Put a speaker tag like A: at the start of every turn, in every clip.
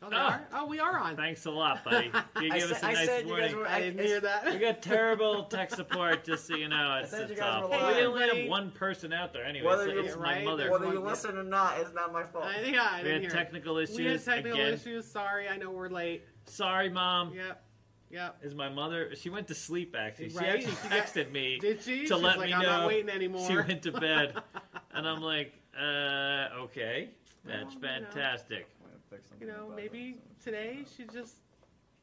A: Oh, they
B: Oh.
A: are? Oh, we are on.
B: Thanks a lot, buddy. You
C: I
B: gave us
C: said-
B: a
C: I
B: nice
C: said you guys
B: warning.
C: were-
A: I didn't hear
B: We
A: that.
B: got terrible tech support, just so you know. It's,
C: said you
B: it's
C: guys were
B: awful. We didn't let
A: lying.
B: one person out there anyway.
C: Whether
B: so
C: you-
B: it's my
A: Right?
B: mother.
C: Whether you
A: Oh, Yeah.
C: listen or not, it's not my fault.
A: I, yeah, I
B: we
A: didn't
B: had
A: hear.
B: technical
A: it.
B: issues
A: we had technical
B: again.
A: issues. Sorry, I know we're late.
B: Sorry, mom.
A: Yep. Yep.
B: Is my mother? She went to sleep actually. She
A: Right?
B: actually
A: She got-
B: texted me.
A: Did she?
B: To
A: She's
B: let
A: like,
B: me
A: I'm
B: know
A: not waiting anymore.
B: She went to bed, and I'm like, uh, okay,
A: Well,
B: that's
A: you know.
B: fantastic.
A: you know, maybe today she just.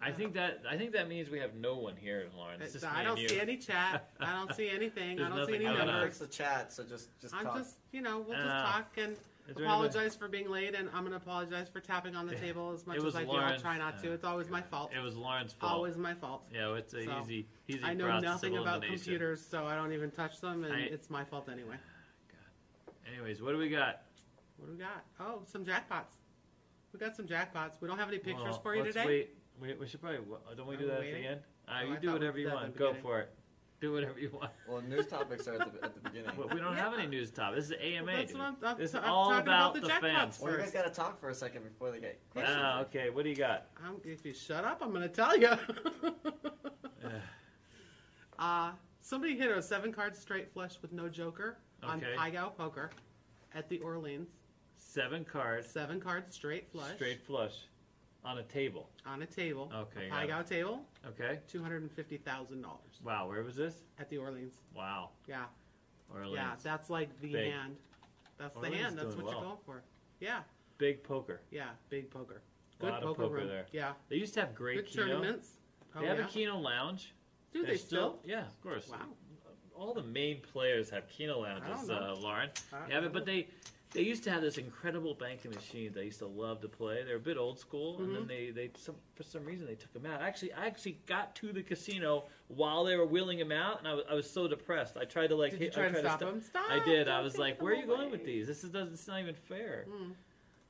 B: I think that I think that means we have no one here, Lauren. It's just me
A: I
B: and
A: don't
B: you.
A: see any chat. I don't see anything. I
B: There's
A: don't see any
B: nothing
C: I'm
B: going
C: gonna
B: on.
A: numbers.
C: fix the chat, so just just
A: I'm
C: talk.
A: just, you know, we'll just
B: Uh,
A: talk and
B: Is there anybody-
A: apologize for being late, and I'm gonna apologize for tapping on the table as much
B: It
A: as
B: was
A: I do. I'll
B: Lauren's-
A: try not to.
B: uh,
A: It's always my fault.
B: It was Lauren's fault.
A: Always my fault.
B: Yeah, it's a
A: So,
B: easy, easy
A: I know
B: process
A: nothing
B: of
A: about
B: elimination.
A: computers, so I don't even touch them, and
B: I-
A: it's my fault anyway.
B: Anyways, what do we got?
A: What do we got? Oh, some jackpots. We got some jackpots. We don't have any pictures
B: Well,
A: for you
B: let's
A: today.
B: Wait. We, we should probably wa- don't we
A: Are
B: do
A: we
B: that at the
A: waiting?
B: end? Uh,
A: Oh,
B: you
A: I
B: do
A: thought we
B: whatever you
A: did that at
B: want.
A: the
B: Go
A: beginning.
B: for it. Do whatever you want.
D: Well, news topics are at the, at the beginning.
B: Well, we don't have any news topic. This is AMA.
A: Well, that's
B: dude.
A: what I'm- I'm-
B: this is
A: I'm
B: all
A: talking about the
B: the fans.
A: jackpots.
C: Well, you guys
A: first.
C: gotta talk for a second before they get questions.
B: Ah, okay. What do you got?
A: I'm, if you shut up, I'm going to tell you. uh, somebody hit a seven card straight flush with no joker on
B: Okay.
A: Pygow Poker at the Orleans.
B: Seven cards,
A: Seven card straight flush
B: straight flush, on a table.
A: on a table.
B: Okay,
A: A
B: got it.
A: Pygow table,
B: Okay.
A: $250,000
B: Wow. Where was this?
A: at the Orleans.
B: Wow.
A: Yeah.
B: Orleans.
A: Yeah, that's like the
B: Big.
A: hand. That's the
B: Orleans
A: hand.
B: is
A: That's what
B: doing
A: you're
B: well.
A: going for. Yeah,
B: Big poker.
A: yeah, big poker. Good
B: Lot of
A: poker,
B: poker
A: room.
B: there.
A: Yeah,
B: They used to have
A: good
B: great keno.
A: tournaments. Oh,
B: They have
A: yeah.
B: a keno lounge.
A: Do
B: They're
A: they still?
B: Yeah, of course.
A: Wow.
B: All the main players have keno
A: don't
B: lounges,
A: know.
B: uh, Lauren.
A: I-
B: Yeah, but, but they they used to have this incredible banking machine that I used to love to play. They're a bit old school, and
A: Mm-hmm.
B: then they they some, for some reason they took them out. Actually, I actually got to the casino while they were wheeling them out, and I was, I was so depressed. I tried to like
A: Did
B: hit,
A: you try
B: I
A: to
B: tried
A: stop
B: to
A: them? Stop!
B: I did. I
A: don't
B: was
A: take
B: like,
A: them
B: "Where are you going with
A: away."
B: these? This is doesn't. It's not even fair."
A: Mm.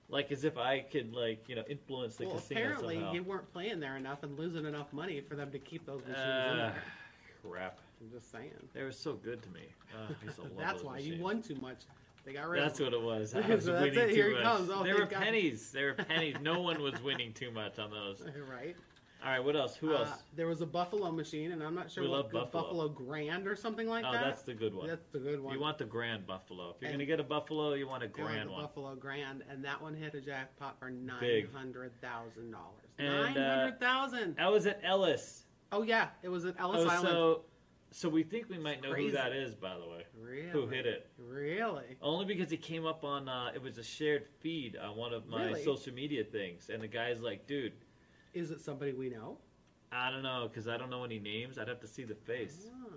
B: Like as if I could like you know influence the
A: Well,
B: casino
A: apparently
B: somehow.
A: you weren't playing there enough and losing enough money for them to keep those machines. in
B: Uh,
A: there.
B: crap.
A: I'm just saying.
B: They were so good to me. Uh, I used to love
A: That's
B: those
A: why
B: machines.
A: you won too much. They got rid
B: That's
A: of.
B: what it was. I
A: So
B: was
A: that's
B: winning
A: it. Here
B: too
A: it
B: much.
A: comes. Oh,
B: there
A: thank
B: were
A: God.
B: pennies. There were pennies. No one was winning too much on those.
A: them. Right.
B: All right, what else? Who
A: Uh,
B: else?
A: there was a Buffalo machine, and I'm not sure
B: We
A: what
B: love
A: good
B: Buffalo.
A: Grand or something like
B: oh,
A: that.
B: that's the good one.
A: That's the good one.
B: You want the grand buffalo. If you're
A: And-
B: going to get a buffalo, you want a
A: It was
B: grand
A: a
B: one.
A: Buffalo Grand, and that one hit a jackpot for nine
B: Big.
A: hundred thousand dollars. Nine
B: And, uh,
A: hundred thousand.
B: That was at Ellis.
A: oh yeah, it was at Ellis
B: oh,
A: Island.
B: so so we think we might know
A: crazy.
B: who that is, by the way.
A: really?
B: Who hit it?
A: Really?
B: Only because it came up on uh, it was a shared feed on one of my
A: Really?
B: social media things, and the guy's like, "Dude,
A: Is it somebody we know?
B: I don't know, because I don't know any names. I'd have to see the face.
A: Ah,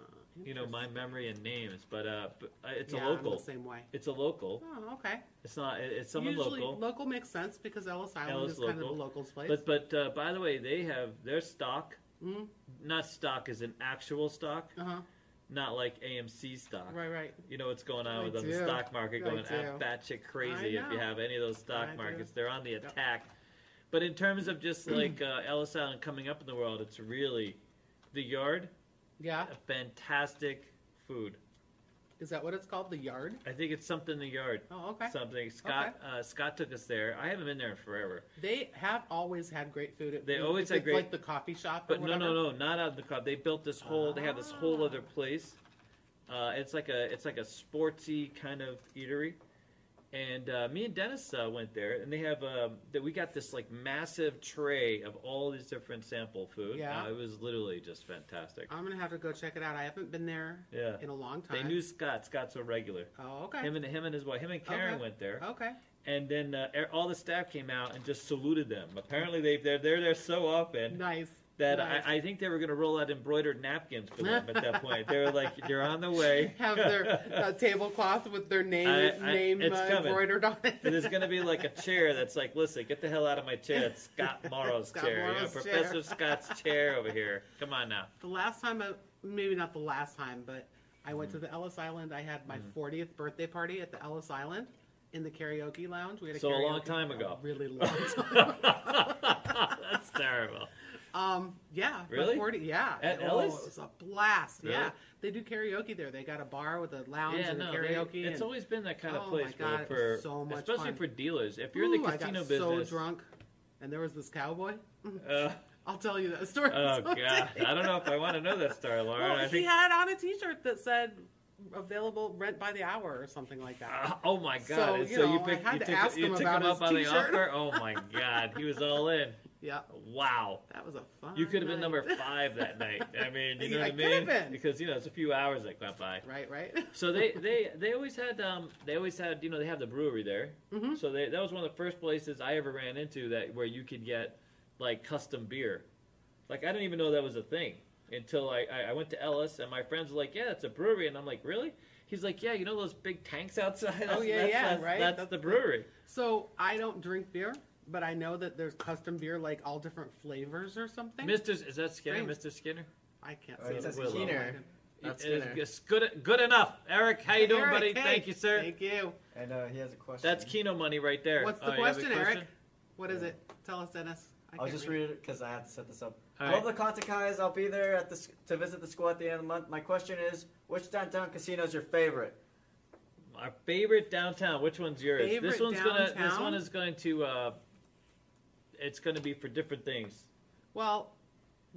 B: You know my
A: interesting.
B: memory and names, but uh, but, uh it's
A: Yeah,
B: a
A: I'm
B: local.
A: the same way.
B: It's a local.
A: Oh, okay.
B: It's not. it- It's someone
A: Usually
B: local.
A: makes sense because Ellis Island
B: Ellis
A: is kind of a
B: local.
A: locals place.
B: But but uh, by the way, they have their stock.
A: Mhm.
B: Not stock is an actual stock,
A: uh huh.
B: not like AMC stock.
A: Right, right.
B: You know what's going on
A: I
B: with on the
A: do.
B: stock market
A: I
B: going
A: do.
B: at batshit crazy.
A: I
B: If you
A: know.
B: have any of those stock
A: I do.
B: markets, they're on the attack. But in terms of just like uh, Ellis Island coming up in the world, it's really the yard,
A: Yeah.
B: a fantastic food.
A: Is that what it's called? The yard?
B: I think it's something the yard.
A: Oh, okay.
B: Something Scott uh, Scott took us there. I haven't been there in forever.
A: They have always had great food. At
B: They
A: Food.
B: always
A: If
B: had
A: it's
B: great-
A: Like the coffee shop. or
B: But no,
A: whatever.
B: no, no, not out in the club. They built this whole. They have this whole other
A: Ah.
B: place. Uh, it's like a it's like a sportsy kind of eatery, and uh, me and Dennis uh, went there, and they have um, that we got this like massive tray of all these different sample food.
A: Yeah. Uh,
B: Uh, it was literally just fantastic.
A: I'm gonna have to go check it out. I haven't been there
B: Yeah,
A: in a long time.
B: they knew Scott. Scott's a regular.
A: Oh, okay.
B: Him and him and his wife, him and Karen
A: Okay.
B: went there,
A: Okay.
B: and then uh, er- all the staff came out and just saluted them. Apparently, they they're they're there so often
A: Nice.
B: that
A: nice.
B: I, I think they were going to roll out embroidered napkins for them at that point. They were like, "You're on the way."
A: have their uh, tablecloth with their name
B: I- I-
A: name
B: it's
A: uh,
B: coming.
A: embroidered on it.
B: And there's going to be like a chair that's like, "Listen, get the hell out of my chair." That's Scott Morrow's
A: Scott
B: chair, you know,
A: Morrow's chair.
B: Professor Scott's chair over here. Come on now.
A: the last time, I, maybe not the last time, but I went
B: Mm-hmm.
A: to the Ellis Island. I had my 40th birthday party at the Ellis Island in the karaoke lounge. We had a
B: So a long
A: karaoke-
B: time ago.
A: really long time.
B: that's terrible.
A: um, yeah, my
B: Really?
A: 40, yeah.
B: At
A: oh,
B: Ellis?
A: it was a blast. Yeah,
B: Really?
A: they do karaoke there. They got a bar with a lounge
B: Yeah,
A: and a
B: no, they-
A: karaoke.
B: it's
A: and,
B: always been that kind
A: Oh
B: of
A: my
B: place
A: God,
B: for,
A: it was so much
B: especially
A: fun.
B: for dealers. If you're in
A: Ooh,
B: the
A: I
B: casino
A: got
B: business,
A: so drunk. and there was this cowboy.
B: Uh,
A: I'll tell you that story.
B: oh
A: someday.
B: god, I don't know if I want to know that story, Laura.
A: Well,
B: I
A: he
B: think.
A: had on a T-shirt that said "available rent by the hour" or something like that.
B: Uh, oh my
A: So,
B: god! and
A: you
B: so you
A: know, I
B: picked,
A: had
B: you
A: to
B: took,
A: ask
B: you
A: him
B: took
A: about
B: him
A: his
B: up on the
A: t-shirt.
B: offer. Oh my god, he was all in.
A: yeah,
B: Wow.
A: that was a fun.
B: You could have been
A: night.
B: number five that night. I mean, you know
A: Oh Yeah,
B: what I
A: I could have
B: mean?
A: been.
B: Because you know it's a few hours that went by.
A: right, right.
B: So they they they always had um they always had you know they have the brewery there.
A: Mhm.
B: So they, that was one of the first places I ever ran into that where you could get like custom beer. Like I didn't even know that was a thing until I I, I went to Ellis and my friends were like, yeah, it's a brewery, and I'm like, really? He's like, yeah, you know those big tanks outside?
A: Oh, yeah, yeah, right?
B: That's,
A: That's
B: the
A: the-
B: brewery.
A: So I don't drink beer, but I know that there's custom beer like all different flavors or something.
B: Mister is that Skinner?
A: Thanks.
B: Mister Skinner?
A: I can't
C: Oh,
A: say
C: it
A: the
C: says
A: label.
C: Keener. That's
B: It is-
C: Skinner.
B: it's good good enough. Eric, how you doing,
A: Eric,
B: buddy?
A: hey.
B: Thank you, sir.
A: Thank you.
D: And uh, he has a question.
B: That's Kino money right there.
A: What's the
B: Oh, you have a
A: question, Eric? What is it? Tell us, Dennis. I
D: I'll
A: can't
D: just read it because I have to set this up.
B: All
D: I
B: right.
D: love the contact guys. I'll be there at the, s- to visit the school at the end of the month. My question is, which downtown casino is your favorite?
B: Our favorite downtown. Which one's yours? this
A: Favorite
B: one's gonna. This
A: downtown?
B: one is going to. Uh, it's going to be for different things.
A: Well,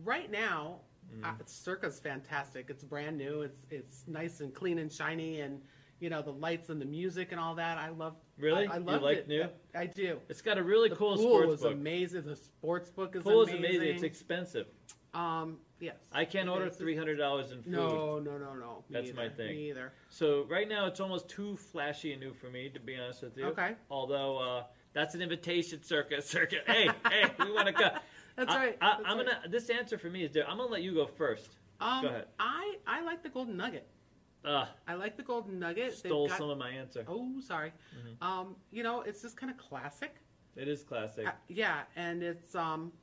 A: right now, uh,
B: Mm.
A: Circa's fantastic. It's brand new. It's it's nice and clean and shiny, and you know the lights and the music and all that. I love.
B: Really?
A: I, I
B: You
A: love
B: like
A: it.
B: new?
A: I do.
B: It's got a really
A: The
B: cool
A: pool
B: sports
A: was
B: book.
A: amazing. The sports book is
B: Pool is
A: amazing.
B: amazing. It's expensive.
A: um, yes.
B: I can't
A: It
B: order
A: is.
B: three hundred dollars in food.
A: No, no, no, no. Me
B: That's my
A: either.
B: thing.
A: Me either.
B: So right now it's almost too flashy and new for me, to be honest with you.
A: Okay.
B: Although uh, that's an invitation, circuit, circuit. Hey, hey, we want to go.
A: That's
B: I,
A: right.
B: I,
A: That's
B: I'm
A: right.
B: gonna. This answer for me is there. I'm gonna let you go first.
A: Um,
B: Go ahead.
A: I I like the Golden Nugget.
B: Uh,
A: I like the Golden Nugget. They've
B: stole
A: got-
B: some of Mm-hmm. my answer.
A: Oh, sorry. Um, you know, it's just kind of classic.
B: It is classic.
A: Uh, yeah, and it's um,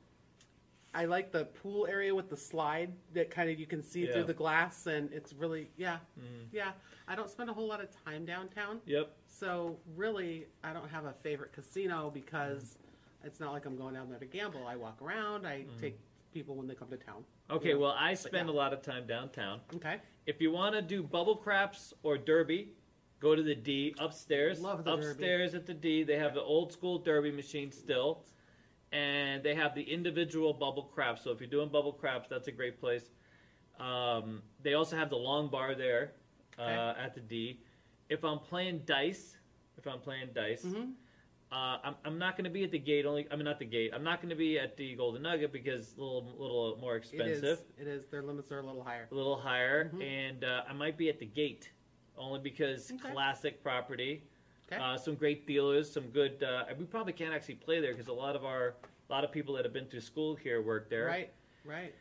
A: I like the pool area with the slide that kind of you can see
B: Yeah.
A: through the glass, and it's really yeah,
B: Mm.
A: yeah. I don't spend a whole lot of time downtown,
B: Yep.
A: so really I don't have a favorite casino because
B: Mm-hmm.
A: it's not like I'm going down there to gamble. I walk around. I take people when they come to town.
B: Okay,
A: Yeah.
B: well, I spend
A: yeah.
B: a lot of time downtown.
A: Okay,
B: If you want to do bubble craps or derby, go to the D upstairs.
A: Love the derby.
B: upstairs at the D, they have the old school derby machine still, and they have the individual bubble craps. So if you're doing bubble craps, that's a great place. Um, they also have the long bar there uh,
A: Okay.
B: at the D. If I'm playing dice, if I'm playing dice,
A: Mhm.
B: uh, I'm, I'm not going to be at the gate. Only I mean, not the gate. I'm not going to be at the Golden Nugget because it's a little little more expensive
A: it is. It is. Their limits are a little higher.
B: a little higher,
A: Mhm.
B: and uh, I might be at the gate, only because
A: Okay.
B: classic property.
A: Okay.
B: Uh, some great dealers, some good. Uh, we probably can't actually play there because a lot of our a lot of people that have been through school here work there.
A: Right. Right.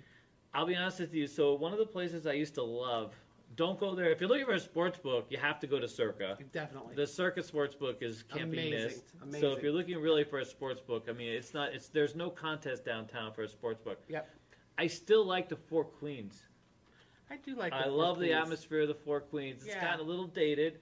B: I'll be honest with you. So one of the places I used to love. Don't go there if you're looking for a sports book. You have to go to Circa.
A: Definitely.
B: The Circa sports book is can't be
A: Amazing,
B: missed. So if
A: amazing.
B: you're looking really for a sports book, I mean, it's not. It's there's no contest downtown for a sports book.
A: Yep.
B: I still like the Four Queens.
A: I do like.
B: I
A: Four
B: love the
A: Queens.
B: atmosphere of the Four Queens. It's
A: Yeah.
B: gotten a little dated,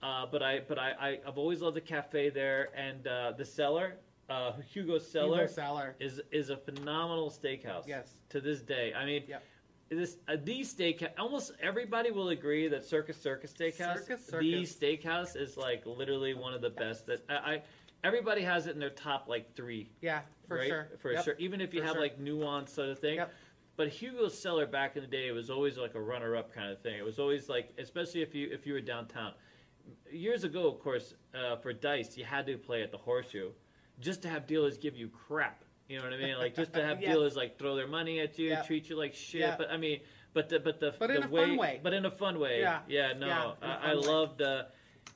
B: uh, but I but I, I I've always loved the cafe there and uh, the cellar. Uh, Hugo's cellar
A: Hugo Cellar.
B: is is a phenomenal steakhouse.
A: Yes.
B: to this day. I mean,
A: Yep.
B: this uh, the steak. Almost everybody will agree that Circus Circus Steakhouse,
A: Circus
B: the
A: Circus.
B: steakhouse, is like literally one of the best. That I, I everybody has it in their top like three
A: Yeah, for
B: right?
A: sure.
B: For
A: Yep.
B: sure. Even if you
A: For
B: have
A: sure.
B: like nuance sort of thing.
A: Yep.
B: But Hugo's cellar back in the day was always like a runner up kind of thing. It was always like especially if you if you were downtown. Years ago, of course, uh, for dice you had to play at the horseshoe just to have dealers give you crap. You know what I mean? Like just to have
A: Yes.
B: dealers like throw their money at you,
A: Yep.
B: treat you like shit.
A: Yep.
B: But I mean but the but the
A: But
B: the
A: in a fun way.
B: But in a fun way.
A: Yeah.
B: Yeah, no.
A: Yeah, in a
B: I, I
A: fun way.
B: love the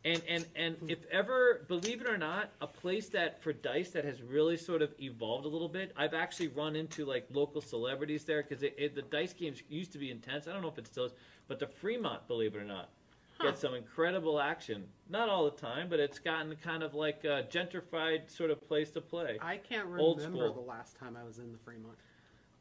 B: and and and if ever, believe it or not, a place that for dice that has really sort of evolved a little bit. I've actually run into like local celebrities there because it, it, the dice games used to be intense. I don't know if it still is, but the Fremont, believe it or not,
A: Huh.
B: gets some incredible action. Not all the time, but it's gotten kind of like a gentrified sort of place to play.
A: I can't
B: Old
A: remember
B: school.
A: the last time I was in the Fremont.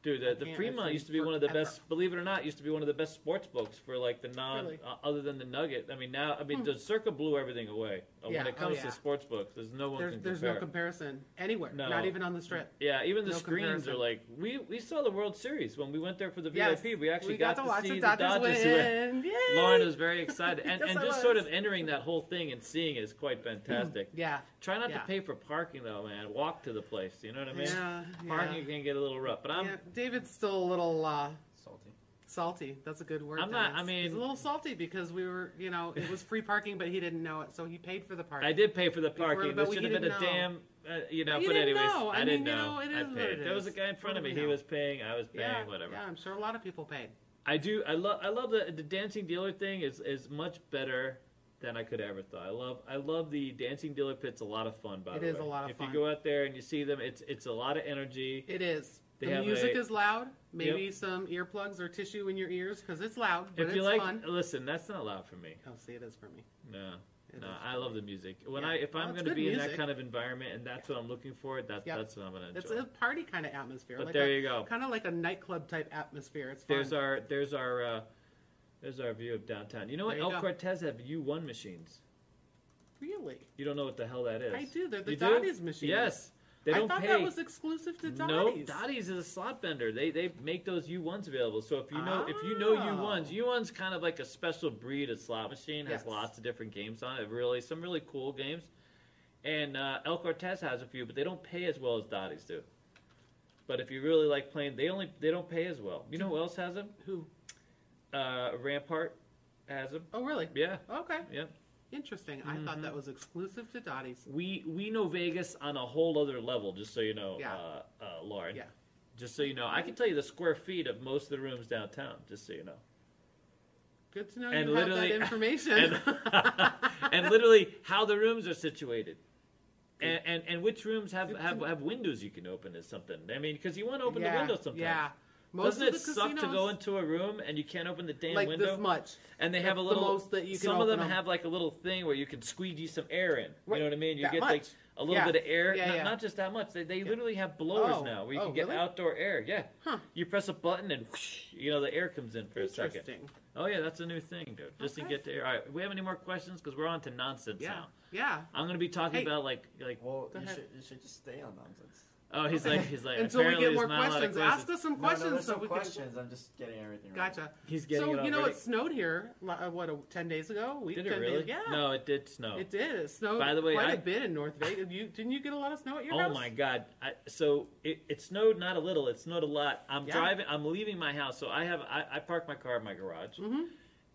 B: Dude, the,
A: I
B: the
A: can't-
B: Fremont
A: it's
B: used to
A: been
B: be one of the
A: forever.
B: best. Believe it or not, used to be one of the best sports books for like the non,
A: Really? Hmm.
B: uh, other than the Nugget. I mean, now I mean the Circa blew everything away. Uh,
A: Yeah,
B: When it
A: oh,
B: comes
A: yeah.
B: to sports books, there's no one
A: There's,
B: can
A: there's
B: compare.
A: no comparison anywhere,
B: No.
A: not even on the strip.
B: yeah, even the
A: no
B: screens
A: comparison.
B: are like we we saw the World Series when we went there for the
A: Yes,
B: VIP. We actually
A: we got, to watch the
B: see the
A: Dodgers, win. Yay!
B: Lauren was very excited, and,
A: Yes,
B: and
A: I
B: just
A: was.
B: sort of entering that whole thing and seeing it is quite fantastic.
A: yeah,
B: Try not
A: Yeah.
B: to pay for parking though, man. Walk to the place. You know what I mean?
A: yeah, yeah,
B: Parking can get a little rough, but I'm
A: yeah. David's still a little uh,
D: Salty.
A: salty. That's a good word.
B: I'm not-
A: Dennis.
B: I mean-
A: he's a little salty because we were, you know, it was free parking, but he didn't know it, so he paid for the parking.
B: I did pay for the
A: Before,
B: parking.
A: but
B: This
A: we
B: should have been a
A: didn't know.
B: damn, uh, you know.
A: You
B: but
A: didn't
B: anyways,
A: know. I
B: I, didn't
A: mean, you
B: know.
A: know, it
B: I
A: is what
B: paid.
A: it
B: There was a
A: is.
B: guy in front of me.
A: What do
B: He
A: we know?
B: was paying. I was paying.
A: yeah,
B: whatever.
A: Yeah, I'm sure a lot of people paid.
B: I do. I love. I love the the dancing dealer thing is is much better than I could ever thought. I love. I love the dancing dealer pit's a lot of fun. By
A: It
B: the
A: is
B: way.
A: a lot of
B: if
A: fun.
B: you go out there and you see them, it's it's a lot of energy.
A: It is.
B: They
A: the
B: have
A: music
B: a-
A: is loud. Maybe some earplugs or tissue in your ears because it's loud, but
B: if
A: it's
B: you like,
A: fun.
B: listen. That's not loud for me.
A: Oh, see, it is for me.
B: No.
A: It
B: No,
A: is
B: I
A: for
B: love
A: me.
B: the music. When
A: Yeah.
B: I if
A: Well,
B: I'm
A: it's
B: going to
A: good
B: be in that
A: music.
B: kind of environment and that's what I'm looking for, that's
A: Yep.
B: that's what I'm going to enjoy.
A: It's a party kind of atmosphere.
B: but
A: like
B: there
A: a,
B: you go.
A: Kind of like a nightclub type atmosphere. It's fun.
B: There's our there's our uh, there's our view of downtown. You know what?
A: There you
B: El
A: go.
B: Cortez have U1 machines.
A: really.
B: You don't know what the hell that is.
A: I do. They're the
B: You do?
A: Dottie's machine.
B: Yes, they
A: I
B: don't
A: thought
B: pay.
A: that was exclusive to Dottie's.
B: No, Dottie's is a slot vendor. They they make those U ones available. So if you know if you know U ones,
A: Oh.
B: U ones kind of like a special breed of slot machine. Has
A: Yes.
B: lots of different games on it. Really, some really cool games. And uh, El Cortez has a few, but they don't pay as well as Dottie's do. But if you really like playing, they only they don't pay as well. You know who else has them?
A: Who?
B: Uh, Rampart has them.
A: Oh, really?
B: Yeah,
A: Okay.
B: yeah.
A: Interesting. I
B: Mm-hmm.
A: thought that was exclusive to Dottie's.
B: We we know Vegas on a whole other level. Just so you know,
A: Yeah.
B: uh, uh, Lauren.
A: Yeah.
B: Just so you know, I can tell you the square feet of most of the rooms downtown. Just so you know.
A: Good to know
B: And
A: you have that
B: literally-
A: information.
B: and, and literally how the rooms are situated. And, and, and which rooms have,
A: Good to
B: have,
A: know.
B: have windows you can open is something. I mean, because you want to open
A: yeah,
B: the window sometimes.
A: Yeah. Most
B: Doesn't
A: of
B: it
A: the
B: suck to go
A: casinos,
B: into a room and you can't open the damn
A: like
B: window?
A: this much?
B: and they have a
A: That's the
B: little.
A: most that you can
B: some of them
A: open 'em.
B: have like a little thing where you can squeegee some air in. You
A: Right,
B: know what I mean? You
A: that
B: get like
A: much.
B: a little
A: Yeah,
B: bit of air.
A: yeah,
B: not,
A: yeah.
B: not just that much. They, they literally have blowers
A: Oh,
B: now where you
A: oh,
B: can get
A: really?
B: outdoor air. Yeah.
A: Huh.
B: You press a button and whoosh, you know the air comes in for a second.
A: Interesting.
B: Oh yeah, that's a new thing, dude. Just to
A: Okay.
B: get there. All right, we have any more questions? Because we're on to nonsense
A: Yeah.
B: now.
A: Yeah.
B: I'm gonna be talking
A: Hey.
B: about like like
D: Well,
A: Go
D: you
A: ahead.
D: should, you should just stay on nonsense.
B: oh he's like he's like
A: Until we
B: apparently
A: get
B: there's
A: more
B: not a lot of
A: questions. Ask us some questions
D: no, no, there's
A: so
D: no
A: we can.
D: questions. I'm just getting everything right.
A: Gotcha.
B: He's getting
A: So
B: it
A: you know
B: already.
A: it snowed here. li- uh, What a, ten days ago? A Week,
B: Did it
A: 10 days-
B: really?
A: Yeah.
B: No, it did snow.
A: It did. It snowed
B: By the way,
A: quite
B: I-
A: a bit in North Vegas. You didn't you get a lot of snow at your
B: Oh
A: house?
B: my god! I, so it, it snowed not a little. It snowed a lot. I'm
A: Yeah.
B: driving. I'm leaving my house. So I have I, I parked my car in my garage,
A: Mhm.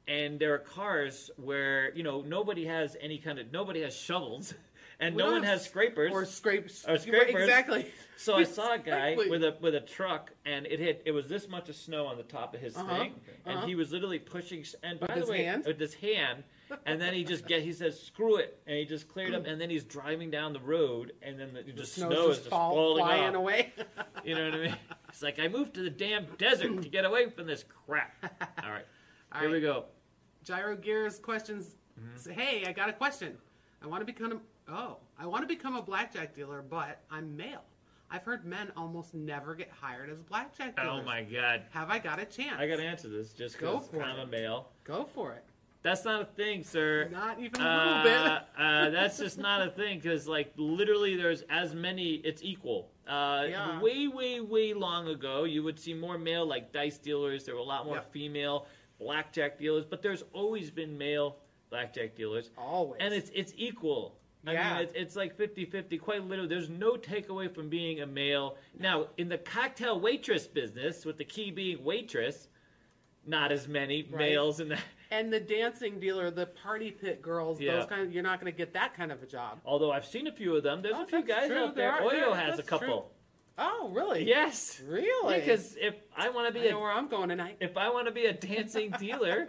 B: and there are cars where you know nobody has any kind of nobody has shovels, and
A: We
B: no
A: don't
B: one
A: have
B: has scrapers.
A: Or scrapes.
B: Or scrapers.
A: Exactly.
B: So I saw a guy
A: Exactly.
B: with a with a truck, and it hit. It was this much of snow on the top of his
A: Uh-huh.
B: thing, and
A: Uh-huh.
B: he was literally pushing. s- And
A: With
B: by
A: his
B: the way,
A: hand?
B: with his hand, and then he just get. He says, "Screw it," and he just cleared up. And then he's driving down the road, and then the, the
A: The
B: snow,
A: snow's
B: is just falling
A: flying
B: off.
A: away.
B: You know what I mean? It's like I moved to the damn desert to get away from this crap. All right,
A: All
B: here we
A: right.
B: go. Mm-hmm.
A: Gyro Gears questions. Say, hey, I got a question. I want to become. Oh, I want to become a blackjack dealer, but I'm male. I've heard men almost never get hired as blackjack dealers.
B: Oh my god,
A: Have I got a chance?
B: I gotta answer this just
A: Go
B: because
A: for
B: I'm
A: it.
B: a male.
A: Go for it.
B: That's not a thing, sir.
A: Not even a little
B: uh, uh, that's just not a thing because like literally there's as many it's equal uh,
A: Yeah.
B: way way way long ago you would see more male like dice dealers there were a lot more
A: Yeah.
B: female blackjack dealers but there's always been male blackjack dealers
A: bit. Always.
B: and it's it's equal I
A: Yeah.
B: mean, it's, it's like 50-50, quite literally. There's no takeaway from being a male. Now, in the cocktail waitress business, with the key being waitress, not as many
A: Right.
B: males in that.
A: and the dancing dealer, the party pit girls.
B: Yeah.
A: Those kind. Of, you're not going to get that kind of a job.
B: Although I've seen a few of them. There's
A: Oh,
B: a few
A: that's
B: guys
A: true.
B: out there.
A: There are-
B: Oyo
A: there-
B: has a
A: that's
B: couple.
A: Oh, really?
B: Yes.
A: Really?
B: Because if I want to
A: I
B: be
A: know
B: a
A: where I'm going tonight.
B: if I want to be a dancing dealer,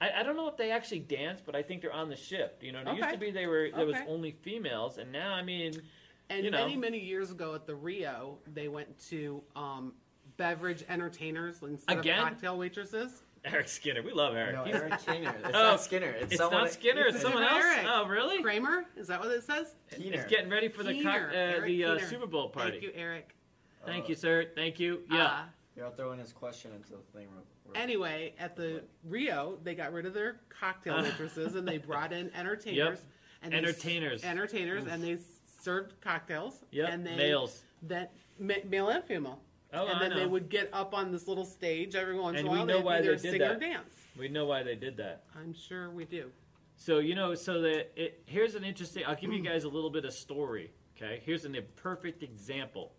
B: I, I don't know if they actually dance, but I think they're on the shift. You know, it used
A: Okay.
B: to be they were there was
A: Okay.
B: only females, and now I mean,
A: And
B: you know.
A: many, many years ago at the Rio, they went to um, beverage entertainers instead
B: Again?
A: of cocktail waitresses.
B: Eric Skinner. We love Eric.
D: No,
B: He's-
D: Eric Keener. It's
B: Oh,
D: not Skinner. It's,
B: it's
D: someone.
B: not Skinner. It's,
A: e-, it's
B: someone else.
A: different Eric.
B: Oh, really?
A: Kramer? Is that what it says?
D: Keener.
B: It's getting ready for the cock,
A: Keener,
B: uh,
A: Eric
B: the uh,
A: Keener.
B: Super Bowl party.
A: Thank you, Eric.
B: Thank you, sir. Thank you. Yeah.
A: Uh,
D: You're throwing his question into the thing. Real, real-
A: anyway, at the Rio, they got rid of their cocktail waitresses and they brought in entertainers. they s-
B: Entertainers.
A: entertainers, and they served cocktails.
B: Yep,
A: and they,
B: males.
A: That ma- male and female.
B: Oh,
A: and
B: I
A: then they
B: know.
A: would get up on this little stage every once in
B: And
A: a
B: we
A: while.
B: know
A: they'd
B: why
A: either
B: they did
A: sing or
B: that.
A: dance.
B: We know why they did that.
A: I'm sure we do.
B: So you know, so that it here's an interesting. I'll give you guys a little bit of story. Okay, here's an, a perfect example.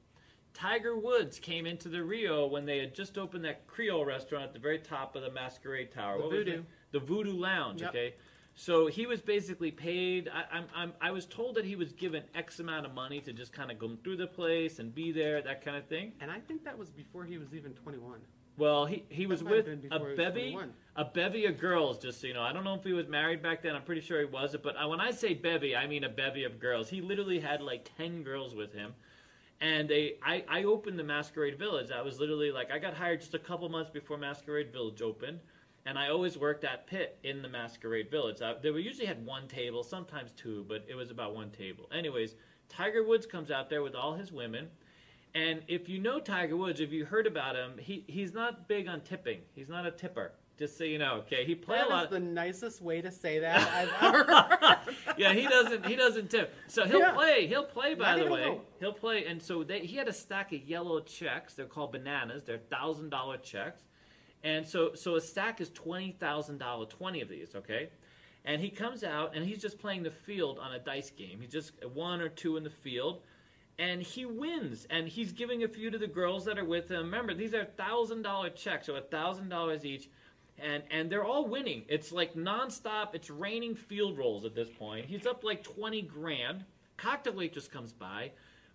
B: Tiger Woods came into the Rio when they had just opened that Creole restaurant at the very top of the Masquerade Tower.
A: The
B: What was it?
A: Voodoo.
B: The Voodoo Lounge.
A: Yep.
B: Okay. So he was basically paid. I, I'm, I'm, I was told that he was given X amount of money to just kind of go through the place and be there, that kind of thing.
A: And I think that was before he was even 21.
B: Well, he, he
A: That
B: was
A: might have
B: with
A: been before
B: a
A: he was
B: bevy
A: 21.
B: a bevy of girls. Just so you know, I don't know if he was married back then. I'm pretty sure he wasn't. But I, when I say bevy, I mean a bevy of girls. He literally had like ten girls with him, and they I, I opened the Masquerade Village. I was literally like I got hired just a couple months before Masquerade Village opened. And I always worked that pit in the Masquerade Village. I, they were usually had one table, sometimes two, but it was about one table. Anyways, Tiger Woods comes out there with all his women, and if you know Tiger Woods, if you heard about him, he, he's not big on tipping. He's not a tipper. Just so you know, okay. He play
A: That
B: a lot.
A: is the nicest way to say that I've ever heard.
B: yeah, he doesn't. He doesn't tip. So he'll
A: Yeah.
B: play. He'll play. By
A: Not
B: the
A: even a
B: way,
A: little.
B: he'll play. And so they, he had a stack of yellow checks. They're called bananas. They're thousand dollar checks. And so so a stack is twenty thousand dollar. Twenty of these. Okay. And he comes out and he's just playing the field on a dice game. He's just one or two in the field. And he wins, and he's giving a few to the girls that are with him. Remember, these are thousand dollar checks, so thousand dollars each and and they're all winning. It's like nonstop. It's raining field rolls at this point. He's up like twenty grand. Cocktail waitress comes by,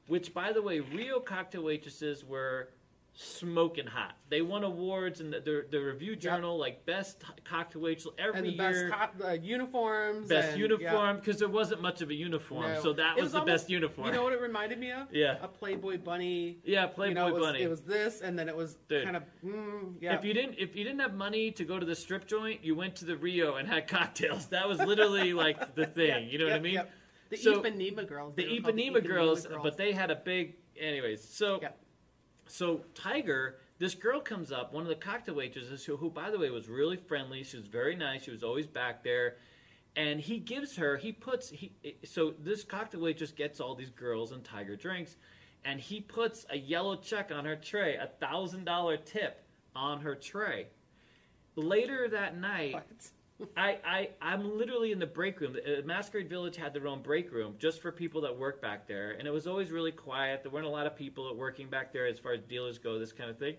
B: which by the way, Rio cocktail waitresses were smoking hot. They won awards in the, the, the review journal, like best cocktail waitress every
A: and the
B: year.
A: best co- uh, uniforms.
B: Best
A: and,
B: uniform because there wasn't much of a
A: yeah,
B: uniform,
A: no.
B: so that
A: It
B: was, the
A: almost-
B: best uniform.
A: You know what it reminded me of?
B: Yeah.
A: A Playboy bunny.
B: yeah, Playboy
A: you know, it was,
B: Bunny.
A: It was this, and then it was
B: Dude.
A: kind of mm, yeah.
B: If you didn't, if you didn't have money to go to the strip joint, you went to the Rio and had cocktails. That was literally like the thing. you know what I
A: Yep,
B: mean?
A: yep. The
B: So-
A: Ipanema girls.
B: the
A: they were
B: Ipanema,
A: called
B: girls, but they had a big. Anyways, so
A: Yeah.
B: so Tiger, this girl comes up, one of the cocktail waitresses, who, who by the way was really friendly. She was very nice. She was always back there, and he gives her. He puts he. So this cocktail waitress gets all these girls and Tiger drinks, and he puts a yellow check on her tray, a thousand dollar tip on her tray. Later that night,
A: What?
B: I, I I'm literally in the break room. Uh, Masquerade Village had their own break room just for people that work back there, and it was always really quiet. There weren't a lot of people that working back there as far as dealers go, this kind of thing.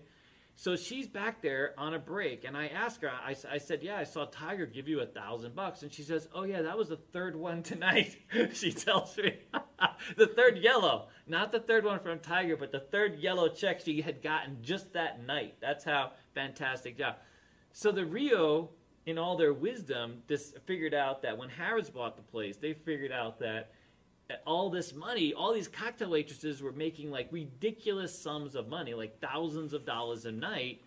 B: So she's back there on a break, and I asked her. I, I said, "Yeah, I saw Tiger give you a thousand bucks," and she says, "Oh yeah, that was the third one tonight." she tells me the third yellow, not the third one from Tiger, but the third yellow check she had gotten just that night. That's how fantastic job. So the Rio, in all their wisdom, just figured out that when Harrods bought the place, they figured out that all this money, all these cocktail waitresses were making like ridiculous sums of money, like thousands of dollars a night.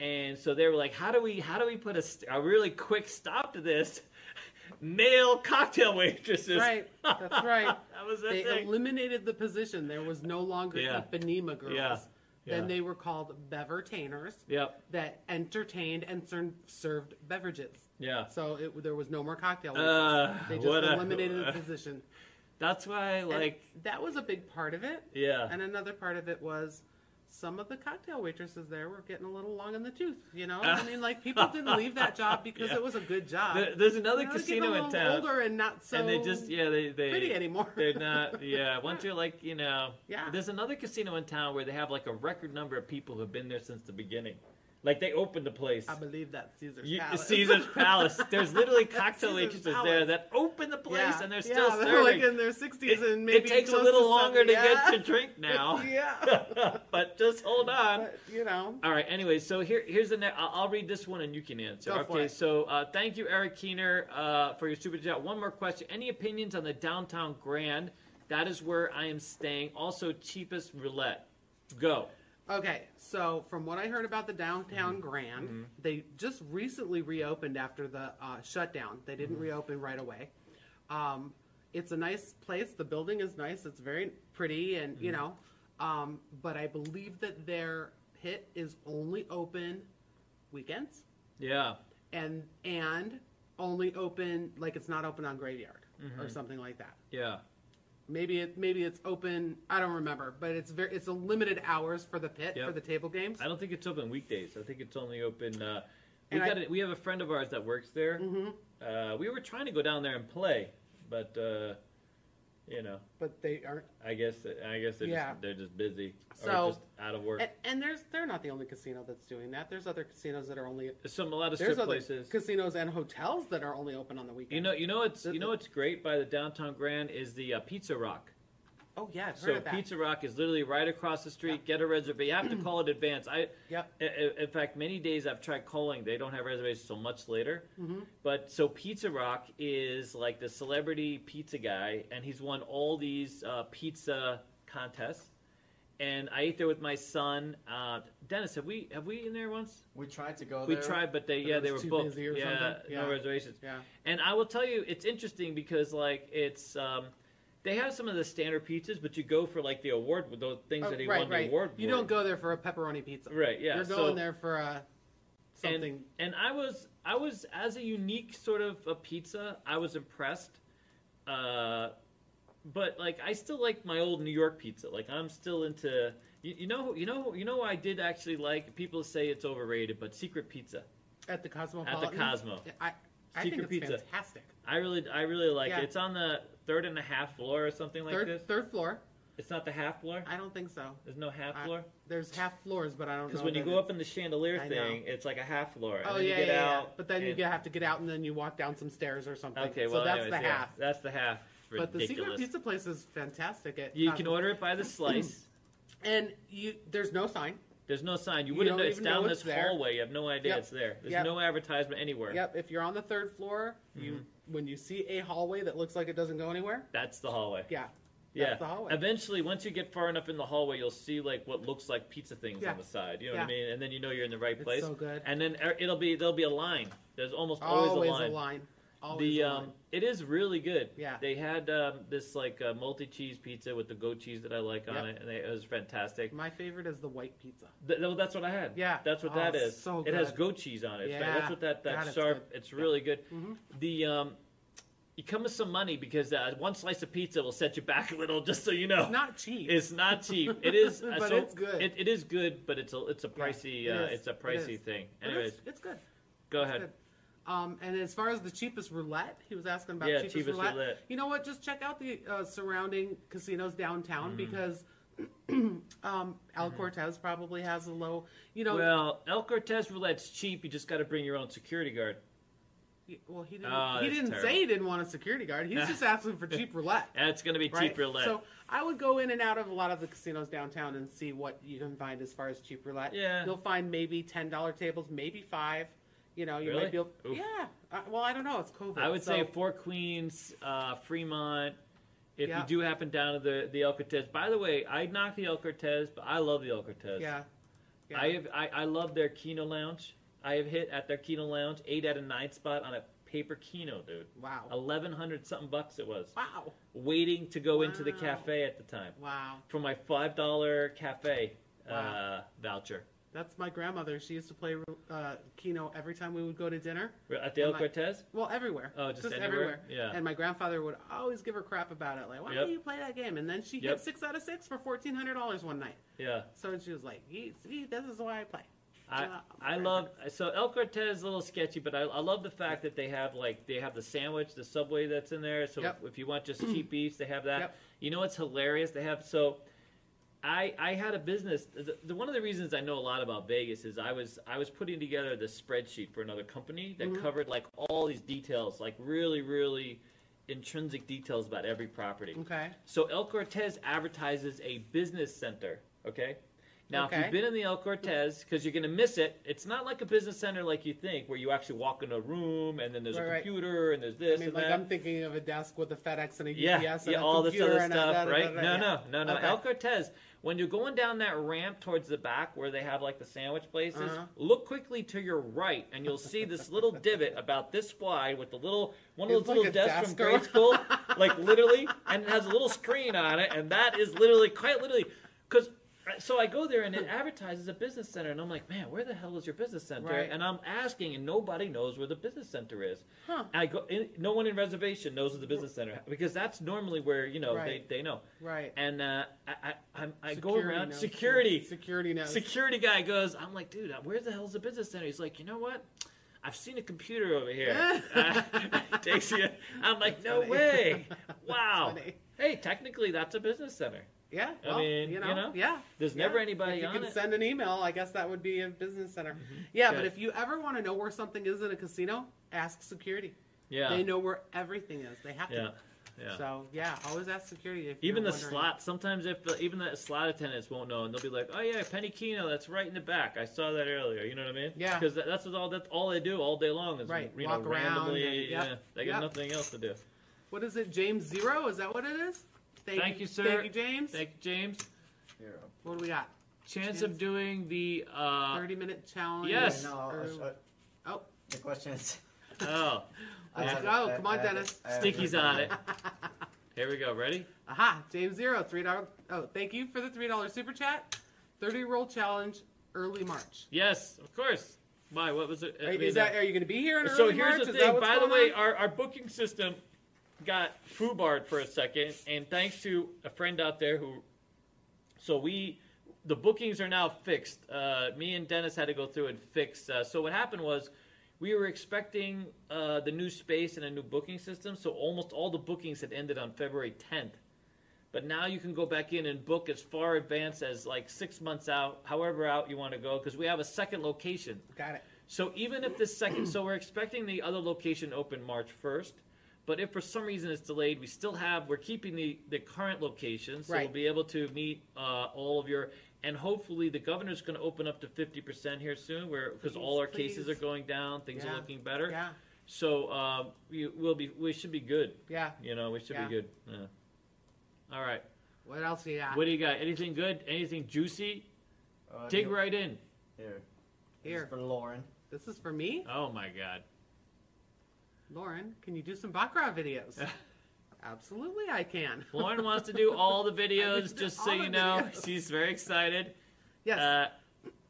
B: And so they were like, "How do we? How do we put a, st- a really quick stop to this?" Male cocktail waitresses.
A: Right, that's right.
B: that was the
A: They
B: thing.
A: eliminated the position. There was no longer
B: Yeah.
A: Ipanema girls.
B: Yeah, yeah.
A: Then they were called bevertainers
B: yep.
A: that entertained and ser- served beverages.
B: Yeah.
A: So it, there was no more cocktail.
B: Uh,
A: waitresses. they just
B: what a-
A: eliminated the position.
B: That's why,
A: And
B: like,
A: that was a big part of it.
B: yeah.
A: And another part of it was some of the cocktail waitresses there were getting a little long in the tooth. You know, I mean, like people didn't leave that job because
B: Yeah.
A: it was a good job.
B: There- there's another
A: uh, You know, they get a
B: casino in
A: little
B: town,
A: Older and not so.
B: and they just yeah they they
A: pretty anymore.
B: They're not. Yeah. Once you're like, you know,
A: Yeah.
B: There's another casino in town where they have like a record number of people who've been there since the beginning. Like they opened the place.
A: I believe that Caesar's
B: You-
A: Palace.
B: Caesar's Palace. There's literally cocktail
A: Caesar's
B: waitresses there
A: Palace.
B: that open the place
A: yeah.
B: and they're
A: yeah,
B: still
A: they're
B: serving.
A: like in their sixties
B: It-
A: and maybe
B: it takes a
A: close
B: little
A: to
B: longer
A: 70.
B: to get
A: Yeah.
B: to drink now.
A: yeah,
B: but just hold on.
A: but, you know,
B: All right. Anyway, so here, here's the next. I'll, I'll read this one and you can answer.
A: Go
B: okay.
A: for it.
B: So uh, thank you, Eric Keener, uh, for your super chat. One more question. Any opinions on the downtown Grand? That is where I am staying. Also, cheapest roulette. Go.
A: Okay, so from what I heard about the downtown
B: Mm-hmm.
A: Grand, they just recently reopened after the uh, shutdown. They
B: Mm-hmm.
A: didn't reopen right away. Um, it's a nice place. The building is nice. It's very pretty, and you
B: Mm-hmm.
A: know, um, but I believe that their hit is only open weekends
B: Yeah.
A: and and only open like it's not open on graveyard.
B: Mm-hmm.
A: or something like that.
B: Yeah.
A: Maybe it maybe it's open. I don't remember, but it's very it's a limited hours for the pit for
B: Yep.
A: the table games.
B: I don't think it's open weekdays. I think it's only open. Uh, we
A: And I-
B: got a, we have a friend of ours that works there.
A: Mhm.
B: Uh, we were trying to go down there and play, but uh, you know,
A: But they aren't.
B: I guess I guess they're
A: Yeah.
B: just they're just busy
A: So-
B: or just out of work.
A: And, and there's they're not the only casino that's doing that. There's other casinos that are only
B: There's some a lot of
A: there's
B: strip
A: other
B: places.
A: casinos and hotels that are only open on the weekend.
B: You know, you know it's
A: The-
B: you know it's great by the downtown Grand is the uh, Pizza Rock.
A: oh yeah, I've heard
B: So
A: of that.
B: Pizza Rock is literally right across the street. Get a reservation. You have to call it advance. I
A: Yep.
B: I- I- In fact, many days I've tried calling. They don't have reservations till much later.
A: Mm-hmm.
B: But so Pizza Rock is like the celebrity pizza guy, and he's won all these uh, pizza contests. And I ate there with my son. Uh, Dennis, have we have we in there once?
D: We tried to go
B: We tried, but they
A: But
B: yeah
A: it
B: they were
A: was too
B: booked.
A: busy or
B: yeah,
A: something?
B: no
A: Yeah.
B: reservations.
A: Yeah.
B: And I will tell you, it's interesting because like it's um, they have some of the standard pizzas, but you go for like the award with those things
A: Oh,
B: that he
A: right,
B: won
A: right.
B: the award.
A: you
B: for.
A: don't go there for a pepperoni pizza.
B: Right. Yeah.
A: You're going
B: so,
A: there for uh, something.
B: and, and I was I was as a unique sort of a pizza, I was impressed. Uh, but like I still like my old New York pizza. Like I'm still into you, you know you know you know I did actually like people say it's overrated, but Secret Pizza.
A: at the Cosmopolitan.
B: Cosmo.
A: I, I think
B: Secret
A: it's
B: pizza.
A: fantastic.
B: I really I really like
A: Yeah.
B: it. It's on the third and a half floor or something like
A: third
B: this.
A: third floor.
B: It's not the half floor.
A: I don't think so.
B: There's no half
A: I-
B: floor.
A: There's half floors, but I don't know.
B: Because when you
A: that
B: go
A: it's-
B: up in the chandelier
A: I know.
B: thing, it's like a half floor. And
A: oh
B: then
A: yeah,
B: you get
A: yeah, yeah.
B: out
A: But then you
B: and-
A: get- have to get out, and then you walk down some stairs or something.
B: Okay,
A: so
B: well
A: that's
B: anyways,
A: the
B: yeah,
A: half.
B: That's the half.
A: But the secret
B: Ridiculous.
A: pizza place is fantastic. At
B: You
A: Cosmo.
B: can order it by the slice.
A: and you there's no sign.
B: There's no sign. You
A: You
B: wouldn't
A: don't
B: know. It's
A: even know
B: down
A: it's
B: this
A: there.
B: hallway. You have no idea
A: Yep.
B: it's there. There's
A: Yep.
B: no advertisement anywhere.
A: Yep, if you're on the third floor, you
B: Mm-hmm.
A: when you see a hallway that looks like it doesn't go anywhere,
B: That's the hallway.
A: yeah,
B: yeah.
A: that's the hallway.
B: Eventually, once you get far enough in the hallway, you'll see like what looks like pizza things
A: Yeah.
B: on the side. You know what I
A: Yeah.
B: mean? And then you know you're in the right
A: It's
B: place.
A: so good.
B: And then er, it'll be there'll be a line. There's almost always,
A: always,
B: a line.
A: a line. Always
B: The
A: a line.
B: um, it is really good.
A: Yeah.
B: They had um, this like uh, multi cheese pizza with the goat cheese that I like on
A: Yep.
B: it, and they, it was fantastic.
A: My favorite is the white pizza.
B: Th- th- that's what I had.
A: Yeah.
B: that's what
A: Oh,
B: that
A: it's
B: is.
A: so
B: It has
A: good.
B: goat cheese on it. It's
A: Yeah.
B: like- that's what that that
A: God, it's
B: sharp.
A: good.
B: It's, really good.
A: Mhm.
B: The um, you come with some money because uh, one slice of pizza will set you back a little, just so you know.
A: It's not cheap.
B: It's not cheap. It is, uh,
A: But
B: so
A: it's good.
B: It, it is good, but it's a it's a pricey
A: it
B: uh,
A: is.
B: it's a
A: It
B: pricey
A: is.
B: thing.
A: But
B: Anyways,
A: it's, it's good.
B: go
A: It's
B: ahead.
A: good. Um, and as far as the cheapest roulette, he was asking about
B: Yeah,
A: cheapest,
B: cheapest
A: roulette.
B: roulette.
A: You know what? Just check out the uh, surrounding casinos
B: Mm-hmm.
A: downtown because um, Al Cortez probably has a low. You know, well,
B: Well, El Cortez roulette's cheap. You just got to bring your own security guard.
A: well he didn't.
B: Oh,
A: he
B: that's
A: didn't
B: terrible.
A: say he didn't want a security guard. He's just asking for cheap roulette.
B: That's going to be
A: right?
B: cheap roulette.
A: So I would go in and out of a lot of the casinos downtown and see what you can find as far as cheap roulette.
B: Yeah.
A: you'll find maybe ten dollar tables, maybe five. You know, you
B: Really?
A: might be able.
B: Oof.
A: Yeah. Uh, well, I don't know. It's COVID.
B: I would
A: so-
B: say Four Queens, uh, Fremont. If
A: Yeah.
B: you do happen down to the the El Cortez, by the way, I knock the El Cortez, but I love the El Cortez.
A: Yeah. yeah.
B: I have I, I love their Kino Lounge. I have hit at their Kino Lounge eight out of nine spot on a paper Kino, dude.
A: wow.
B: Eleven hundred something bucks it was.
A: Wow.
B: Waiting to go into the
A: Wow.
B: cafe at the time
A: Wow.
B: for my five dollar cafe uh,
A: Wow.
B: voucher
A: That's my grandmother. She used to play uh, Keno every time we would go to dinner.
B: at the El
A: Am I-
B: Cortez.
A: Well, everywhere.
B: Oh, just anywhere? Yeah.
A: And my grandfather would always give her crap about it. Like, why
B: Yep.
A: do you play that game? And then she
B: Yep.
A: hit six out of six for $1,400 one night.
B: Yeah.
A: So she was like, "Ye- see, this is why I play.
B: I,
A: Uh,
B: I
A: right.
B: love so El Cortez is a little sketchy, but I, I love the fact that they have like they have the sandwich, the subway that's in there. So
A: Yep.
B: if, you want just cheap beefs, they have that.
A: Yep.
B: You know what's hilarious? They have so I I had a business. The, the, one of the reasons I know a lot about Vegas is I was I was putting together the spreadsheet for another company that
A: Mm-hmm.
B: covered like all these details, like really really intrinsic details about every property.
A: Okay.
B: So El Cortez advertises a business center. Okay. Now, if
A: Okay.
B: you've been in the El Cortez, because you're going to miss it, it's not like a business center like you think, where you actually walk in a room and then there's
A: Right,
B: a
A: right.
B: computer and there's
A: I
B: this
A: mean,
B: and
A: like,
B: that.
A: I'm thinking of a desk with a FedEx and a UPS
B: yeah,
A: and
B: yeah,
A: a
B: all this
A: computer
B: other
A: and a
B: stuff,
A: da- da- da-
B: right?
A: da-
B: no,
A: yeah.
B: no, no, no.
A: Okay.
B: El Cortez, when you're going down that ramp towards the back where they have like the sandwich places,
A: Uh-huh.
B: look quickly to your right and you'll see this little divot about this wide with the little one of
A: It's
B: those
A: like
B: little
A: a
B: desks from
A: desk or-
B: grade school, like literally, and it has a little screen on it, and that is literally quite literally because. uh, so I go there and it advertises a business center, and I'm like, man, where the hell is your business center?
A: Right.
B: And I'm asking, and nobody knows where the business center is.
A: Huh.
B: I go, in, no one in reservation knows where the business center because that's normally where you know
A: Right.
B: they, they know.
A: Right.
B: And uh, I I, I'm, I go
A: Security
B: around
A: knows, too.
B: security
A: Security knows.
B: security guy goes, I'm like, dude, where the hell's the business center? He's like, you know what? I've seen a computer over here. uh, takes you. I'm like,
A: That's
B: no
A: funny.
B: way.
A: That's
B: Wow.
A: funny.
B: Hey, technically, that's a business center.
A: Yeah.
B: I
A: Well,
B: mean,
A: you, know,
B: you know,
A: yeah.
B: There's
A: yeah.
B: never anybody
A: If you
B: on
A: can
B: it. Mm-hmm.
A: send an email, I guess that would be a business center. Yeah, but
B: Yeah.
A: if you ever want to know where something is in a casino, ask security.
B: yeah.
A: They know where everything is. They have to.
B: Yeah. Yeah.
A: So yeah, always ask security if
B: even the
A: you're wondering.
B: slot. Sometimes if the, even the slot attendants won't know, and they'll be like, "Oh yeah, Penny Keno, that's right in the back. I saw that earlier. You know what I mean?
A: Yeah.
B: Because that, that's what all that's all they do all day long is
A: Right,
B: you
A: walk
B: know
A: around
B: randomly.
A: and-
B: yeah,
A: yep,
B: they got
A: yep.
B: nothing else to do.
A: What is it, James Zero? Is that what it is?
B: Thank you, sir.
A: Thank you, James.
B: Thank you, James.
D: Hero.
A: what do we got?
B: chance of doing the uh
A: Thirty minute challenge.
B: yes.
D: Yeah, no,
A: or-
D: I'll- I'll-
A: oh,
D: the question is.
B: oh
D: I
A: Let's
D: have
A: go.
D: it, I-
A: Oh, Come on,
D: I have it,
A: Dennis.
D: I have
B: sticky's on it here we go ready
A: aha, James Zero, three dollar. Oh, thank you for the three dollar super chat. Thirty roll challenge, early March.
B: yes of course why what was it I
A: Are,
B: mean,
A: is that,
B: uh,
A: are you going to be here in early
B: so here's
A: March?
B: the
A: Is that
B: thing
A: what's
B: by the
A: going
B: way
A: on?
B: our, our booking system got foobarred for a second and thanks to a friend out there who so we the bookings are now fixed uh, me and dennis had to go through and fix uh, so what happened was we were expecting uh, the new space and a new booking system so almost all the bookings had ended on february 10th but now you can go back in and book as far advanced as like six months out however out you want to go because we have a second location
A: got it.
B: so even if this second, so we're expecting the other location open March first, but if for some reason it's delayed, we still have we're keeping the the current location, so
A: Right.
B: we'll be able to meet uh, all of your and hopefully the governor's going to open up to fifty percent here soon, where because all
A: Please,
B: our cases
A: please.
B: are going down, things
A: Yeah.
B: are looking better.
A: Yeah,
B: So um, we will be we should be good.
A: yeah.
B: You know we should
A: Yeah.
B: be good. Yeah. All right,
A: What else do you got
B: what do you got? Anything good? Anything juicy?
D: Uh,
B: Dig
D: here.
B: right in.
D: Here. This is
A: here?
D: for Lauren.
A: This is for me,
B: Oh my God.
A: Lauren. Can you do some baccarat videos? Absolutely, I can.
B: Lauren wants to do all the
A: I need
B: videos,
A: to do
B: just so
A: all
B: you
A: the
B: know.
A: videos.
B: She's very excited.
A: Yes.
B: Uh,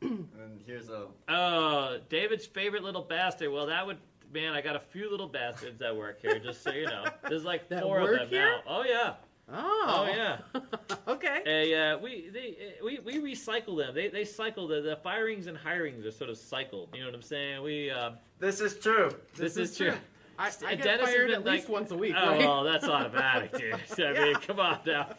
D: And here's a.
B: oh, David's favorite little bastard. Well, that would, man, I got a few little bastards that work here, just so you know. There's like
A: That
B: four of
A: work
B: them
A: here?
B: now. Oh, yeah.
A: oh.
B: Oh, yeah.
A: okay.
B: Hey, uh, we, they, uh, we, we recycle them. They, they cycle, the, the firings and hirings are sort of cycled. You know what I'm saying? We, uh,
D: This is true.
B: this,
A: is
B: is true.
A: true. I, I get
B: uh, Dennis has
A: fired
B: been
A: at least
B: like-
A: once a week.
B: Oh,
A: right?
B: well, that's automatic, dude. I mean,
A: Yeah.
B: come on now.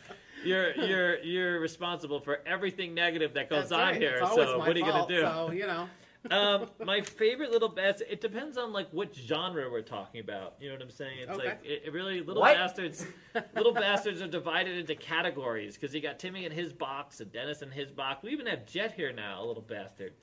B: You're you're you're responsible for everything negative that goes
A: That's
B: on
A: right.
B: here.
A: It's always
B: So
A: my
B: what are you
A: fault,
B: gonna do?
A: So you know,
B: um, my favorite little bastard. It depends on like what genre we're talking about. You know what I'm saying? It's
A: Okay.
B: like it, it really little
D: What?
B: bastards. little bastards are divided into categories because you got Timmy in his box and Dennis in his box. We even have Jet here now, a little bastard.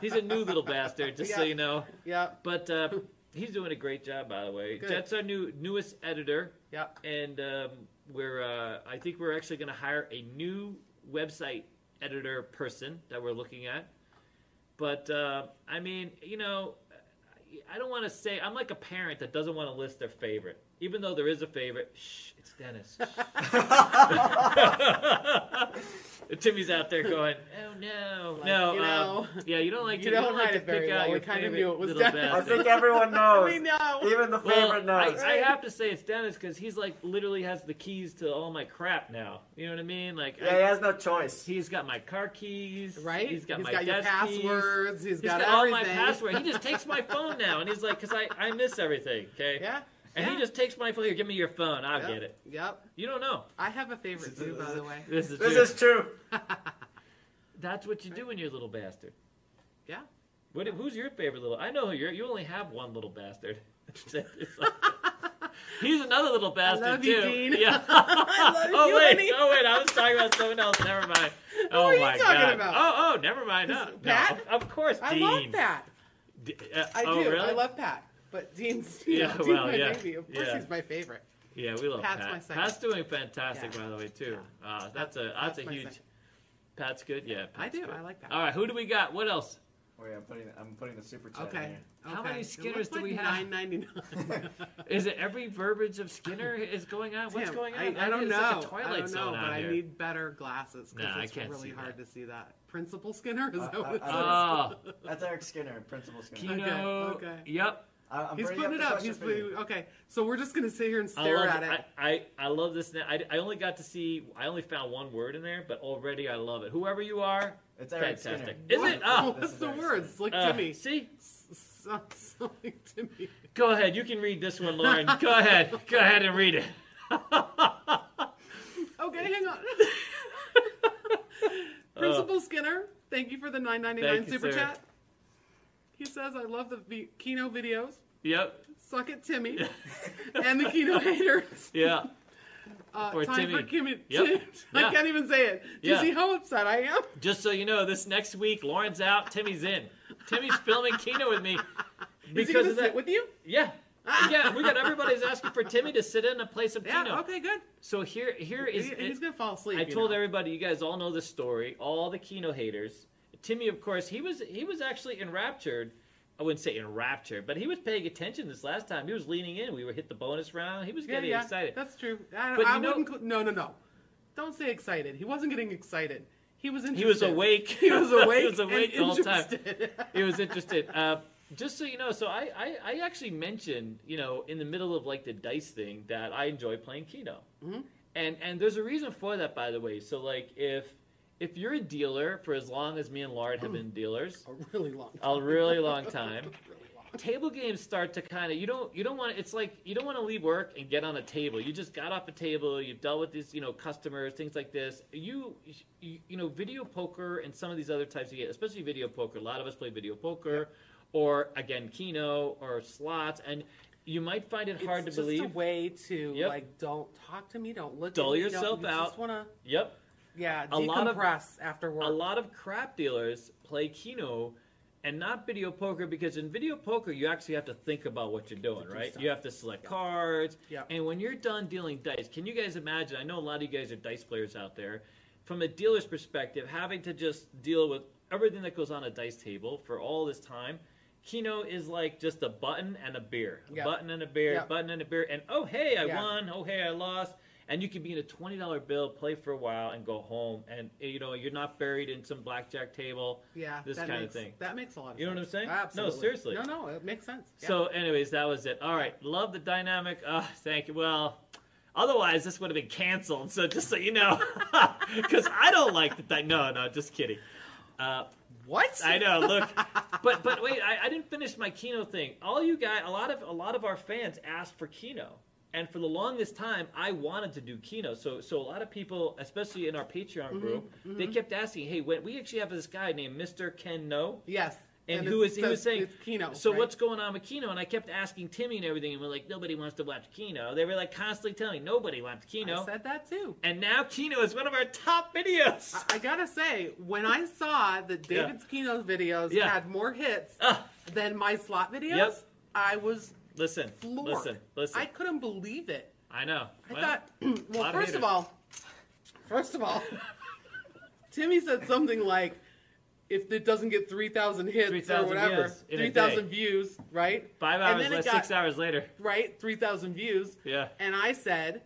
B: He's a new little bastard, just so
A: Yeah.
B: you know.
A: yep,
B: But uh, he's doing a great job, by the way.
A: Good.
B: Jet's our new newest editor
A: yep.
B: and um, we're uh, I think we're actually going to hire a new website editor person that we're looking at. But uh, I mean, you know, I- I don't want to say I'm like a parent that doesn't want to list their favorite, even though there is a favorite. Shh, it's Dennis. Shh. Timmy's out there going, "Oh no,
A: Like,
B: no,
A: you
B: um,
A: know,
B: yeah, you don't like
A: you
B: to,
A: don't
B: you don't like
A: hide
B: to
A: it very
B: pick
A: well.
B: out
A: We
B: your
A: kinda
B: favorite
A: knew it was
B: little
A: Dennis.
B: bastard.
D: I think everyone knows.
A: we know.
D: Even the
B: Well,
D: favorite
B: I,
D: knows.
B: I have to say it's Dennis because he's like literally has the keys to all my crap now. You know what I mean? Like
D: yeah, he has no choice.
B: I, he's got my car keys,
A: right?
B: He's got my
A: your
B: desk keys.
A: passwords.
B: He's
A: got,
B: got, all
A: everything.
B: my passwords. He just takes my phone now, and he's like, "Cause I, I miss everything, okay?"
A: Yeah.
B: And
A: yeah.
B: he just takes my phone. Here, give me your phone. I'll
A: yep.
B: get it.
A: Yep.
B: You don't know.
A: I have a favorite too, by the way.
B: This is,
D: This
B: true.
D: is true.
B: that's what you do when you're a little bastard.
A: Yeah.
B: What, who's your favorite little? I know who you're. You only have one little bastard. He's another little bastard
A: love
B: too.
A: you, Dean.
B: Yeah.
A: I love
B: oh
A: you,
B: wait,
A: honey.
B: oh wait, I was talking about someone else. Never mind. Oh
A: are you
B: my
A: talking
B: god.
A: about?
B: Oh oh, never mind.
A: Is
B: No,
A: it
B: no,
A: Pat?
B: of of course,
A: I
B: Dean.
A: love that.
B: D- uh,
A: I
B: oh,
A: do.
B: Really?
A: I love Pat. But Dean's, you
B: Yeah,
A: know, Dean's
B: well,
A: my
B: yeah.
A: baby. Of course,
B: Yeah.
A: he's my favorite.
B: Yeah, we love
A: Pat's
B: Pat.
A: my second.
B: Pat's doing fantastic,
A: Yeah.
B: by the way, too. Uh, that's a
A: Pat's
B: that's a
A: my
B: huge.
A: second.
B: Pat's good. Yeah,
A: I
B: Pat's
A: do.
B: good.
A: I like that.
B: All right, who do we got? What else?
D: Wait, Oh, I'm putting I'm putting the super chat in
A: Okay.
D: here.
B: How
A: okay.
B: many
A: It
B: Skinners
A: looks
B: do we
A: like
B: have?
A: Nine ninety nine.
B: Is it every verbiage of Skinner is going on? What's going on?
A: I, I don't
B: it's
A: know.
B: Like a Twilight
A: I don't know,
B: Zone
A: but
B: out
A: I
B: here.
A: need better glasses because
B: Nah, I
A: it's
B: can't
A: really
B: see
A: hard
B: that.
A: to see that. Principal Skinner is
D: Uh,
A: that what it
D: uh,
A: says?
B: Oh,
D: That's Eric Skinner, Principal Skinner.
A: Okay,
B: Kino.
A: okay.
B: Yep.
D: I, I'm
A: He's
D: bringing
A: putting it
D: the
A: up.
D: question
A: He's
D: for you.
A: putting, okay. So we're just gonna sit here and
B: I
A: stare
B: love,
A: at it.
B: I, I, I love this. na- I, I only got to see. I only found one word in there, but already I love it. Whoever you are,
D: It's Eric
B: Fantastic.
D: Skinner.
B: Is
A: What-
B: it? Oh.
A: what's
D: This is
A: the
D: Eric
A: words? It's like
B: uh,
A: Timmy.
B: See,
A: S- so- Something Timmy.
B: go ahead. You can read this one, Lauren. go ahead. Go ahead and read it.
A: Okay, hang on.
B: Uh,
A: Principal Skinner, thank you for the nine ninety
B: Thank
A: nine
B: you,
A: super
B: sir.
A: chat. He says, "I love the v- Kino videos.
B: yep.
A: Suck it, Timmy, and the Kino haters."
B: Yeah.
A: Uh,
B: Or
A: time for Kimmy.
B: Yep.
A: I
B: Yeah.
A: can't even say it. Do
B: Yeah.
A: you see how upset I am?
B: Just so you know, this next week, Lauren's out. Timmy's in. Timmy's filming Kino with me
A: Is he gonna
B: because of
A: sit
B: that.
A: with you?
B: Yeah. Yeah, we got everybody's asking for Timmy to sit in and play some
A: Yeah.
B: Kino.
A: Okay. Good.
B: So here, here is
A: He- he's gonna fall asleep.
B: I
A: you
B: told
A: know.
B: everybody, you guys all know the story, all the Kino haters. Timmy, of course, he was he was actually enraptured. I wouldn't say enraptured, but he was paying attention this last time. He was leaning in. We were hit the bonus round. He was
A: Yeah,
B: getting
A: yeah,
B: excited.
A: that's true. I,
B: But
A: I
B: you know-
A: wouldn't. cl- No, no, no. Don't say excited. He wasn't getting excited. He was interested.
B: He was awake.
A: He was awake.
B: he was awake
A: and
B: the whole time.
A: interested.
B: He was interested. Uh, just so you know, so I, I, I actually mentioned, you know, in the middle of like the dice thing that I enjoy playing Keno.
A: Mhm.
B: And and there's a reason for that, by the way. So like if if you're a dealer for as long as me and Lard have been dealers,
A: a really long. Time.
B: a really long time.
A: Really long.
B: table games start to kind of you don't you don't want it's like you don't want to leave work and get on a table you just got off a table you've dealt with these you know customers things like this you you, you know video poker and some of these other types of games especially video poker a lot of us play video poker or again keno or slots and you might find it hard
A: it's
B: to
A: just
B: believe
A: a way to
B: Yep.
A: like don't talk to me, don't look.
B: Dull
A: at me,
B: yourself
A: don't, you
B: out.
A: Just wanna
B: yep
A: yeah
B: A lot of-
A: decompress after work.
B: a lot of crap dealers play Keno and not video poker because in video poker you actually have to think about what you're doing,
A: To do
B: right?
A: stuff.
B: You have to select
A: Yeah.
B: cards.
A: Yeah.
B: And when you're done dealing dice, can you guys imagine? I know a lot of you guys are dice players out there. From a dealer's perspective, having to just deal with everything that goes on a dice table for all this time, Keno is like just a button and a beer. A
A: Yeah.
B: button and a beer,
A: Yeah.
B: button and a beer, and oh hey, I
A: Yeah.
B: won, oh hey, I lost and you could be in a twenty dollar bill, play for a while, and go home, and eh, you know you're not buried in some blackjack table.
A: yeah,
B: this
A: that
B: kinda
A: makes,
B: thing.
A: That makes a lot of
B: You know what I'm
A: sense.
B: saying? No,
A: Absolutely.
B: seriously.
A: No, no, it makes sense. Yeah.
B: So, anyways, that was it. All right, love the dynamic. Oh, thank you. Well, otherwise this would have been canceled. So just so you know, because I don't like the di- no, no, just kidding. Uh,
A: what?
B: I know. Look, but but wait, I, I didn't finish my Kino thing. All you guys, a lot of a lot of our fans asked for Kino, and for the longest time, I wanted to do Kino. So so a lot of people, especially in our Patreon
A: Mm-hmm,
B: group, they kept asking, "Hey, when, we actually have this guy named Mister Ken No."
A: Yes.
B: And who
A: it
B: is- he was
A: says
B: saying-
A: it's Kino.
B: So
A: right?
B: what's going on with Kino? And I kept asking Timmy and everything, and we're like, nobody wants to watch Kino. They were like constantly telling me nobody wants
A: I
B: Kino,
A: said that too.
B: and now Kino is one of our top videos.
A: I- I gotta say, when I saw that
B: Yeah.
A: David's Kino videos
B: Yeah.
A: had more hits
B: Ah,
A: than my slot videos,
B: Yep.
A: I was
B: listen,
A: floored.
B: listen, listen.
A: I couldn't believe it.
B: I, know.
A: I
B: Well,
A: thought, well,
B: lot of
A: first
B: haters.
A: of all, first of all, Timmy said something like, if it doesn't get 3,000 hits
B: 3,000
A: or whatever,
B: views in a
A: 3,000 views, right?
B: five
A: and
B: hours,
A: then it
B: less,
A: got-
B: six hours later.
A: Right? 3,000 views.
B: Yeah.
A: And I said,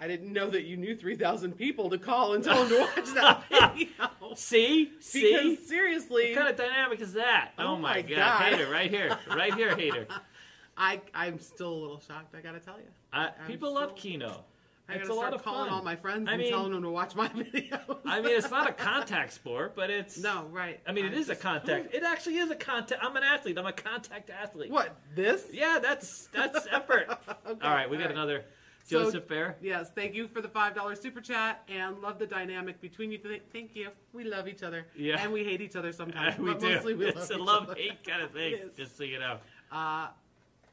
A: I didn't know that you knew 3,000 people to call and tell them to watch that video.
B: See? See?
A: Because seriously,
B: What kind of dynamic is that? Oh,
A: Oh
B: my,
A: my
B: god.
A: God.
B: Hater, right here. Right here, hater.
A: I I'm still a little shocked. I gotta tell you,
B: Uh,
A: I'm
B: people
A: so-
B: love Kino.
A: I
B: It's
A: gotta
B: a lot
A: start
B: of
A: calling
B: fun.
A: all my friends
B: I
A: and
B: mean-
A: telling them to watch my videos.
B: I mean, it's not a contact sport, but it's.
A: no, right?
B: I mean, it
A: I'm
B: is
A: just-
B: a contact. It actually is a contact. I'm an athlete. I'm a contact athlete.
A: What this?
B: Yeah, that's that's effort.
A: Okay,
B: all right, we
A: all
B: got
A: right.
B: another
A: So-
B: Joseph Fair.
A: Yes, thank you for the five dollar super chat and love the dynamic between you. Th- Thank you. We love each other.
B: Yeah.
A: And we hate each other sometimes.
B: we
A: but
B: do.
A: Mostly we
B: it's
A: love
B: a
A: each
B: love
A: other.
B: hate kind of thing.
A: It is.
B: Just so you know.
A: Uh,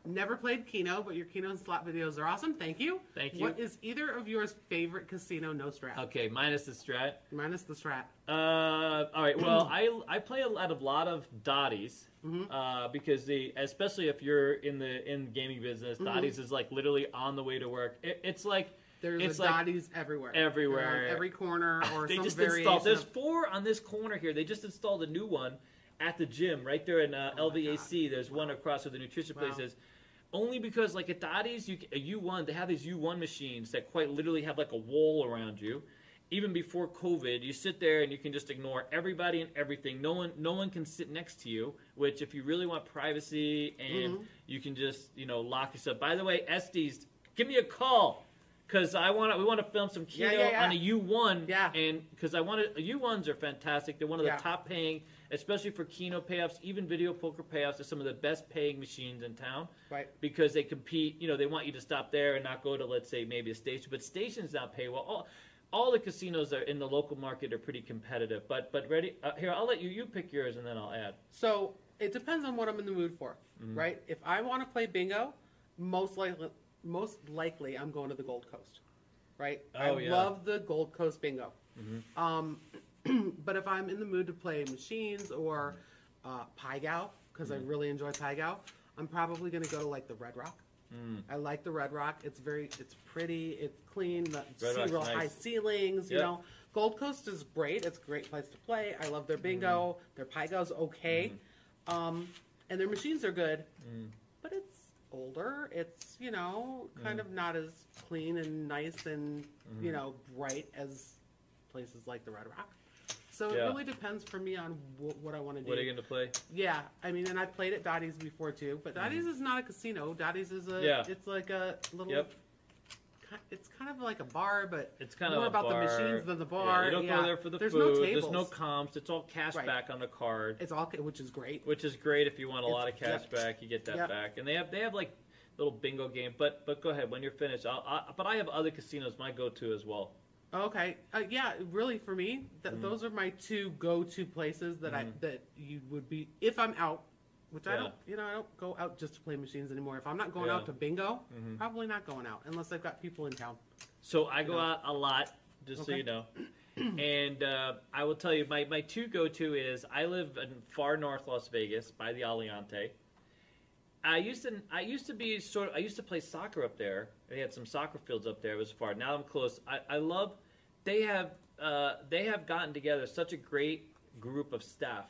A: never played Keno, but your Keno and slot videos are awesome. Thank you.
B: Thank you.
A: What is either of yours favorite casino no strat?
B: Okay, minus the strat.
A: Minus the strat.
B: Uh, all right. Well, I I play a lot of lot of dotties
A: Mhm.
B: uh, because the especially if you're in the in gaming business,
A: Mhm.
B: dotties is like literally on the way to work. It, it's like
A: There's
B: It's
A: a
B: like
A: Dotties everywhere.
B: everywhere.
A: Around every corner or
B: they
A: some
B: just
A: variation.
B: installed. There's
A: of-
B: four on this corner here. They just installed a new one at the gym right there in uh,
A: Oh my
B: LVAC. There's one across where the nutrition
A: Wow.
B: place is. Only because like at Dottie's, you a U1 they have these U1 machines that quite literally have like a wall around you. Even before COVID, you sit there and you can just ignore everybody and everything. No one, no one can sit next to you. Which, if you really want privacy and
A: Mm-hmm.
B: you can just you know lock yourself. By the way, Estes, give me a call because I want to. We want to film some keto
A: Yeah, yeah, yeah.
B: on a U one.
A: Yeah.
B: And because I want to, U ones are fantastic. They're one of the
A: Yeah.
B: top paying, especially for keno payoffs, even video poker payoffs. Are some of the best paying machines in town
A: Right.
B: because they compete. You know, they want you to stop there and not go to, let's say, maybe a station. But stations not paywall. All, all the casinos are in the local market are pretty competitive. But but ready uh, here, I'll let you you pick yours and then I'll add.
A: So it depends on what I'm in the mood for,
B: Mm-hmm.
A: right? If I want to play bingo, most likely, most likely, I'm going to the Gold Coast, right?
B: Oh,
A: I
B: yeah. Mm-hmm.
A: love the Gold Coast bingo. Um, but if I'm in the mood to play machines or uh, Pai Gow, because
B: Mm-hmm.
A: I really enjoy Pai Gow, I'm probably going to go to like the Red Rock.
B: Hmm,
A: I like the Red Rock. It's very, it's pretty, it's clean. The
B: Red
A: sea-
B: Rock's
A: real
B: nice.
A: high ceilings. You
B: Yep.
A: know, Gold Coast is great. It's a great place to play. I love their bingo.
B: Mm-hmm.
A: Their pygo's okay, um, and their machines are good,
B: hmm.
A: but it's older. It's you know
B: Mm.
A: kind of not as clean and nice and
B: Mm-hmm.
A: you know bright as places like the Red Rock. So
B: Yeah.
A: it really depends for me on wh- what I want to do.
B: What are you going to play?
A: Yeah, I mean, and I've played at Dottie's before too, but Dottie's is not a casino. Dottie's is a,
B: Mm-hmm. Yeah.
A: it's like a little,
B: Yep.
A: ki- it's kind of like a bar, but
B: It's kind
A: more
B: of a
A: about
B: bar.
A: the machines than the
B: Yeah,
A: bar.
B: you don't
A: yeah.
B: go there for the
A: There's
B: food.
A: No tables.
B: There's no comps. It's all cash
A: Right.
B: back on the card,
A: It's all, ca- which is great.
B: which is great if you want a lot of cash
A: It's- yep.
B: back. You get that
A: Yep.
B: back, and they have they have like little bingo game. But but go ahead when you're finished. I'll, I, but I have other casinos my go to as well.
A: Okay, uh, yeah, really for me, th-
B: Mm-hmm.
A: those are my two go-to places that I that you would be if I'm out, which I
B: Yeah.
A: don't, you know, I don't go out just to play machines anymore. If I'm not going
B: Yeah. Mm-hmm.
A: out to bingo, probably not going out unless I've got people in town.
B: So I go
A: No.
B: out a lot, just so
A: Okay.
B: you know. and uh, I will tell you, my, my two go to is I live in far north Las Vegas by the Aliante. I used to I used to be sort of I used to play soccer up there. They had some soccer fields up there. It was far. Now I'm close. I, I love. They have uh, they have gotten together such a great group of staff,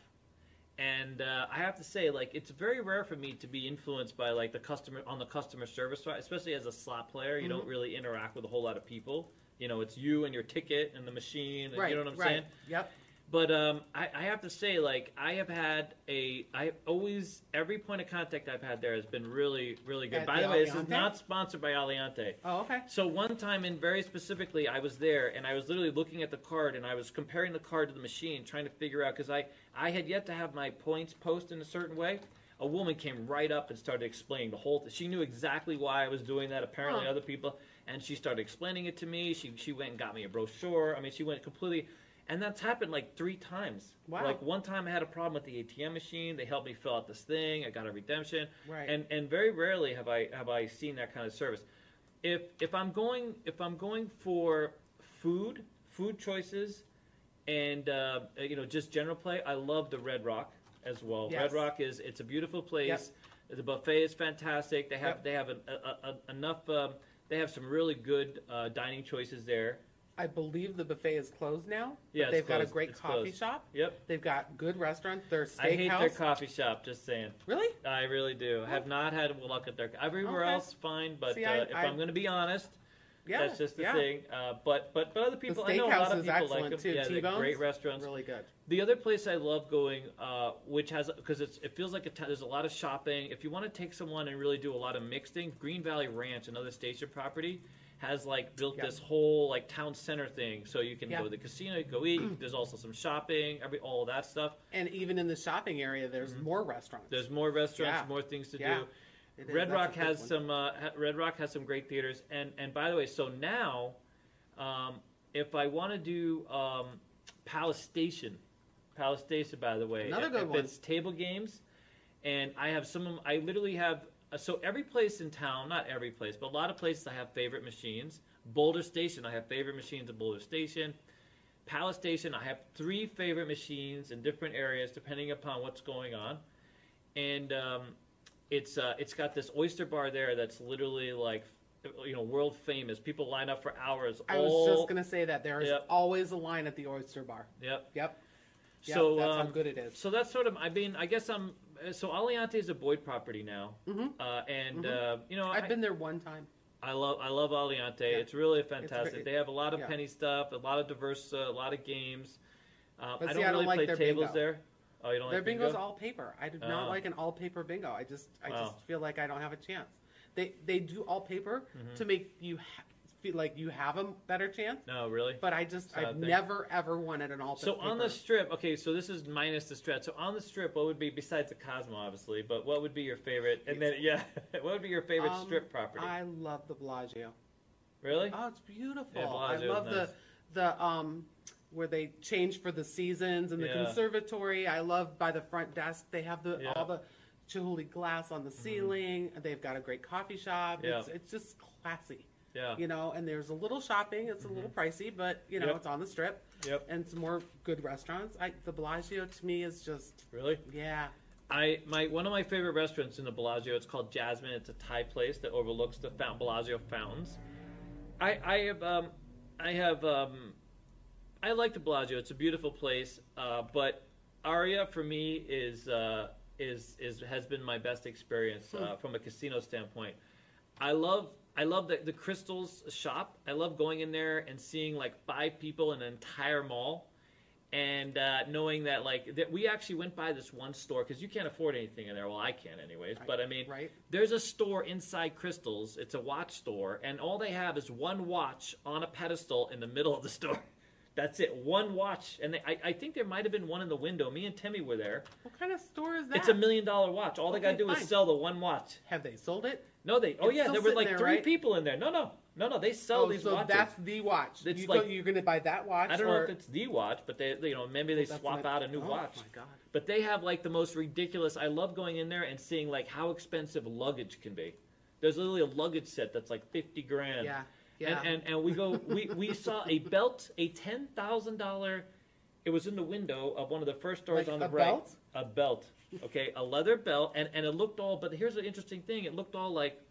B: and uh, I have to say like it's very rare for me to be influenced by like the customer on the customer service side, especially as a slot player. You
A: Mm-hmm.
B: don't really interact with a whole lot of people. You know, it's you and your ticket and the machine. And,
A: right.
B: You know what I'm
A: right.
B: saying?
A: Yep.
B: But um, I, I have to say, like, I have had a, I always, every point of contact I've had there has been really, really good.
A: At the
B: By the way, this is
A: Aliante?
B: not sponsored by Aliante.
A: Oh, okay.
B: So one time, and very specifically, I was there and I was literally looking at the card and I was comparing the card to the machine, trying to figure out because I I had yet to have my points post in a certain way. A woman came right up and started explaining the whole. thing. She knew exactly why I was doing that. Apparently,
A: Huh.
B: other people, and she started explaining it to me. She she went and got me a brochure. I mean, she went completely. And that's happened like three times.
A: Wow.
B: Like one time I had a problem with the ATM machine. They helped me fill out this thing. I got a redemption.
A: Right.
B: And and very rarely have I have I seen that kind of service if if I'm going if I'm going for food food choices and uh, you know just general play, I love the Red Rock as well.
A: Yes.
B: Red Rock is it's a beautiful place. The buffet is fantastic. They have
A: Yep.
B: they have an, a, a, enough. Um, they have some really good uh, dining choices there.
A: I believe the buffet is closed now. But
B: Yeah, it's
A: they've got a
B: closed.
A: great
B: It's
A: coffee
B: closed.
A: shop.
B: Yep.
A: They've got good restaurants. Their steakhouse.
B: I hate their coffee shop. Just saying.
A: really?
B: I really do. I have not had luck at their everywhere
A: Oh. Okay.
B: else. Fine, but
A: See,
B: uh,
A: I-
B: if
A: I-
B: I'm going to be honest,
A: Yeah.
B: that's just the
A: yeah.
B: thing. Uh, but but but other
A: The
B: people, I know a lot
A: steakhouse
B: of
A: is
B: people
A: excellent
B: like them.
A: too.
B: yeah, they're
A: T-bones,
B: great restaurants.
A: Really good.
B: The other place I love going, uh, which has because it's it feels like a t- there's a lot of shopping. If you want to take someone and really do a lot of mixed things, Green Valley Ranch, another station property, has like built
A: Yeah.
B: this whole like town center thing, so you can
A: Yeah.
B: go to the casino, you go eat. there's also some shopping, every all of that stuff.
A: And even in the shopping area, there's more restaurants.
B: Mm-hmm. There's more restaurants,
A: Yeah.
B: more things to
A: Yeah.
B: do.
A: It is- that's
B: Red
A: a
B: Rock
A: good
B: has
A: one.
B: some. Uh, ha- Red Rock has some great theaters, and and by the way, so now, um, if I want to do um, Palace Station, Palace Station, by the way,
A: Another
B: if,
A: good
B: if
A: one.
B: it's table games, and I have some. of- I literally have. uh, So every place in town, not every place, but a lot of places, I have favorite machines. Boulder Station, I have favorite machines at Boulder Station. Palace Station, I have three favorite machines in different areas, depending upon what's going on, and. Um, it's uh, it's got this oyster bar there that's literally like you know world famous. People line up for hours.
A: I
B: all,
A: was just gonna say that there is
B: Yep.
A: always a line at the oyster bar.
B: Yep.
A: Yep. Yeah,
B: so
A: that's
B: um,
A: how good it is.
B: So that's sort of. I mean, I guess I'm. uh, So Aliante is a Boyd property now,
A: Mhm.
B: uh, and uh, you know,
A: I've
B: I,
A: been there one time.
B: I love I love Aliante.
A: Yeah.
B: It's really fantastic.
A: great.
B: they have a lot of
A: Yeah.
B: penny stuff, a lot of diverse, uh, a lot of games. Uh,
A: But
B: I
A: see,
B: don't
A: I don't
B: really
A: like
B: play
A: their
B: tables
A: bingo.
B: there. Oh, you don't
A: Their
B: like bingo?
A: bingo's all paper. I did not
B: Oh.
A: like an all paper bingo. I just I
B: Wow.
A: just feel like I don't have a chance. They they do all paper
B: Mm-hmm.
A: to make you ha- feel like you have a better chance.
B: no, really.
A: But I just
B: Sad
A: I've
B: thing.
A: never ever won at an all
B: So
A: paper.
B: on the strip, okay. So this is minus the stretch. So on the strip, what would be besides the Cosmo, obviously? But what would be your favorite? And then yeah, what would be your favorite
A: Um,
B: strip property?
A: I love the Bellagio.
B: really?
A: Oh, it's beautiful.
B: Yeah,
A: I
B: Bellagio is
A: love
B: nice.
A: the the um where they change for the seasons and the
B: Yeah.
A: conservatory. I love by the front desk they have the
B: Yeah. Mm-hmm.
A: all the chihuly glass on the ceiling. They've got a great coffee shop.
B: Yeah.
A: It's it's just classy.
B: yeah. Mm-hmm.
A: You know, and there's a little shopping. It's a little pricey, but you know,
B: Yep.
A: it's on the strip
B: Yep.
A: and some more good restaurants. I the Bellagio to me is just
B: Really?
A: yeah.
B: I my one of my favorite restaurants in the Bellagio. It's called Jasmine. It's a Thai place that overlooks the fountain, Bellagio fountains. I I have um I have um I like the Bellagio. It's a beautiful place. Uh, but Aria for me is uh is is has been my best experience uh, from a casino standpoint. I love. I love the, the crystals shop. I love going in there and seeing like five people in an entire mall and uh, knowing that like that we actually went by this one store because you can't afford anything in there. Well, I can anyways, but I mean,
A: Right.
B: there's a store inside Crystals. It's a watch store, and all they have is one watch on a pedestal in the middle of the store. That's it, one watch, and they, I, I think there might have been one in the window. Me and Timmy were there.
A: What kind of store is that?
B: It's a million dollar watch. All they
A: Okay,
B: gotta do
A: fine.
B: is sell the one watch.
A: Have they sold it?
B: No, they. Oh
A: It's
B: yeah,
A: still
B: there were
A: sitting
B: like
A: there,
B: three
A: right?
B: people in there. No, no, no, no. They sell
A: oh,
B: these
A: so
B: watches.
A: that's the watch.
B: It's
A: you
B: like-
A: go, you're going to buy that watch.
B: I don't
A: or,
B: know if it's the watch, but they, you know, maybe they
A: That's
B: swap
A: my-
B: out a new watch.
A: Oh my god.
B: But they have like the most ridiculous. I love going in there and seeing like how expensive luggage can be. There's literally a luggage set that's like fifty grand.
A: Yeah. Yeah.
B: And, and and we go. We we saw a belt, a ten thousand dollar. It was in the window of one of the first stores
A: Like
B: on the
A: a
B: right.
A: belt?
B: A belt. Okay, a leather belt, and and it looked all. But here's the interesting thing. It looked all like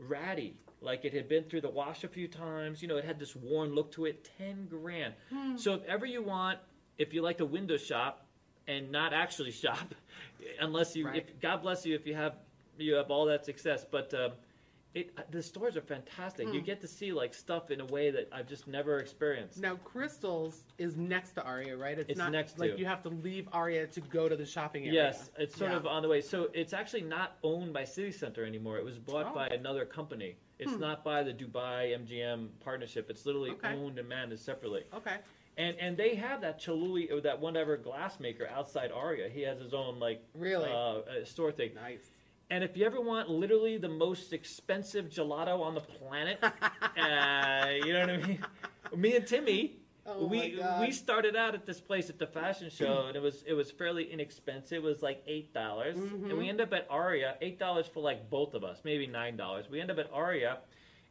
B: ratty, like it had been through the wash a few times. You know, it had this worn look to it. Ten grand.
A: Hmm.
B: So if ever you want, if you like to window shop and not actually shop, unless you, if,
A: Right.
B: God bless you if you have you have all that success. But um, it uh, the stores are fantastic.
A: Hmm.
B: You get to see like stuff in a way that I've just never experienced.
A: now crystals is next to Aria, right?
B: It's
A: not
B: next
A: like
B: to.
A: you have to leave Aria to go to the shopping area.
B: Yes, it's sort
A: Yeah.
B: of on the way. So it's actually not owned by City Center anymore. It was bought
A: Oh. Hmm.
B: by another company. It's not by the Dubai MGM partnership. It's literally
A: Okay.
B: owned and managed separately.
A: Okay.
B: And and they have that Chaluli or that whatever glassmaker outside Aria. He has his own like
A: Really?
B: uh, uh, store thing.
A: Nice.
B: And if you ever want literally the most expensive gelato on the planet, uh, you know what I mean? Me and Timmy,
A: Oh
B: we
A: my God.
B: we started out at this place at the fashion show, and it was it was fairly inexpensive. It was like eight dollars, and
A: Mm-hmm.
B: we end up at Aria eight dollars for like both of us, maybe nine dollars. We end up at Aria,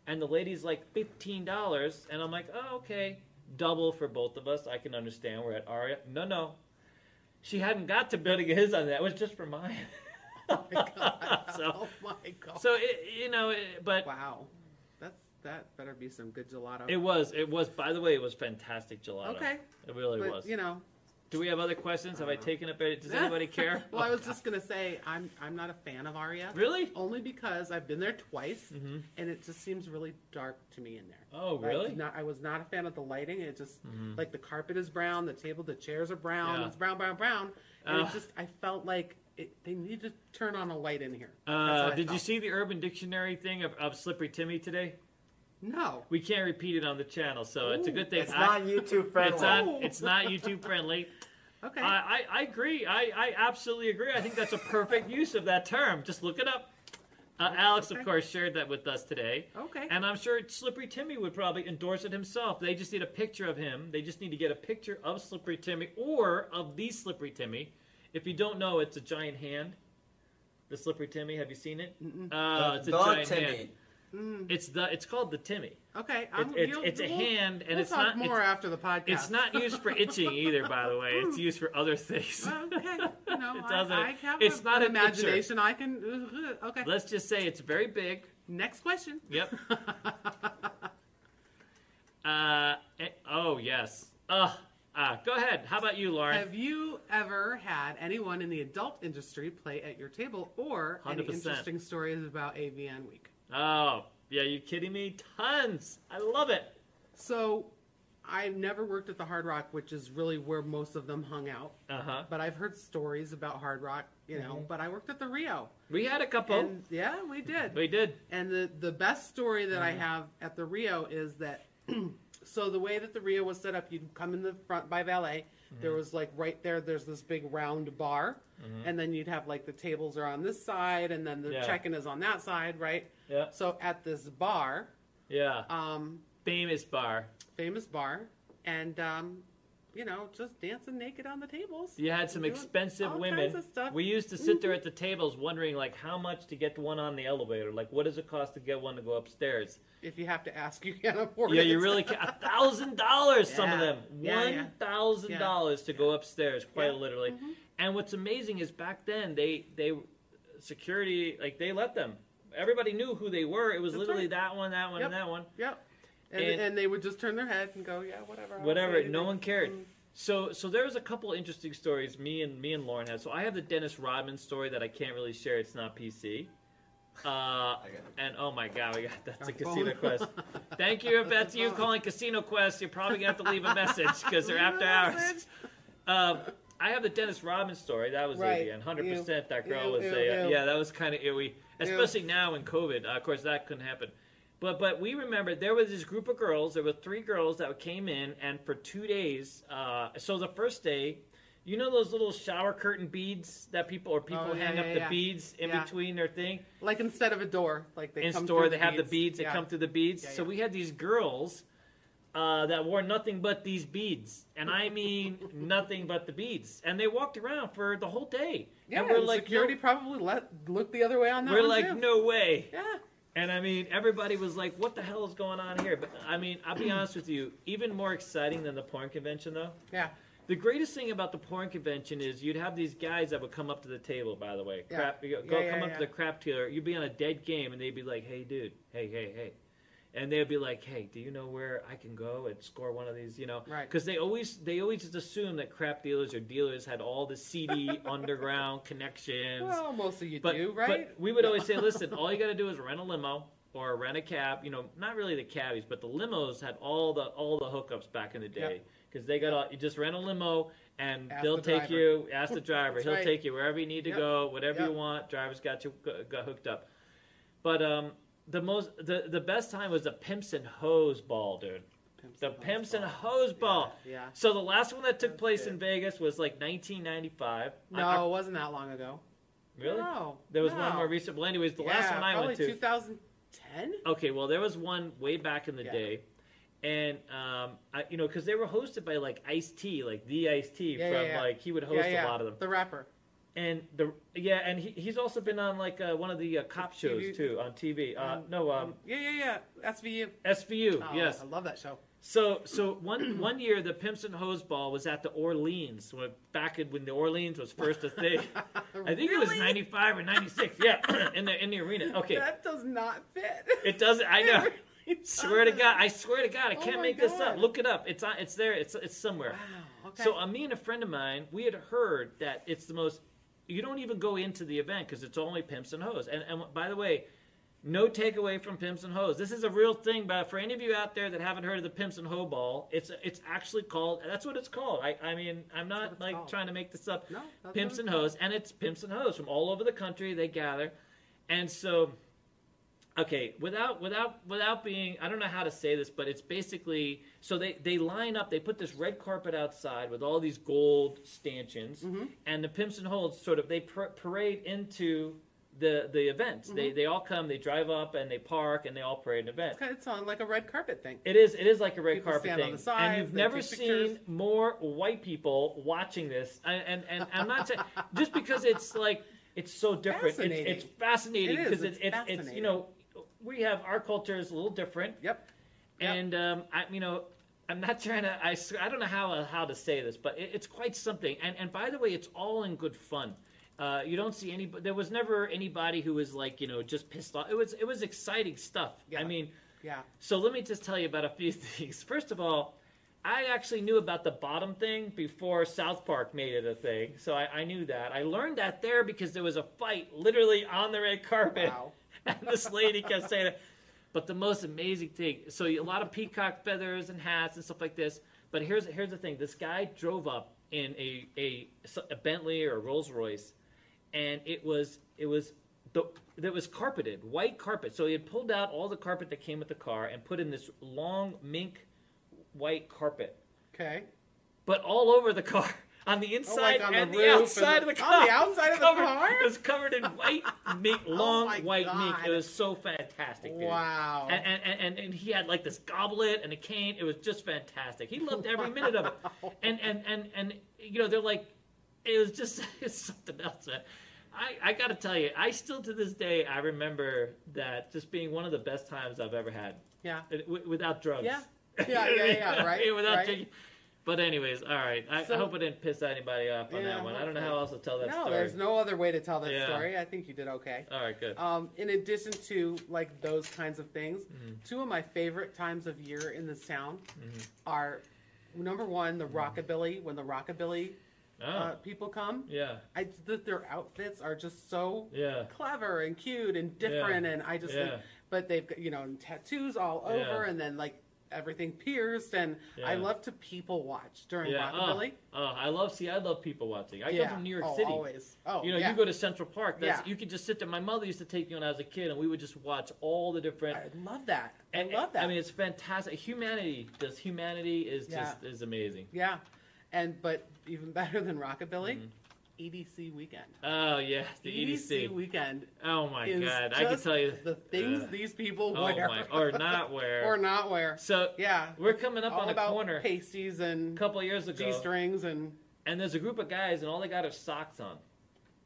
B: and the lady's like fifteen dollars, and I'm like, oh okay, double for both of us. I can understand. We're at Aria. No, no, she hadn't got to building his on that. It was just for mine.
A: Oh my god.
B: so,
A: oh my god.
B: so it, you know, it, but
A: wow. That's that better be some good gelato.
B: it was, it was. By the way, it was fantastic gelato.
A: okay.
B: it really
A: but
B: was.
A: you know.
B: Do we have other questions? Have I taken up any? Does anybody care?
A: well, I was just going to say I'm I'm not a fan of Aria.
B: really.
A: Only because I've been there twice
B: Mhm.
A: and it just seems really dark to me in there.
B: Oh,
A: Like,
B: really? Mm-hmm.
A: not- I was not a fan of the lighting. It just like the carpet is brown, the table, the chairs are brown.
B: Yeah.
A: It's brown, brown, brown. And
B: Ugh.
A: it just I felt like it, they need to turn on a light in here. That's
B: Uh,
A: what I
B: did you
A: felt.
B: see the Urban Dictionary thing of, of Slippery Timmy today?
A: No.
B: We can't repeat it on the channel, so it's a
A: Ooh,
B: good thing.
D: It's
B: I-
D: not YouTube friendly.
B: it's, on-
A: Ooh.
B: it's not YouTube friendly.
A: Okay.
B: I, I, I agree. I, I absolutely agree. I think that's a perfect use of that term. Just look it up. Uh, Alex, of
A: Okay.
B: course, shared that with us today.
A: okay.
B: And I'm sure Slippery Timmy would probably endorse it himself. They just need a picture of him. They just need to get a picture of Slippery Timmy or of the Slippery Timmy. If you don't know, it's a giant hand. The Slippery Timmy. Have you seen it? Oh, it's a
D: the
B: giant hand.
D: Timmy.
B: It's the. It's called the Timmy.
A: okay. I'm,
B: It's it's,
A: you'll-
B: it's a
A: we'll-
B: hand, and
A: we'll
B: it's
A: talk
B: not.
A: more
B: It's,
A: after the podcast.
B: it's not used for itching either. By the way, it's used for other things.
A: okay. No,
B: It
A: I,
B: doesn't-
A: I have
B: it's
A: a-
B: not
A: an
B: an itcher.
A: imagination. I can. Okay.
B: Let's just say it's very big.
A: Next question.
B: Yep. Uh, eh, oh yes. Uh, Uh, go ahead. How about you, Lauren?
A: Have you ever had anyone in the adult industry play at your table or any
B: 100%.
A: interesting stories about AVN week?
B: Oh, yeah, you kidding me? Tons. I love it.
A: So, I never worked at the Hard Rock, which is really where most of them hung out.
B: Uh huh.
A: But I've heard stories about Hard Rock, you know. But I worked at the Rio,
B: We had a couple.
A: and yeah, we did.
B: we did.
A: And the the best story that
B: Mm-hmm.
A: I have at the Rio is that so the way that the Rio was set up, you'd come in the front by valet.
B: Mm-hmm.
A: There was like right there. There's this big round bar, and then you'd have like the tables are on this side, and then the
B: Mm-hmm. Yeah.
A: check-in is on that side, right?
B: Yeah.
A: So at this bar,
B: Yeah.
A: um,
B: Famous bar.
A: famous bar, and um, you know, just dancing naked on the tables.
B: You had some
A: Doing
B: expensive
A: all
B: women.
A: kinds of stuff.
B: We used to sit there at the tables wondering, like, how much to get one on the elevator? Like, what does it cost to get one to go upstairs?
A: if you have to ask, you can't afford
B: yeah,
A: it.
B: you really can. A thousand dollars, some of
A: Yeah.
B: them.
A: Yeah, yeah.
B: One thousand dollars to go upstairs, quite
A: Yeah.
B: literally. And what's amazing is back then they they security like they let them. Everybody knew who they were. It was
A: That's
B: literally
A: right.
B: that one, that one, and
A: Yep.
B: that one.
A: Yep. And,
B: And-
A: and, they would just turn their head and go, yeah, whatever. I won't say
B: Whatever. No
A: anything." Mm-hmm.
B: one cared. So so there was a couple interesting stories me and me and Lauren had. So I have the Dennis Rodman story that I can't really share. It's not PC. Uh,
C: I got it.
B: and oh my god, we got that's
A: Our
B: a casino
A: phone.
B: quest. Thank you if that's you
A: Phone.
B: calling Casino Quest. You're probably gonna have to leave a message because they're
A: Leave a
B: after hours.
A: message.
B: Um, I have the Dennis Rodman story. That was
A: Right.
B: AVN. 100%. That girl
A: Ew,
B: was
A: ew,
B: a. uh,
A: ew.
B: Yeah, that was kind of eerie. Especially now in COVID. Uh, of course, that couldn't happen. But but we remember there was this group of girls. There were three girls that came in, and for two days. Uh, so the first day, you know those little shower curtain beads that people or people
A: Oh, yeah,
B: hang up
A: yeah,
B: the
A: yeah.
B: beans in
A: Yeah.
B: between their thing
A: Like instead of a door, like they
B: in
A: come
B: store.
A: through
B: They have the beads that
A: Yeah.
B: come through the beads.
A: Yeah,
B: So
A: yeah.
B: we had these girls uh, that wore nothing but these beads, and I mean nothing but the beads. And they walked around for the whole day.
A: Yeah,
B: and we're
A: and
B: like,
A: security probably let look the other way on
B: no,
A: that.
B: we're
A: one,
B: like,
A: too.
B: no way.
A: Yeah.
B: And I mean, everybody was like, what the hell is going on here? But I mean, I'll be honest with you, even more exciting than the porn convention, though.
A: Yeah.
B: The greatest thing about the porn convention is you'd have these guys that would come up to the table. By the way,
A: Yeah.
B: crap, you go,
A: Yeah,
B: go
A: yeah,
B: come up
A: yeah.
B: to the crap dealer. You'd be on a dead game, and they'd be like, "Hey, dude, hey, hey, hey," and they'd be like, "Hey, do you know where I can go and score one of these?" You know,
A: Right.
B: Because they always they always just assume that crap dealers or dealers had all the seedy underground connections.
A: Well, most of you
B: But,
A: do,
B: but
A: right?
B: we would always say, listen, all you got to do is rent a limo or rent a cab. You know, not really the cabbies, but the limos had all the all the hookups back in the day because they got all. You just rent a limo and
A: Ask
B: they'll
A: the
B: take
A: driver.
B: you. Ask the driver.
A: That's
B: He'll
A: right.
B: take you wherever you need to
A: Yep.
B: go, whatever you
A: Yep.
B: want. Driver's got you go- got hooked up. But um, the most the the best time was the pimps and hose ball, dude. The pimps and hose ball.
A: Yeah.
B: So the last one that took
C: That's
B: place
C: good.
B: in Vegas was like 1995. I-
A: No,
B: I-
A: it wasn't that long ago.
B: really?
A: No.
B: There was
A: no.
B: one more recent. Well, anyways, the last
A: Yeah,
B: one I
A: probably
B: went to.
A: 2010.
B: Okay, well, there was one way back in the
A: Yeah.
B: day, and um, I, you know, because they were hosted by like Ice T, like the Ice T
A: Yeah,
B: from
A: yeah, yeah.
B: like he would host
A: yeah, yeah.
B: a lot of them,
A: The rapper.
B: and the yeah, and he, he's also been on like uh, one of the uh, cop shows
A: TV.
B: too on TV. Uh,
A: Um,
B: no, um,
A: Yeah, yeah, yeah. SVU.
B: SVU,
A: Oh,
B: yes.
A: I love that show.
B: So, so one one year the Pimps and Hose Ball was at the Orleans, when, back in- when the Orleans was first a thing. I think it was
A: Really?
B: ninety five or ninety six. Yeah, in the in the arena. Okay,
A: That does not fit.
B: it doesn't. I
A: It
B: know.
A: really
B: Swear to
A: doesn't.
B: God, I swear to God, I
A: Oh
B: can't
A: my
B: make this up.
A: God.
B: Look it up. It's on. It's there. It's it's somewhere.
A: Wow. Okay.
B: So uh, me and a friend of mine, we had heard that it's the most. You don't even go into the event because it's only pimps and hoes. And and by the way, no takeaway from pimps and hoes. This is a real thing. But for any of you out there that haven't heard of the pimps and hoe ball, it's it's actually called. That's what it's called. I I mean I'm
A: what
B: not
A: it's
B: like
A: called.
B: trying to make this up.
A: No, that's what
B: pimps
A: it's
B: and
A: called.
B: hoes, and it's pimps and hoes from all over the country. They gather, and so okay without without without being i don't know how to say this but it's basically so they they line up they put this red carpet outside with all these gold stanchions and the pimps and holds sort of they par- parade into the the event they they all come they drive up and they park and they all parade an event
A: It's kind of- it's on like a red carpet thing.
B: it is. It is like a red
A: People
B: carpet
A: stand on
B: thing,
A: the sides,
B: and you've
A: they
B: never
A: take
B: seen
A: pictures.
B: more white people watching this. And and, and I'm not saying just because it's like it's so different. It's, it's
A: Fascinating.
B: fascinating
A: It is,
B: because
A: it's
B: it's, it's you know we have our culture is a little different,
A: Yep. Yep.
B: and um, I you know I'm not trying to I swear- I don't know how uh, how to say this, but it, it's quite something. And and by the way, it's all in good fun. Uh, you don't see any. There was never anybody who was like you know just pissed off. It was it was exciting stuff.
A: Yeah.
B: I mean.
A: Yeah.
B: So let me just tell you about a few things. First of all, I actually knew about the bottom thing before South Park made it a thing, so I, I knew that. I learned that there because there was a fight literally on the red carpet,
A: Wow.
B: and this lady kept saying it. But the most amazing thing, so a lot of peacock feathers and hats and stuff like this. But here's here's the thing: this guy drove up in a a, a Bentley or Rolls Royce, and it was it was the that was carpeted, white carpet. So he had pulled out all the carpet that came with the car and put in this long mink white carpet,
A: Okay.
B: but all over the car. On the inside
A: Oh, on the
B: and the,
A: roof and
B: outside
A: the-
B: of the car.
A: on the outside of the
B: covered,
A: car? Oh
B: It was covered in white mink, long
A: my
B: white mink.
A: God.
B: It was so fantastic, dude.
A: Wow.
B: And, and, and- and, and he had like this goblet and a cane. It was just fantastic. He loved every minute of it. And, and, and, and you know, they're like, it was just it's something else, man. I, I got to tell you, I still to this day, I remember that just being one of the best times I've ever had
A: yeah.
B: It- wi- without drugs.
A: Yeah. Yeah, yeah, yeah, right,
B: without
A: right.
B: taking- But, anyways, all right. I, I
A: So-
B: hope I didn't piss anybody off on
A: Yeah,
B: that one. I don't know how
A: hopefully.
B: else to tell that
A: no,
B: story.
A: there's no other way to tell that
B: Yeah.
A: story. I think you did okay.
B: All right, good.
A: Um, in addition to like those kinds of things,
B: Mm-hmm.
A: two of my favorite times of year in this town are number one the rockabilly when the rockabilly
B: Mm-hmm. oh,
A: uh, people come.
B: yeah,
A: I that their outfits are just so
B: yeah.
A: clever and cute and different, and I just think,
B: Yeah.
A: but they've got, you know tattoos all over,
B: Yeah.
A: and then like everything pierced, and I
B: Yeah.
A: love to people watch during
B: Yeah, oh,
A: rockabilly.
B: oh, I love. See, I love people watching. I
A: yeah.
B: come from New York
A: oh,
B: City.
A: Always. Oh,
B: You know,
A: yeah.
B: you go to Central Park. That's,
A: Yeah.
B: You could just sit there. My mother used to take me when I was a kid, and we would just watch all the different.
A: I love that. I
B: and-
A: love that.
B: I mean, it's fantastic. Humanity, just humanity is
A: Yeah.
B: just is amazing.
A: yeah, and but even better than rockabilly, EDC weekend. E
B: Oh yeah, Mm-hmm. the EDC.
A: weekend.
B: oh my
A: is
B: god, I can
A: just
B: tell you.
A: the things
B: Ugh.
A: these people
B: oh
A: wear
B: my, or not wear.
A: or not wear.
B: So
A: Yeah,
B: we're coming up
A: all
B: on a
A: about
B: corner
A: pasties
B: a
A: and
B: couple of years ago,
A: g strings and
B: and there's a group of guys, and all they got are socks on.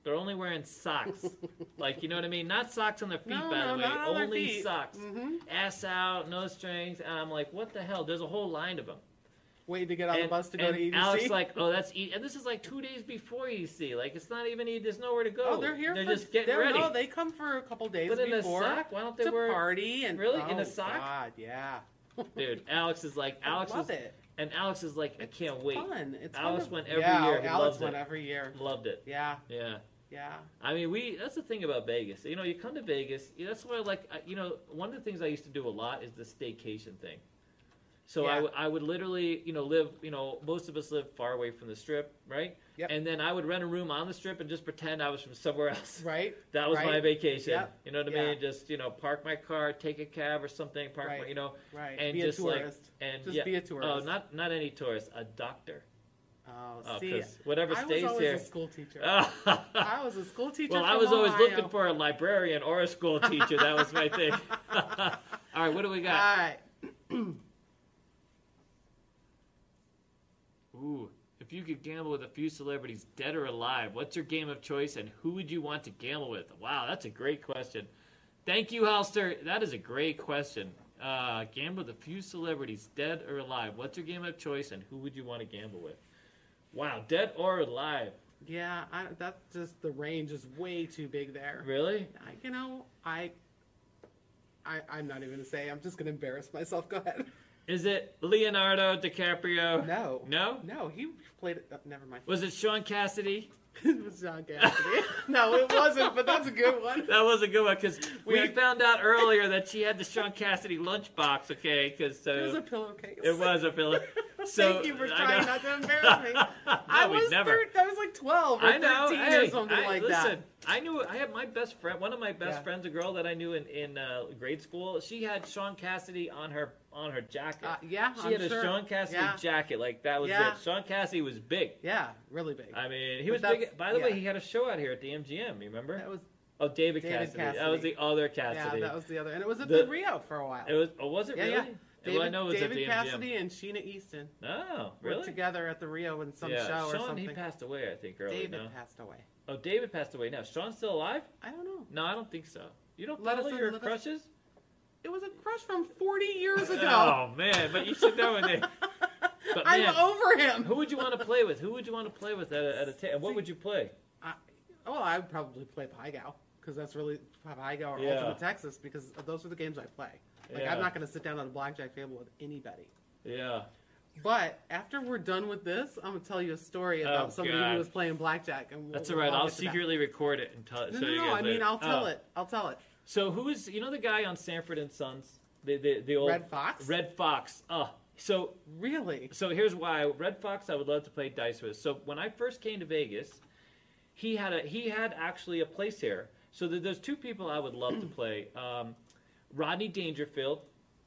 B: They're only wearing socks. like, you know what I mean? Not socks on their feet,
A: No,
B: by
A: no,
B: the way.
A: not on their
B: only
A: feet.
B: socks.
A: Mhm.
B: Ass out, no strings. And I'm like, what the hell? There's a whole line of them.
A: waiting to get on
B: and,
A: the bus to E go
B: and
A: to EDC.
B: Alex like, oh, that's E. And this is like two days before EDC. Like, it's not even E. There's nowhere to go.
A: oh, they're here.
B: They're
A: for,
B: just getting
A: they're-
B: ready.
A: No, they come for a couple days
B: but in a
A: before
B: sock? Why don't they
A: to
B: wear?
A: party and
B: Really? In a
A: oh,
B: sock?
A: God, yeah.
B: Dude, Alex is like, Alex
A: I love
B: is,
A: it.
B: and Alex is like, I
A: It's
B: can't wait.
A: Fun. It's
B: Alex
A: wonderful.
B: went every
A: yeah,
B: year. He
A: Alex
B: loves
A: went
B: it.
A: every year.
B: Loved it.
A: Yeah,
B: Yeah.
A: yeah.
B: I mean, we. That's the thing about Vegas. You know, you come to Vegas. That's why, like, I- you know, one of the things I used to do a lot is the staycation thing. So I
A: Yeah.
B: would- I would literally, you know, live. You know, most of us live far away from the Strip, right?
A: Yep.
B: And then I would rent a room on the Strip and just pretend I was from somewhere else.
A: Right.
B: That was my
A: Right.
B: vacation.
A: Yep.
B: You know what I
A: Yeah.
B: mean? Just you know, park my car, take a cab or something. Park my,
A: Right.
B: you know,
A: Right.
B: and
A: be
B: just
A: a tourist.
B: like and
A: just
B: yeah.
A: be a tourist.
B: Oh, not not any tourist, a doctor.
A: Oh,
B: Oh,
A: see,
B: 'cause whatever
A: I was
B: stays
A: always
B: here.
A: a school teacher.
B: I
A: I was a school teacher.
B: Well, I
A: from
B: was always
A: Ohio.
B: looking for a librarian or a school teacher. That was my thing. All right, what do we
A: All
B: got?
A: right.
B: Ooh, if you could gamble with a few celebrities, dead or alive, what's your game of choice, and who would you want to gamble with? Wow, that's a great question. Thank you, Halster. That is a great question. Uh, gamble with a few celebrities, dead or alive. What's your game of choice, and who would you want to gamble with? Wow, dead or alive?
A: Yeah, I, that's just the range is way too big there.
B: Really?
A: I, you know, I, I, I'm not even gonna say. I'm just gonna embarrass myself. Go ahead.
B: Is it Leonardo DiCaprio?
A: No.
B: No?
A: No. He played. it- Uh, never mind.
B: Was it Sean Cassidy?
A: it was John Cassidy. no, it wasn't. But that's a good one.
B: That was a good one because we,
A: We-
B: found out earlier that she had the Sean Cassidy lunchbox. Okay, because
A: It was a
B: so
A: pillowcase.
B: it was a Philip. So
A: Thank you for
B: I
A: trying
B: know.
A: not to embarrass me.
B: no,
A: I
B: we
A: was
B: never.
A: thir- I was like 12 or
B: I know.
A: 13
B: Hey,
A: or something
B: I,
A: like
B: listen,
A: that.
B: I knew. I had my best friend. One of my best
A: Yeah.
B: friends, a girl that I knew in in uh, grade school. She had Sean Cassidy on her on her jacket.
A: Uh, yeah,
B: she
A: I'm
B: had
A: sure.
B: a Sean Cassidy
A: Yeah.
B: jacket. Like that was
A: Yeah.
B: it. Sean Cassidy was big.
A: Yeah, really big.
B: I mean, he
A: But
B: was
A: that's-
B: big. By the way,
A: yeah.
B: he had a show out here at the MGM. You remember?
A: that was
B: oh, David,
A: David
B: Cassidy. That was
A: Cassidy.
B: the other Cassidy.
A: Yeah, that was the other, and it was at
B: The-
A: the, Rio for a while.
B: It was. Oh, was it
A: Yeah,
B: really?
A: yeah.
B: well, I know it was
A: David
B: at the
A: Cassidy and Sheena Easton
B: MGM. Oh,
A: were
B: really?
A: together at the Rio in some
B: yeah.
A: show
B: Sean,
A: or
B: he
A: something.
B: passed away, I think. Early.
A: David
B: no?
A: passed away.
B: Oh, David passed away. Now, Sean's still alive?
A: I don't know.
B: No, I don't think so. You don't
A: Let us
B: follow
A: in,
B: your
A: let us-
B: crushes?
A: It was a crush from 40 years ago.
B: Oh man, but you should know it. But man,
A: I'm over him.
B: who would you want to play with? Who would you want to play with at a, at a ta- and what would you play?
A: Oh, Well, I would probably play Pygal because that's really Pygal or
B: Yeah.
A: Ultimate Texas because those are the games I play. Like
B: Yeah.
A: I'm not going to sit down at a blackjack table with anybody.
B: Yeah.
A: But after we're done with this, I'm gonna tell you a story about somebody
B: Oh, God.
A: who was playing blackjack. And we'll-
B: That's all
A: we'll
B: right.
A: all
B: I'll
A: get to that.
B: secretly record it and tell it.
A: No,
B: show
A: no,
B: you
A: no.
B: guys
A: I
B: later.
A: mean, I'll tell
B: Oh.
A: it. I'll tell it.
B: So who is you know the guy on Sanford and Sons, the the, the old
A: Red Fox?
B: Red Fox. Uh, so
A: Really?
B: so here's why Red Fox I would love to play dice with. So when I first came to Vegas, he had a he had actually a place here. So there, there's two people I would love to play, um, Rodney Dangerfield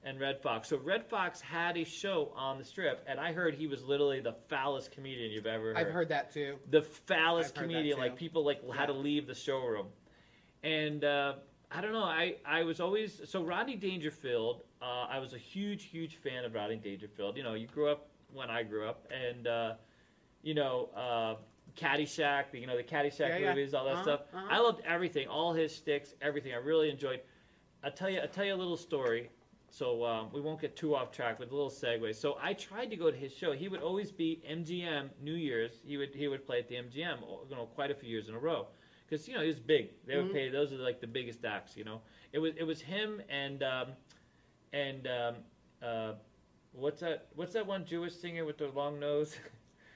B: and Red Fox. So Red Fox had a show on the Strip, and I heard he was literally the foulest comedian you've ever
A: I've heard that too.
B: the
A: I've
B: foulest
A: heard that
B: comedian. Like
A: too.
B: people like had to leave the showroom, and uh, I don't know. I I was always so Rodney Dangerfield. Uh, I was a huge huge fan of Rodney Dangerfield. You know, you grew up when I grew up, and uh, you know. Uh, Caddyshack, you know the Caddyshack
A: Yeah, yeah.
B: movies, all that
A: Uh-huh,
B: stuff.
A: uh-huh.
B: I loved everything, all his sticks, everything. I really enjoyed. I'll tell you, I'll tell you a little story. So um, we won't get too off track with a little segue. So I tried to go to his show. He would always be MGM New Year's. He would he would play at the MGM, you know, quite a few years in a row, because you know he was big. They would
A: Mhm.
B: pay those are like the biggest acts. You know, it was it was him and um, and um, uh, what's that what's that one Jewish singer with the long nose?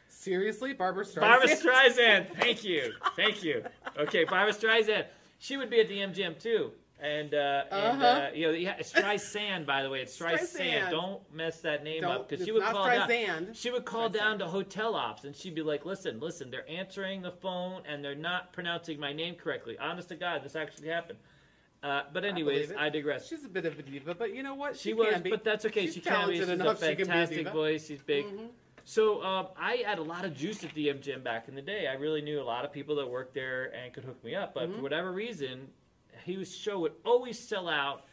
A: Seriously, Barbara Streisand.
B: Barbara Streisand. Thank you, thank you. Okay, Barbara Streisand. She would be at the MGM too. And, uh, and uh,
A: Uh-huh.
B: you know, yeah, Streisand, by the way, it's Streisand.
A: Streisand.
B: Don't mess that name
A: Don't-
B: up because
A: it's
B: she would
A: not
B: call down.
A: Streisand.
B: She would call
A: Streisand.
B: down to hotel ops and she'd be like, "Listen, listen, they're answering the phone and they're not pronouncing my name correctly. Honest to God, this actually happened." Uh, but anyways,
A: believe it.
B: I, digress.
A: She's a bit of a diva, but you know what?
B: She,
A: She,
B: was,
A: can be.
B: but that's okay.
A: She's
B: she can be.
A: talented
B: She's a
A: enough. She can be a
B: fantastic
A: diva.
B: voice. She's big.
A: Mhm.
B: So um, I had a lot of juice at the MGM back in the day. I really knew a lot of people that worked there and could hook me up. But for
A: Mhm.
B: whatever reason, his show would always sell out.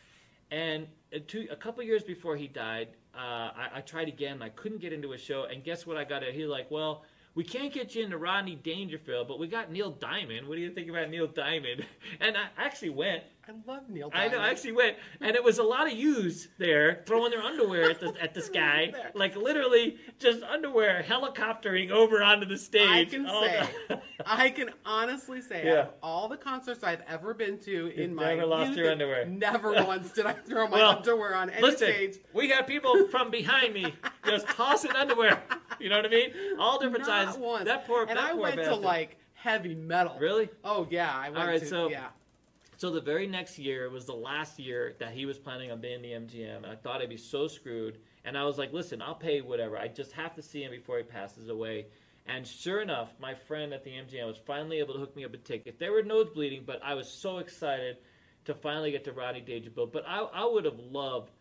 B: And uh, two, a couple years before he died, uh, I, I tried again. and I couldn't get into a show. And guess what? I got it. He like, well, we can't get you into Rodney Dangerfield, but we got Neil Diamond. What do you think about Neil Diamond? And I actually went.
A: I love Neil.
B: I
A: Diamond.
B: know, I actually went, and it was a lot of yous there throwing their underwear at, the, at this guy, like literally just underwear helicoptering over onto the stage. Oh,
A: I can
B: All
A: say,
B: the-
A: I can honestly say,
B: Yeah.
A: out of all the concerts I've ever been to in my
B: never lost
A: youth,
B: your underwear.
A: Never once did I throw my
B: Well,
A: underwear on any
B: Listen,
A: stage.
B: we got people from behind me just tossing underwear. You know what I mean? All different
A: Not
B: sizes.
A: once.
B: That poor,
A: and
B: that
A: I
B: poor
A: went
B: bastard.
A: to like heavy metal.
B: really.
A: Oh yeah, I went
B: right,
A: to
B: so-
A: yeah.
B: So the very next year was the last year that he was planning on being the MGM, and I thought I'd be so screwed. And I was like, "Listen, I'll pay whatever. I just have to see him before he passes away." And sure enough, my friend at the MGM was finally able to hook me up a ticket. There were nosebleeding, but I was so excited to finally get to Rodney Dangerfield. But I, I would have loved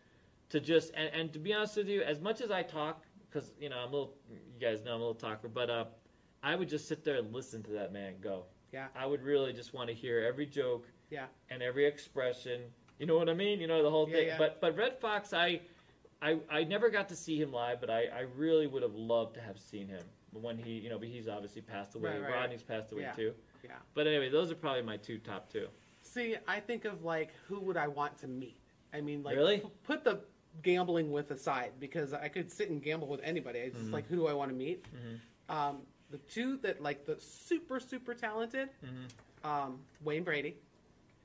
B: to just and, and to be honest with you, as much as I talk, because you know I'm a little, you guys know I'm a little talker, but uh, I would just sit there and listen to that man go.
A: Yeah.
B: I would really just want to hear every joke.
A: Yeah.
B: And every expression. You know what I mean? You know the whole
A: Yeah,
B: thing.
A: yeah.
B: But but Red Fox, I, I I never got to see him live, but I I really would have loved to have seen him when he you know but he's obviously passed away.
A: Right, right, right.
B: Rodney's passed away
A: Yeah.
B: too.
A: Yeah.
B: But anyway, those are probably my two top two.
A: See, I think of like who would I want to meet? I mean, like
B: Really?
A: p- put the gambling with aside because I could sit and gamble with anybody. It's
B: Mm-hmm.
A: just like who do I want to meet? Um, the two that like the super super talented,
B: Mm-hmm.
A: um, Wayne Brady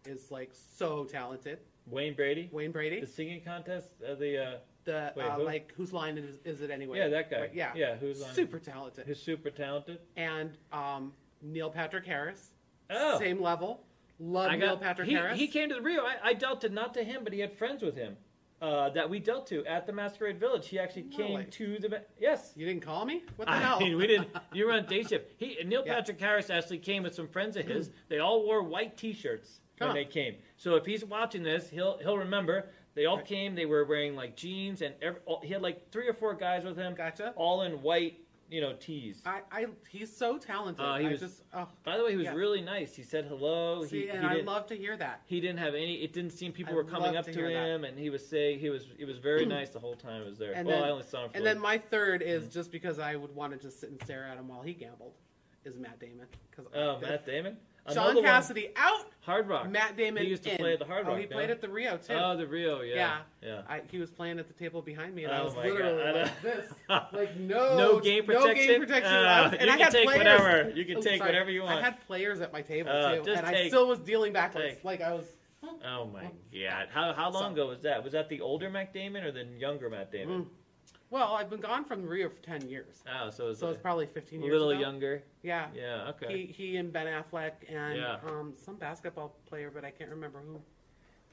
A: is like so talented.
B: Wayne Brady,
A: Wayne Brady,
B: the singing contest, uh, the uh,
A: the
B: wait,
A: uh,
B: who?
A: like whose line is, is it anyway?
B: yeah that guy,
A: Right, yeah,
B: yeah, who's on
A: super talented.
B: who's super talented.
A: and um, Neil Patrick Harris,
B: Oh,
A: same level. Love
B: I
A: Neil
B: got
A: Patrick
B: he,
A: Harris.
B: he came to the Rio. I, I dealt to not to him, but he had friends with him uh, that we dealt to at the Masquerade Village. He actually
A: No
B: came
A: way.
B: to the ma- yes.
A: You didn't call me? What the
B: I
A: hell?
B: mean, we didn't. You were on day shift. He Neil
A: Yeah.
B: Patrick Harris actually came with some friends of his. They all wore white T-shirts when
A: Huh.
B: they came. So if he's watching this, he'll he'll remember. They all
A: Right.
B: came. They were wearing like jeans, and every, all, he had like three or four guys with him,
A: Gotcha.
B: all in white, you know, tees.
A: I, I, he's so talented.
B: Uh, he
A: I
B: was-
A: just, oh,
B: By the way, he was
A: Yeah.
B: really nice. He said hello.
A: see,
B: he,
A: and
B: he
A: I
B: didn't-
A: love to hear that.
B: he didn't have any. It didn't seem people
A: I
B: were coming
A: love
B: up to,
A: to hear that.
B: him, and he was saying he was. It was very nice the whole time I was there.
A: And
B: well, mm-hmm.
A: then-
B: I only saw him for
A: And
B: like
A: then my third is just because I would want to just sit and stare at him while he gambled is Matt Damon. Cause
B: oh, Matt Damon,
A: Sean
B: one,
A: Cassidy out,
B: Hard Rock.
A: Matt Damon
B: He used to
A: in.
B: play at the Hard
A: Oh,
B: Rock,
A: he
B: yeah.
A: played at the Rio too.
B: Oh, the Rio, yeah, yeah.
A: I, he was playing at the table behind me, and I
B: Oh
A: was
B: my God,
A: literally
B: I know.
A: like this, like no,
B: no game
A: no
B: protection.
A: game protection.
B: Uh,
A: I was- and
B: you
A: I
B: can
A: had
B: take
A: players.
B: whatever. You can
A: Oh,
B: take
A: sorry.
B: whatever you
A: I
B: want.
A: had players at my table
B: Uh,
A: too,
B: just
A: and
B: take.
A: I still was dealing backwards.
B: Take.
A: Like I was.
B: oh my god! How how long
A: So-
B: ago was that? Was that the older Matt Damon or the younger Matt Damon?
A: mm. Well, I've been gone from Rio for ten years,
B: Oh, so it's
A: so it's
B: a
A: probably fifteen years.
B: little
A: ago.
B: younger.
A: Yeah.
B: Yeah. Okay.
A: He he and Ben Affleck and
B: Yeah.
A: um, some basketball player, but I can't remember who.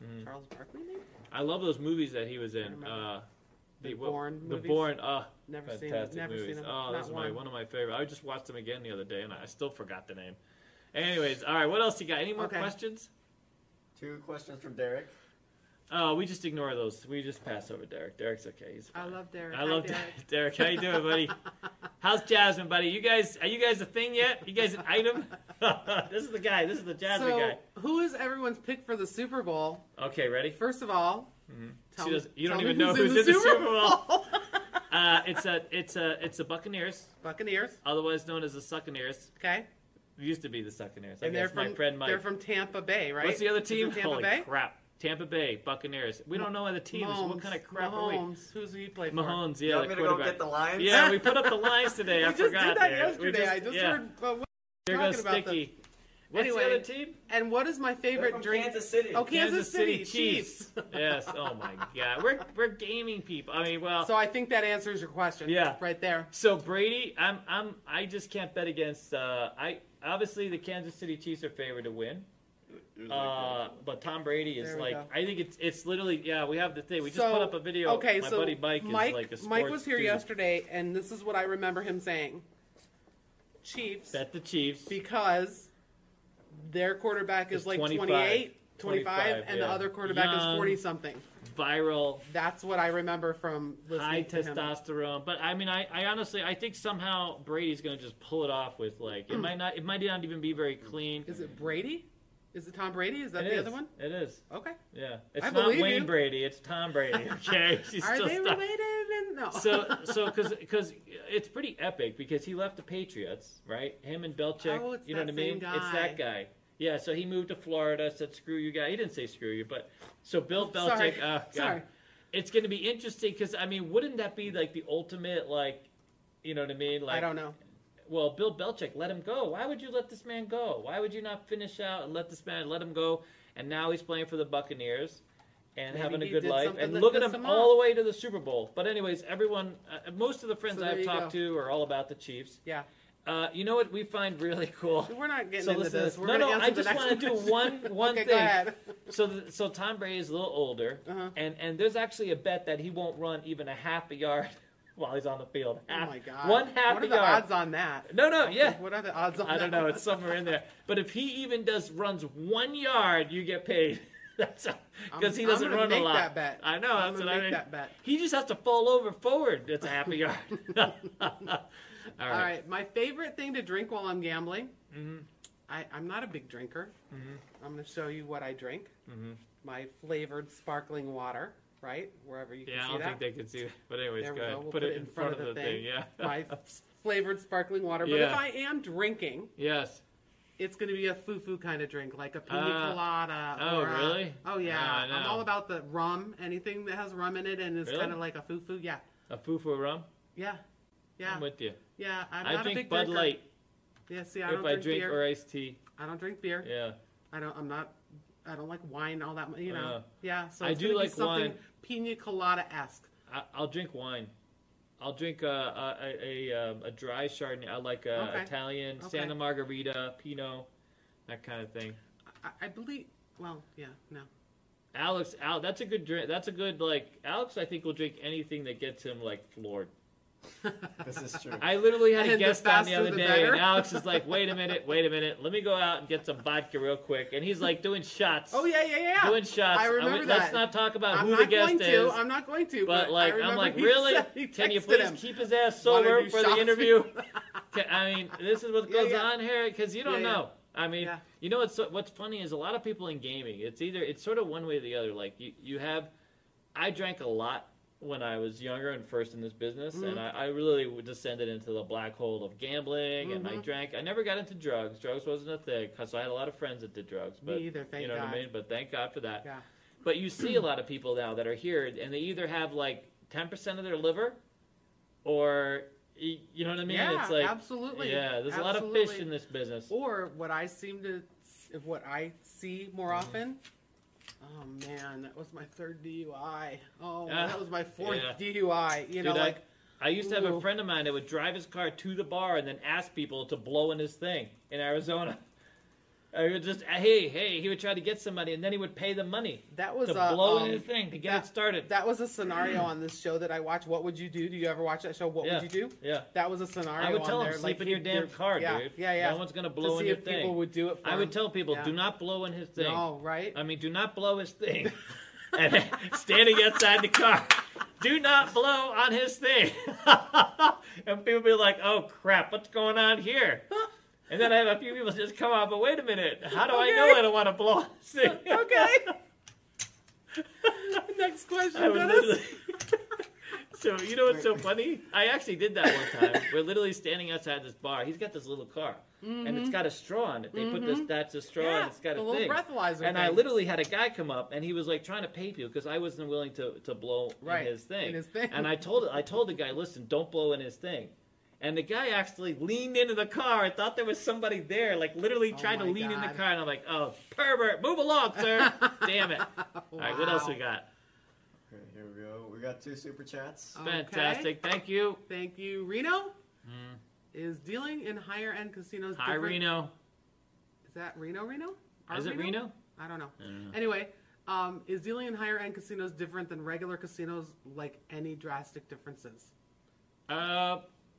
B: Mm.
A: Charles Barkley, maybe.
B: I love those movies that he was in.
A: remember.
B: Uh,
A: The
B: what-
A: Bourne
B: The
A: movies?
B: Bourne. Uh,
A: Never
B: fantastic
A: seen. Never
B: movies.
A: seen him. Not
B: Oh, those are my,
A: one.
B: one of my favorite. I just watched them again the other day, and I still forgot the name. Anyways, all right. What else you got? Any more
A: Okay.
B: questions?
D: Two questions from Derek.
B: Oh, we just ignore those. We just pass over Derek. Derek's okay. He's
A: I
B: fine.
A: love Derek.
B: I
A: Hi,
B: love Derek. Derek. How you doing, buddy? How's Jasmine, buddy? You guys, are you guys a thing yet? You guys an item? this is the guy. This is the Jasmine
A: so,
B: guy.
A: who is everyone's pick for the Super Bowl?
B: Okay, ready?
A: First of all, tell
B: Mm-hmm. She
A: me-
B: doesn't- you don't
A: tell me
B: even know who's in the Super
A: Bowl.
B: Uh, it's a, it's a, it's the Buccaneers,
A: Buccaneers.
B: otherwise known as the Succaneers.
A: Okay,
B: Used to be the Succaneers. I
A: and they're
B: guess
A: from
B: my friend Mike.
A: they're from Tampa Bay, right?
B: What's the other
A: Is it
B: team?
A: Tampa
B: Holy
A: Bay.
B: crap! Tampa Bay Buccaneers. We don't know other teams. What
A: Mahomes,
B: kind of crap are we?
A: Mahomes. Who's he play for?
B: Mahomes,
D: you
B: yeah,
D: want
B: the
D: me to go
B: quarterback.
D: get the lines?
B: yeah, we put up the lines today.
A: We
B: I
A: just
B: forgot
A: did that
B: there. We
A: yesterday. I just
B: yeah.
A: heard. Uh, what
B: There
A: talking
B: goes
A: about the-
B: Sticky. What's
A: Anyway,
B: the other team?
A: And what is my
D: They're
A: favorite
D: from
A: drink?
D: Kansas City.
A: Oh, Kansas, City, Chiefs.
B: yes. Oh my God. We're we're gaming people. I mean, well.
A: So I think that answers your question.
B: Oh. Yeah.
A: Right there.
B: So Brady, I'm I'm I just can't bet against. Uh, I obviously the Kansas City Chiefs are favored to win. Uh, but Tom Brady is
A: There we
B: like
A: go.
B: I think it's it's literally yeah we have the thing we just
A: So,
B: put up a video.
A: Okay,
B: my
A: so
B: buddy Mike,
A: Mike,
B: is like a sports
A: Mike was here
B: dude.
A: yesterday, and this is what I remember him saying: Chiefs,
B: Bet the Chiefs.
A: because their quarterback is
B: It's
A: like
B: 25,
A: 28, 25,
B: 25,
A: and
B: yeah.
A: the other quarterback
B: Young.
A: is 40 something.
B: viral
A: That's what I remember from listening
B: high
A: to him.
B: testosterone. But I mean, I, I honestly, I think somehow Brady's going to just pull it off with like it might not, it might not even be very clean.
A: Is it Brady? Is it Tom Brady? Is that
B: It
A: the
B: is.
A: other one?
B: It is.
A: Okay.
B: Yeah, it's
A: I
B: not
A: believe
B: Wayne
A: you.
B: Brady. It's Tom Brady. Okay, She's
A: Are
B: still
A: they
B: stuck.
A: related? And, no.
B: so so because it's pretty epic because he left the Patriots, right? Him and Belichick.
A: Oh, it's
B: you know
A: that
B: what I mean?
A: same
B: It's that guy. Yeah, so he moved to Florida. Said screw you, guy. He didn't say screw you, but so Bill Belichick.
A: Sorry.
B: Uh, God.
A: Sorry.
B: It's going to be interesting because I mean, wouldn't that be like the ultimate like, you know what I mean? Like,
A: I don't know.
B: well, Bill Belichick let him go. Why would you let this man go? Why would you not finish out and let this man let him go? And now he's playing for the Buccaneers and
A: Maybe
B: having a
A: he
B: good
A: did
B: life.
A: something
B: And
A: that
B: look at
A: pissed
B: him,
A: him
B: all
A: off.
B: the way to the Super Bowl. But anyways, everyone, uh, most of the friends
A: So there
B: I've
A: you
B: talked to are all about the Chiefs.
A: Yeah.
B: Uh, you know what we find really cool?
A: We're not getting
B: So
A: into
B: listen to
A: this.
B: this.
A: We're
B: No,
A: gonna
B: no,
A: answer
B: I
A: the
B: just
A: next
B: wanna do
A: question.
B: one- one
A: okay, Go
B: thing.
A: ahead.
B: So, th- so Tom Brady's a little older,
A: Uh-huh.
B: and and there's actually a bet that he won't run even a half a yard while he's on the field.
A: Oh
B: Half-
A: my god.
B: One half
A: What are
B: a
A: the
B: yard.
A: odds on that?
B: No, no, yeah.
A: What are the odds on
B: I
A: that?
B: don't know. It's somewhere in there. But if he even does runs one yard, you get paid. That's because he
A: I'm- I'm
B: doesn't
A: gonna
B: run a
A: make
B: lot.
A: that bet.
B: I know.
A: I'm
B: that's
A: gonna
B: what I
A: make
B: mean.
A: that bet.
B: He just has to fall over forward. That's a happy yard. All right.
A: All right. My favorite thing to drink while I'm gambling.
B: Mhm.
A: I, I'm not a big drinker.
B: Mm-hmm.
A: I'm going to show you what I drink. My flavored sparkling water, right? Wherever you can
B: Yeah, I
A: see
B: don't
A: that.
B: think they can see. It. But anyways,
A: There we
B: go
A: go.
B: ahead.
A: We'll
B: put, it in front, of the thing. Yeah.
A: My s- flavored sparkling water. But
B: Yeah.
A: if I am drinking,
B: yes.
A: it's going to be a foo-foo kind of drink, like a pina
B: Uh,
A: colada.
B: oh,
A: or a-
B: really?
A: oh, yeah.
B: Ah, I
A: I'm
B: know.
A: all about the rum, anything that has rum in it and is
B: Really?
A: kind of like a foo-foo. Yeah.
B: A fufu rum.
A: Yeah. Yeah.
B: I'm with you.
A: yeah. I'm
B: I
A: not a
B: drink
A: big
B: Bud
A: drinker.
B: Light
A: Yeah, see, I
B: if
A: don't
B: I
A: drink,
B: drink
A: beer.
B: or iced tea.
A: I don't drink beer.
B: Yeah.
A: I don't. I'm not. I don't like wine all that much. You know.
B: Uh,
A: yeah. So
B: I
A: it's
B: do
A: gonna be
B: like
A: something
B: wine.
A: Pina colada esque.
B: I, I'll drink wine. I'll drink uh, a a, a, um, a dry Chardonnay. I like uh,
A: Okay.
B: Italian
A: Okay.
B: Santa Margherita, Pinot, that kind of thing.
A: I, I believe. Well, yeah. No.
B: Alex, Al, that's a good drink. That's a good like. Alex, I think will drink anything that gets him like floored.
D: This is true.
B: I literally had a
A: And the
B: guest on the
A: faster
B: other
A: the
B: day,
A: better.
B: and Alex is like, "Wait a minute, wait a minute, let me go out and get some vodka real quick," and he's like doing shots.
A: Oh yeah, yeah, yeah.
B: doing shots.
A: I remember
B: went- Let's
A: that.
B: not talk about
A: I'm
B: uh, who the
A: not
B: guest
A: going to.
B: is.
A: I'm not going to.
B: But
A: I
B: like, I'm
A: remember
B: like,
A: he
B: really?
A: said- he
B: Can you
A: texted
B: please
A: him,
B: keep his ass
A: "Wanna
B: sober
A: do
B: for the
A: shots?"
B: interview? Ca- I mean, this is what
A: Yeah,
B: goes
A: yeah.
B: on here because you don't
A: Yeah, yeah.
B: know. I mean,
A: Yeah.
B: you know what's what's funny is a lot of people in gaming. It's either it's sort of one way or the other. Like you, you have, I drank a lot when I was younger and first in this business, and
A: Mm-hmm.
B: I, I really descended into the black hole of gambling. And I
A: Mhm.
B: drank. I never got into drugs. Drugs wasn't a thing. Cause I had a lot of friends that did drugs.
A: Me
B: But
A: either, thank
B: you know what
A: God.
B: I mean. But thank God for that.
A: Yeah.
B: But you see a lot of people now that are here, and they either have like ten percent of their liver, or y- you know what I mean.
A: Yeah,
B: it's like
A: absolutely.
B: yeah, there's a lot of fish
A: Absolutely.
B: in this business. Mm-hmm.
A: Or what I seem to, what I see more often, Oh man, that was my third DUI. Oh,
B: Ah,
A: that was my fourth
B: yeah.
A: DUI. You know,
B: Dude, I-
A: like
B: I used to have a
A: Ooh.
B: friend of mine that would drive his car to the bar and then ask people to blow in his thing in Arizona. I would just uh, hey hey he would try to get somebody and then he would pay the money
A: that was
B: to
A: a,
B: blow
A: um,
B: in his thing to get
A: that-
B: it started.
A: That was a scenario on this show that I watched. What would you do? Do you ever watch that show? What
B: Yeah.
A: would you do?
B: yeah,
A: That was a scenario.
B: I would tell
A: on
B: him
A: there,
B: sleep
A: like,
B: in your
A: he-
B: damn car,
A: yeah,
B: dude.
A: Yeah, yeah.
B: No one's gonna
A: to
B: blow in
A: see
B: your
A: if people
B: thing.
A: would do it. For
B: I
A: him.
B: would tell people
A: Yeah.
B: do not blow in his thing.
A: No, right?
B: I mean, do not blow his thing. and standing outside the car, do not blow on his thing. and people be like, "Oh crap, what's going on here?" And then I have a few people just come out, but wait a minute, how do I know
A: Okay.
B: I don't want to blow on this thing?
A: okay. Next question.
B: I was
A: Dennis.
B: literally. So you know what's so funny? I actually did that one time. We're literally standing outside this bar. He's got this little car, and it's got a straw in it. They put this that's a straw, and
A: Mm-hmm. yeah,
B: it's got
A: the
B: a
A: little
B: thing.
A: breathalyzer.
B: And I
A: thing
B: literally had a guy come up, and he was like trying to pay people because I wasn't willing to, to blow
A: Right,
B: in his thing.
A: in his thing.
B: And I told I told the guy, listen, don't blow in his thing. And the guy actually leaned into the car and thought there was somebody there, like literally
A: Oh
B: tried to
A: my
B: lean in the
A: God.
B: car. And I'm like, oh, pervert, move along, sir. Damn it. All right, what else we
A: Wow.
B: got?
D: Okay, here we go. We got two super chats.
A: Okay.
B: Fantastic. Thank you.
A: Thank you, Reno. Is dealing in higher end casinos.
B: Hi,
A: different-
B: Reno.
A: Is that Reno? Reno? Our
B: Is it Reno?
A: I don't know.
B: I don't know.
A: Anyway, um, is dealing in higher end casinos different than regular casinos? Like any drastic differences?
B: Uh,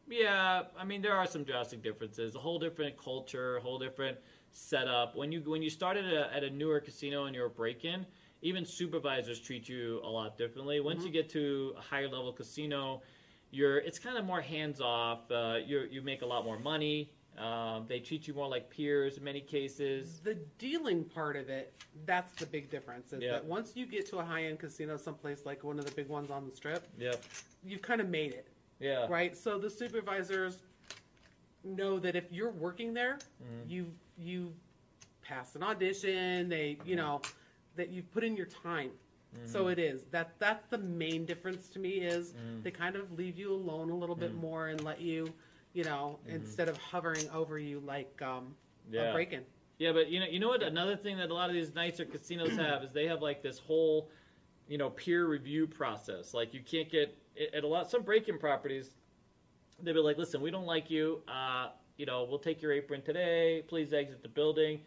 B: yeah. I mean, there are some drastic differences. A whole different culture, a whole different setup. When you when you start at a, at a newer casino and you're a break in, even supervisors treat you a lot differently. Once
A: Mm-hmm.
B: you get to a higher level casino, you're it's kind of more hands off. Uh, you you make a lot more money. Um, they treat you more like peers in many cases.
A: The dealing part of it, that's the big difference. Is
B: Yeah.
A: that once you get to a high end casino, someplace like one of the big ones on the strip,
B: Yep.
A: you've kind of made it.
B: Yeah.
A: Mm-hmm. right? So the supervisors know that if you're working there,
B: Mm-hmm.
A: you you pass an audition. They
B: Mm-hmm.
A: you know that you've put in your time. So it is that that's the main difference to me is
B: Mm.
A: they kind of leave you alone a little bit more and let you you know instead of hovering over you like um,
B: Mm-hmm. Yeah.
A: a break in.
B: Yeah, but you know, you know what? Another thing that a lot of these nicer casinos have is they have like this whole, you know, peer review process. Like you can't get at- at a lot some break-in properties. They'll be like, "Listen, we don't like you. Uh, you know, we'll take your apron today. Please exit the building."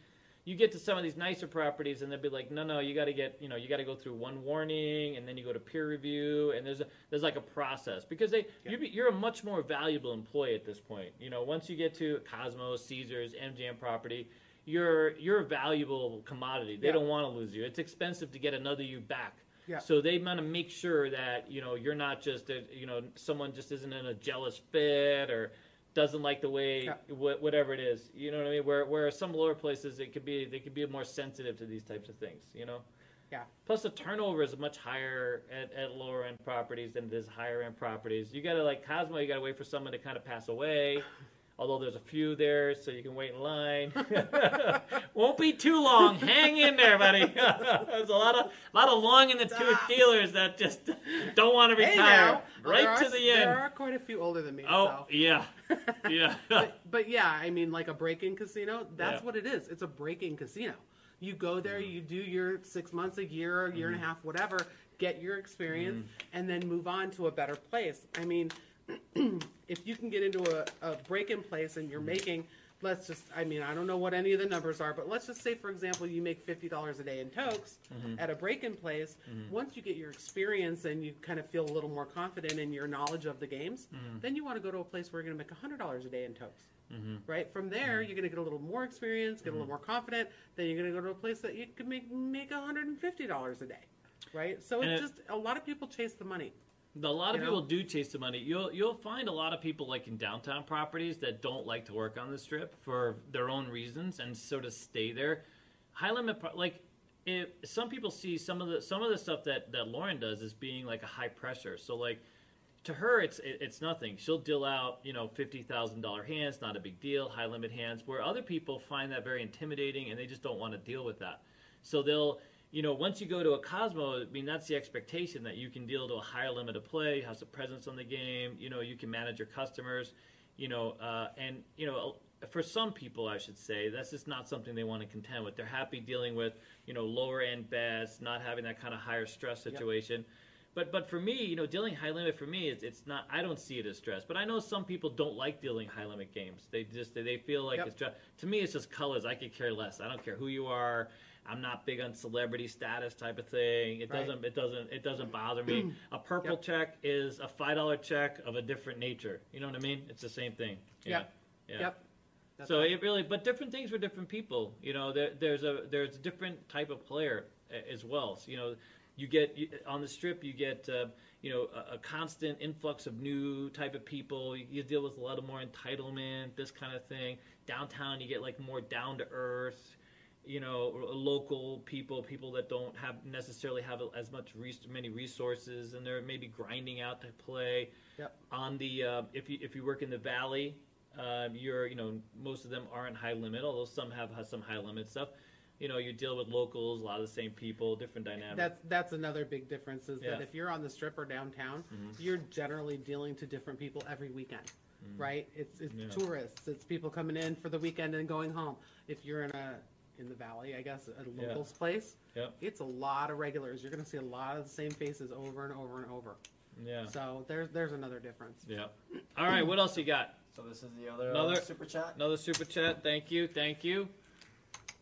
B: You get to some of these nicer properties, and they'll be like, "No, no, you got to get, you know, you got to go through one warning, and then you go to peer review, and there's a, there's like a process because they you be, you're a much more valuable employee at this point. You know, once you get to Cosmos, Caesars, MGM property, you're you're a valuable commodity. They
A: Yeah.
B: don't want to lose you. It's expensive to get another you back.
A: Yeah.
B: So they want to make sure that you know you're not just a, you know someone just isn't in a jealous fit or doesn't like the way
A: Yeah.
B: wha- whatever it is. You know what I mean? Where where some lower places it could be they could be more sensitive to these types of things. You know.
A: Yeah.
B: Plus the turnover is much higher at, at lower end properties than it is higher end properties. You gotta like Cosmo, you gotta wait for someone to kind of pass away. Although there's a few there, so you can wait in line. Won't be too long. Hang in there, buddy. there's a lot of a lot of long in the tooth dealers that just don't want to
A: Hey
B: retire
A: now,
B: right
A: there are,
B: to the end.
A: There are quite a few older than me.
B: oh
A: so.
B: yeah, yeah.
A: but, but yeah, I mean, like a break-in casino. That's
B: Yeah.
A: what it is. It's a break-in casino. You go there, you do your six months, a year, a year and a half, whatever, get your experience, and then move on to a better place. I mean, if you can get into a, a break-in place and you're making, let's just, I mean, I don't know what any of the numbers are, but let's just say, for example, you make fifty dollars a day in tokes at a break-in place. Once you get your experience and you kind of feel a little more confident in your knowledge of the games, then you want to go to a place where you're going to make hundred dollars a day in tokes right? From there,
B: Mm-hmm.
A: you're going to get a little more experience, get a little more confident. Then you're going to go to a place that you can make make hundred and fifty dollars a day, right? So
B: And
A: it's
B: it-
A: just a lot of people chase the money.
B: A lot of
A: You
B: people
A: know?
B: do chase the money. You'll you'll find a lot of people like in downtown properties that don't like to work on the strip for their own reasons and sort of stay there. High limit pro- like if some people see some of the some of the stuff that that Lauren does as being like a high pressure. So like to her it's it, it's nothing. She'll deal out you know fifty thousand dollar hands, not a big deal. High limit hands, where other people find that very intimidating and they just don't want to deal with that. So they'll, you know, once you go to a Cosmo, I mean, that's the expectation that you can deal to a higher limit of play, have some presence on the game, you know, you can manage your customers, you know, uh, and, you know, for some people, I should say, that's just not something they want to contend with. They're happy dealing with you know lower end bets, not having that kind of higher stress situation. But but for me, you know, dealing high limit for me, it's, it's not. I don't see it as stress. But I know some people don't like dealing high limit games. They just they, they feel like
A: Yep.
B: it's stress. To me, it's just colors. I could care less. I don't care who you are. I'm not big on celebrity status type of thing. It
A: Right.
B: doesn't it doesn't it doesn't bother me. a purple
A: Yep.
B: check is a five dollar check of a different nature. You know what I mean? It's the same thing. Yeah.
A: Yep. Yep. That's
B: So
A: all.
B: it really, but different things for different people. You know, there, there's a there's a different type of player a- as well. So, you know, you get you, on the strip, you get uh, you know a, a constant influx of new type of people. You, you deal with a lot of more entitlement, this kind of thing. Downtown, you get like more down to earth. You know, r- local people, people that don't have necessarily have as much res- many resources, and they're maybe grinding out to play
A: Yep.
B: on the uh, if you if you work in the valley, um, you're you know most of them aren't high limit, although some have, have some high limit stuff. You know, you deal with locals, a lot of the same people, different dynamics.
A: That's that's another big difference is that
B: Yeah. Mm-hmm.
A: if you're on the strip or downtown, you're generally dealing to different people every weekend, right? It's it's
B: Yeah.
A: tourists, it's people coming in for the weekend and going home. If you're in a in the valley, I guess a
B: Yeah.
A: locals place,
B: Yep.
A: it's a lot of regulars. You're going to see a lot of the same faces over and over and over.
B: Yeah.
A: So there's there's another difference.
B: Yeah. All right. What else you got?
D: So this is the other uh,
B: Another-
D: super chat.
B: Another super chat. Thank you. Thank you.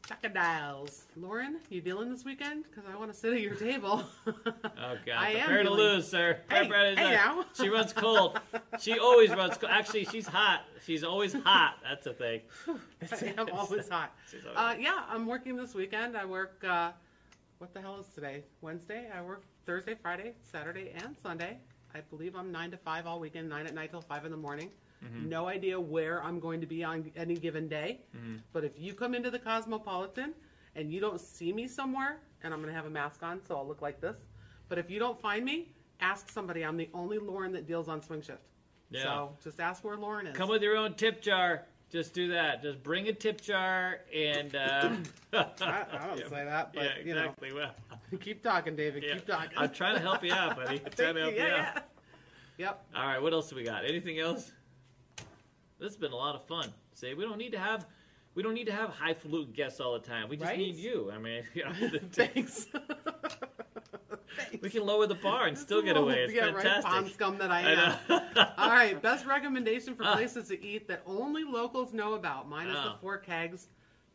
A: Crocodiles, Lauren, you dealing this weekend? Because I want to sit at your table.
B: Oh God.
A: I am
B: Prepare to
A: dealing-
B: lose, sir.
A: Hey,
B: Prepare to
A: hey
B: lose.
A: now.
B: She runs cold. She always runs cold. Actually, she's hot. She's always hot. That's a thing.
A: I am always hot.
B: She's always
A: Uh, yeah, I'm working this weekend. I work. Uh, what the hell is today? Wednesday. I work Thursday, Friday, Saturday, and Sunday. I believe I'm nine to five all weekend, nine at night till five in the morning.
B: Mm-hmm.
A: No idea where I'm going to be on any given day.
B: Mm-hmm.
A: But if you come into the Cosmopolitan and you don't see me somewhere, and I'm going to have a mask on, so I'll look like this. But if you don't find me, ask somebody. I'm the only Lauren that deals on swing shift.
B: Yeah.
A: So just ask where Lauren is.
B: Come with your own tip jar. Just do that. Just bring a tip jar and. Uh,
A: I, I don't say that, but
B: yeah,
A: you know.
B: exactly. Well,
A: Keep talking, David.
B: yeah.
A: Keep talking.
B: I'm trying to help you out, buddy. I'm trying to help you out.
A: Yep.
B: All right, what else do we got? Anything else? This has been a lot of fun. See, we don't need to have, we don't need to have highfalutin guests all the time. We just
A: Right?
B: need you. I mean, you know,
A: Thanks.
B: we can lower the bar and still get away. It's
A: yeah, right, palm
B: fantastic.
A: scum that I
B: I
A: am.
B: know.
A: All right, best recommendation for
B: Ah.
A: places to eat that only locals know about. Mine is
B: Oh.
A: the Four Kegs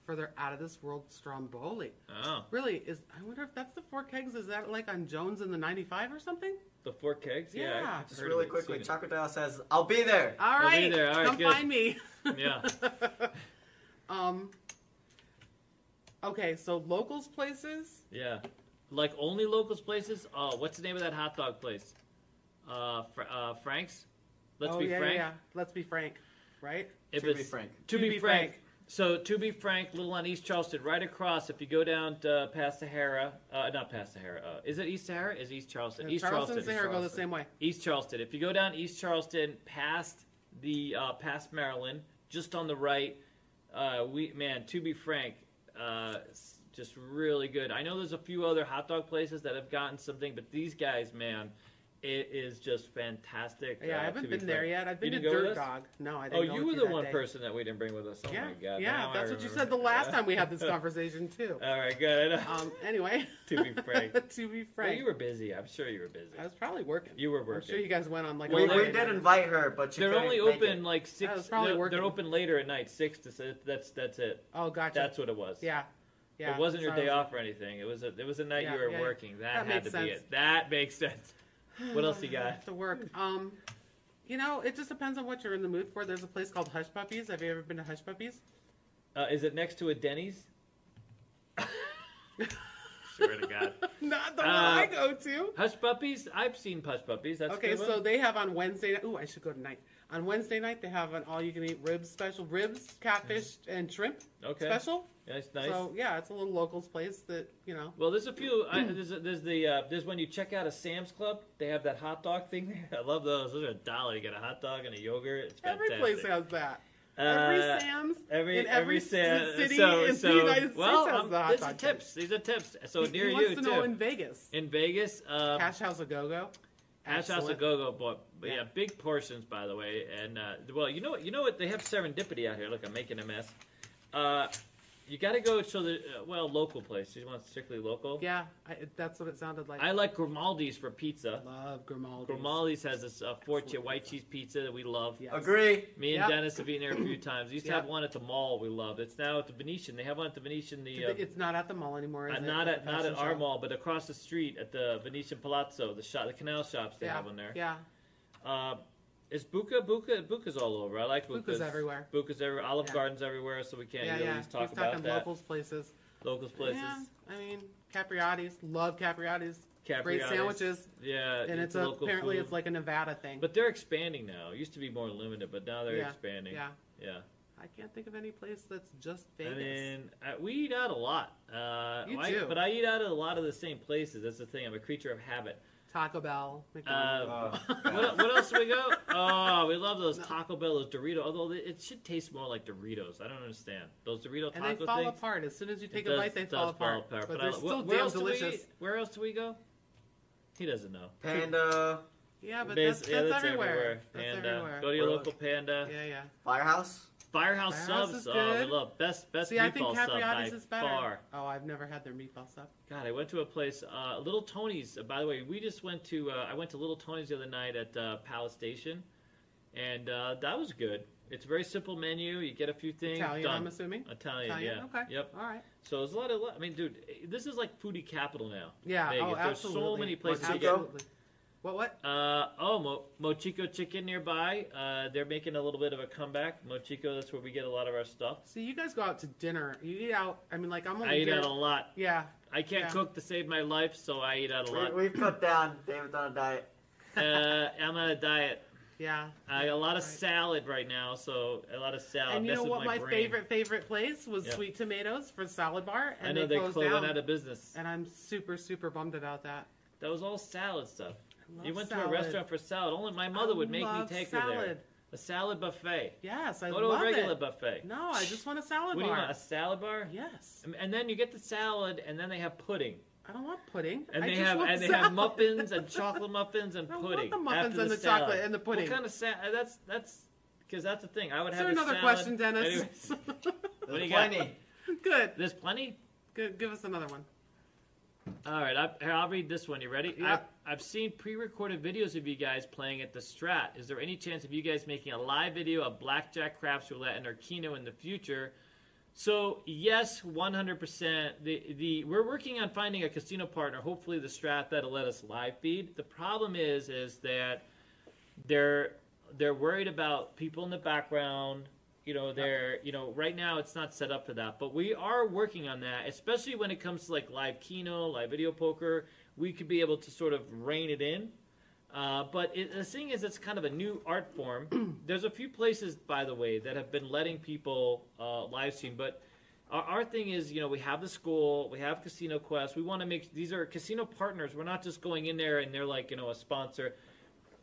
A: for their out of this world Stromboli.
B: oh,
A: Really, is I wonder if that's the Four Kegs. Is that like on Jones in the '95 or something?
B: the four kegs. Yeah,
A: Yeah.
B: I've
D: Just
B: heard of
D: really
B: it,
D: quickly,
B: seen it.
D: Crocodile says, "I'll be there."
A: All
B: I'll be
A: right,
B: there. All right,
A: come
B: good.
A: find me.
B: Yeah.
A: um. Okay, so locals places.
B: Yeah, like only locals places. Oh, what's the name of that hot dog place? Uh, Fr- uh Frank's. Let's
A: oh,
B: be
A: yeah,
B: frank.
A: Yeah, yeah. Let's be frank. Right.
B: If
D: to be
B: it's-
D: frank.
B: To, be, frank. So to be frank, little on East Charleston, right across. If you go down uh, past Sahara, uh, not past Sahara. Uh, is it East Sahara? Is it East Charleston?
A: Yeah,
B: East
A: Charleston
B: Charleston.
A: and Sahara go the
D: Charleston.
A: same way.
B: East Charleston. If you go down East Charleston, past the uh, past Maryland, just on the right, uh, we man. To be frank, uh, it's just really good. I know there's a few other hot dog places that have gotten something, but these guys, man, it is just fantastic.
A: Yeah,
B: uh,
A: I
B: To
A: haven't
B: Be
A: been there
B: Frank.
A: yet. I've been
B: You
A: to
B: didn't go with
A: Dirt
B: us?
A: Dog. No, I didn't.
B: Oh,
A: go
B: you were
A: with
B: the
A: that
B: one
A: day.
B: person that we didn't bring with us. Oh
A: yeah,
B: my god.
A: yeah.
B: now I
A: That's what you
B: remember.
A: said the last
B: Yeah.
A: time we had this conversation too.
B: All right, good.
A: Um. Anyway.
B: To be frank.
A: to be
B: Well,
A: frank.
B: you were busy. I'm sure you were busy.
A: I was probably working.
B: You were
A: I'm
B: working.
A: sure you guys went on like. a
D: We, we
A: Friday
D: did
A: night.
D: invite her, but she
B: they're
D: couldn't
B: only
D: make
B: open
D: It.
B: like six.
A: was probably
B: they're,
A: working.
B: they're open later at night, six to six. That's that's it.
A: Oh, gotcha.
B: That's what it was.
A: yeah. Yeah.
B: It wasn't your
A: so-
B: day off or anything. It was a it was a night
A: Yeah,
B: you were
A: yeah, yeah.
B: working. That,
A: That
B: had
A: makes
B: to be
A: sense.
B: it. That makes sense. What else you got?
A: To work. Um. You know, it just depends on what you're in the mood for. There's a place called Hush Puppies. Have you ever been to Hush Puppies?
B: Uh, is it next to a Denny's? Swear to God.
A: Not the one
B: Uh,
A: I go to.
B: Hush puppies. I've seen Hush puppies. That's a
A: Okay,
B: good one.
A: so they have on Wednesday. Ooh, I should go tonight. On Wednesday night, they have an all-you-can-eat ribs special, ribs, catfish, and shrimp
B: Okay.
A: special.
B: Nice, nice.
A: So yeah, it's a little locals place that you know.
B: Well, there's a few. I, there's, there's the uh, there's when you check out a Sam's Club, they have that hot dog thing there. I love those. Those are a dollar. You get a hot dog and a yogurt. It's fantastic.
A: Every place has that.
B: Uh,
A: every Sam's
B: Every
A: in every,
B: every Sam-
A: ci- city
B: so,
A: in
B: so,
A: the United
B: well,
A: States has
B: um,
A: the hot
B: these
A: dog
B: are tips. These are tips. So
A: place. He-
B: near
A: he wants
B: you
A: to
B: too.
A: know in
B: In,
A: Vegas,
B: Vegas, um,
A: Cash House a Go Go.
B: Hash House of
A: Excellent.
B: Go Go bought, but yeah.
A: Yeah.
B: big portions by the way. And uh, well, you know what? You know what? They have serendipity out here. Look, I'm making a mess. Uh, you got to go to the uh, well local place. You want strictly local?
A: Yeah, I, that's what it sounded like.
B: I like Grimaldi's for
A: I
B: pizza.
A: love Grimaldi.
B: Grimaldi's has this uh, forte
A: Excellent
B: white
A: pizza.
B: cheese pizza that we love.
A: Yes.
D: Agree.
B: Me and
A: Yep.
B: Dennis have been there a few times. We used to
A: Yep.
B: have one at the mall we loved. It's now at the Venetian. They have one at the Venetian. The uh,
A: It's not at the mall anymore. Is
B: uh,
A: it?
B: not at not
A: fashion
B: at our
A: show?
B: mall, but across the street at the Venetian Palazzo, the shop, the canal shops they
A: Yeah.
B: have one there.
A: Yeah,
B: Uh, is Buca Buca Buca's all over? I like Buca's.
A: Buca's everywhere.
B: Buca's everywhere. Olive
A: Yeah.
B: Garden's everywhere, so we can't
A: yeah,
B: really
A: yeah.
B: just talk
A: He's
B: about
A: talking
B: that.
A: locals places.
B: Locals places.
A: Yeah, I mean Capriati's. Love Capriati's. Great
B: Capriati's.
A: sandwiches,
B: Yeah,
A: and it's, a,
B: uh, local
A: apparently
B: food.
A: it's like a Nevada thing.
B: But they're expanding now. It used to be more limited, but now they're
A: Yeah,
B: expanding.
A: yeah,
B: Yeah.
A: I can't think of any place that's just
B: I
A: Vegas.
B: mean, I, uh, we eat out a lot. Uh,
A: You
B: I-
A: do.
B: But I eat out at a lot of the same places. That's the thing. I'm a creature of habit.
A: Taco Bell, McDonald's.
B: Uh,
D: Oh,
B: what, el- what else do we go? Oh, we love those
A: No.
B: Taco Bell, those Doritos. Although they- it should taste more like Doritos. I don't understand those Dorito
A: and
B: taco
A: they fall
B: things.
A: apart as soon as you
B: it
A: take a
B: does-
A: bite. They
B: does
A: fall
B: fall
A: apart, but,
B: I
A: they're
B: lo-
A: still
B: where
A: damn
B: else do we-
A: delicious.
B: where else do we go? He doesn't know.
D: Panda.
A: Yeah, but
B: Bas-
A: that's,
B: yeah,
A: that's everywhere. That's
B: Panda.
A: everywhere.
B: uh, Go to your
D: Really?
B: local Panda.
A: Yeah, yeah.
C: Firehouse.
B: Firehouse,
A: Firehouse
B: subs.
A: is
B: Oh,
A: good.
B: we love best best
A: See,
B: meatball
A: I think
B: sub by
A: Capriati's is better.
B: far.
A: Oh, I've never had their meatball sub.
B: God, I went to a place, uh, Little Tony's. uh, By the way, we just went to. Uh, I went to Little Tony's the other night at uh, Palace Station, and uh, that was good. It's a very simple menu. You get a few things.
A: Italian,
B: done.
A: I'm assuming.
B: Italian,
A: Italian?
B: yeah.
A: Okay.
B: Yep.
A: All right.
B: So there's a lot of. I mean, dude, this is like foodie capital now.
A: Yeah.
B: Vegas.
A: Oh,
B: There's
A: absolutely.
B: so many places
C: to go.
A: absolutely. What? What?
B: Uh, oh, Mo- Mochico Chicken nearby. Uh, they're making a little bit of a comeback. Mochico, that's where we get a lot of our stuff.
A: See, you guys go out to dinner. You eat out. I mean, like I'm only.
B: I eat
A: here-
B: out a lot.
A: Yeah.
B: I can't
A: Oh, Yeah.
B: cook to save my life, so I eat out a lot.
C: We, we've cut down. David's on a diet.
B: uh, I'm on a diet.
A: Yeah.
B: I, a lot
A: Right.
B: of salad right now, so a lot of salad.
A: and you
B: Mess
A: know
B: with
A: what? My,
B: brain.
A: favorite favorite place was
B: Yeah.
A: Sweet Tomatoes for salad bar, and
B: I know
A: they
B: they
A: closed
B: clo- went
A: down.
B: out of business.
A: and I'm super super bummed about that.
B: That was all salad stuff.
A: I love
B: You went to a
A: salad.
B: restaurant for salad. Only my mother
A: I
B: would make me
A: love
B: take
A: salad.
B: her there. A salad buffet.
A: Yes, I
B: Go to
A: love
B: a regular
A: it.
B: buffet.
A: No, I just want a salad
B: What do you
A: bar.
B: want? A salad bar?
A: Yes,
B: And then you get the salad, and then they have pudding,
A: I don't want pudding.
B: and
A: I
B: they
A: just
B: have
A: want
B: and they
A: salad.
B: have muffins and chocolate muffins and
A: I want
B: pudding.
A: the muffins
B: after
A: and
B: the
A: the chocolate
B: salad.
A: and the pudding.
B: What kind of salad? That's that's because that's the thing. I would
A: Is
B: have
A: there
B: a
A: another
B: salad-
A: question, Dennis?
B: Anyway,
D: There's
B: do you got?
D: plenty.
A: Good.
B: there's plenty.
A: Good. Give us another one.
B: All right, I, here, I'll read this one. You ready?
A: Yeah.
B: I've, I've seen pre-recorded videos of you guys playing at the Strat. Is there any chance of you guys making a live video of blackjack, craps, roulette, and Arcano in the future? So yes, 100%. The the we're working on finding a casino partner. Hopefully, the Strat that'll let us live feed. The problem is, is that they're they're worried about people in the background. You know, they're you know right now it's not set up for that, but we are working on that, especially when it comes to like live keno, live video poker. We could be able to sort of rein it in. Uh, but it, the thing is, it's kind of a new art form. There's a few places, by the way, that have been letting people uh, live stream, but our, our thing is, you know, we have the school, we have Casino Quest. We want to make these are casino partners. We're not just going in there and they're like, you know, a sponsor.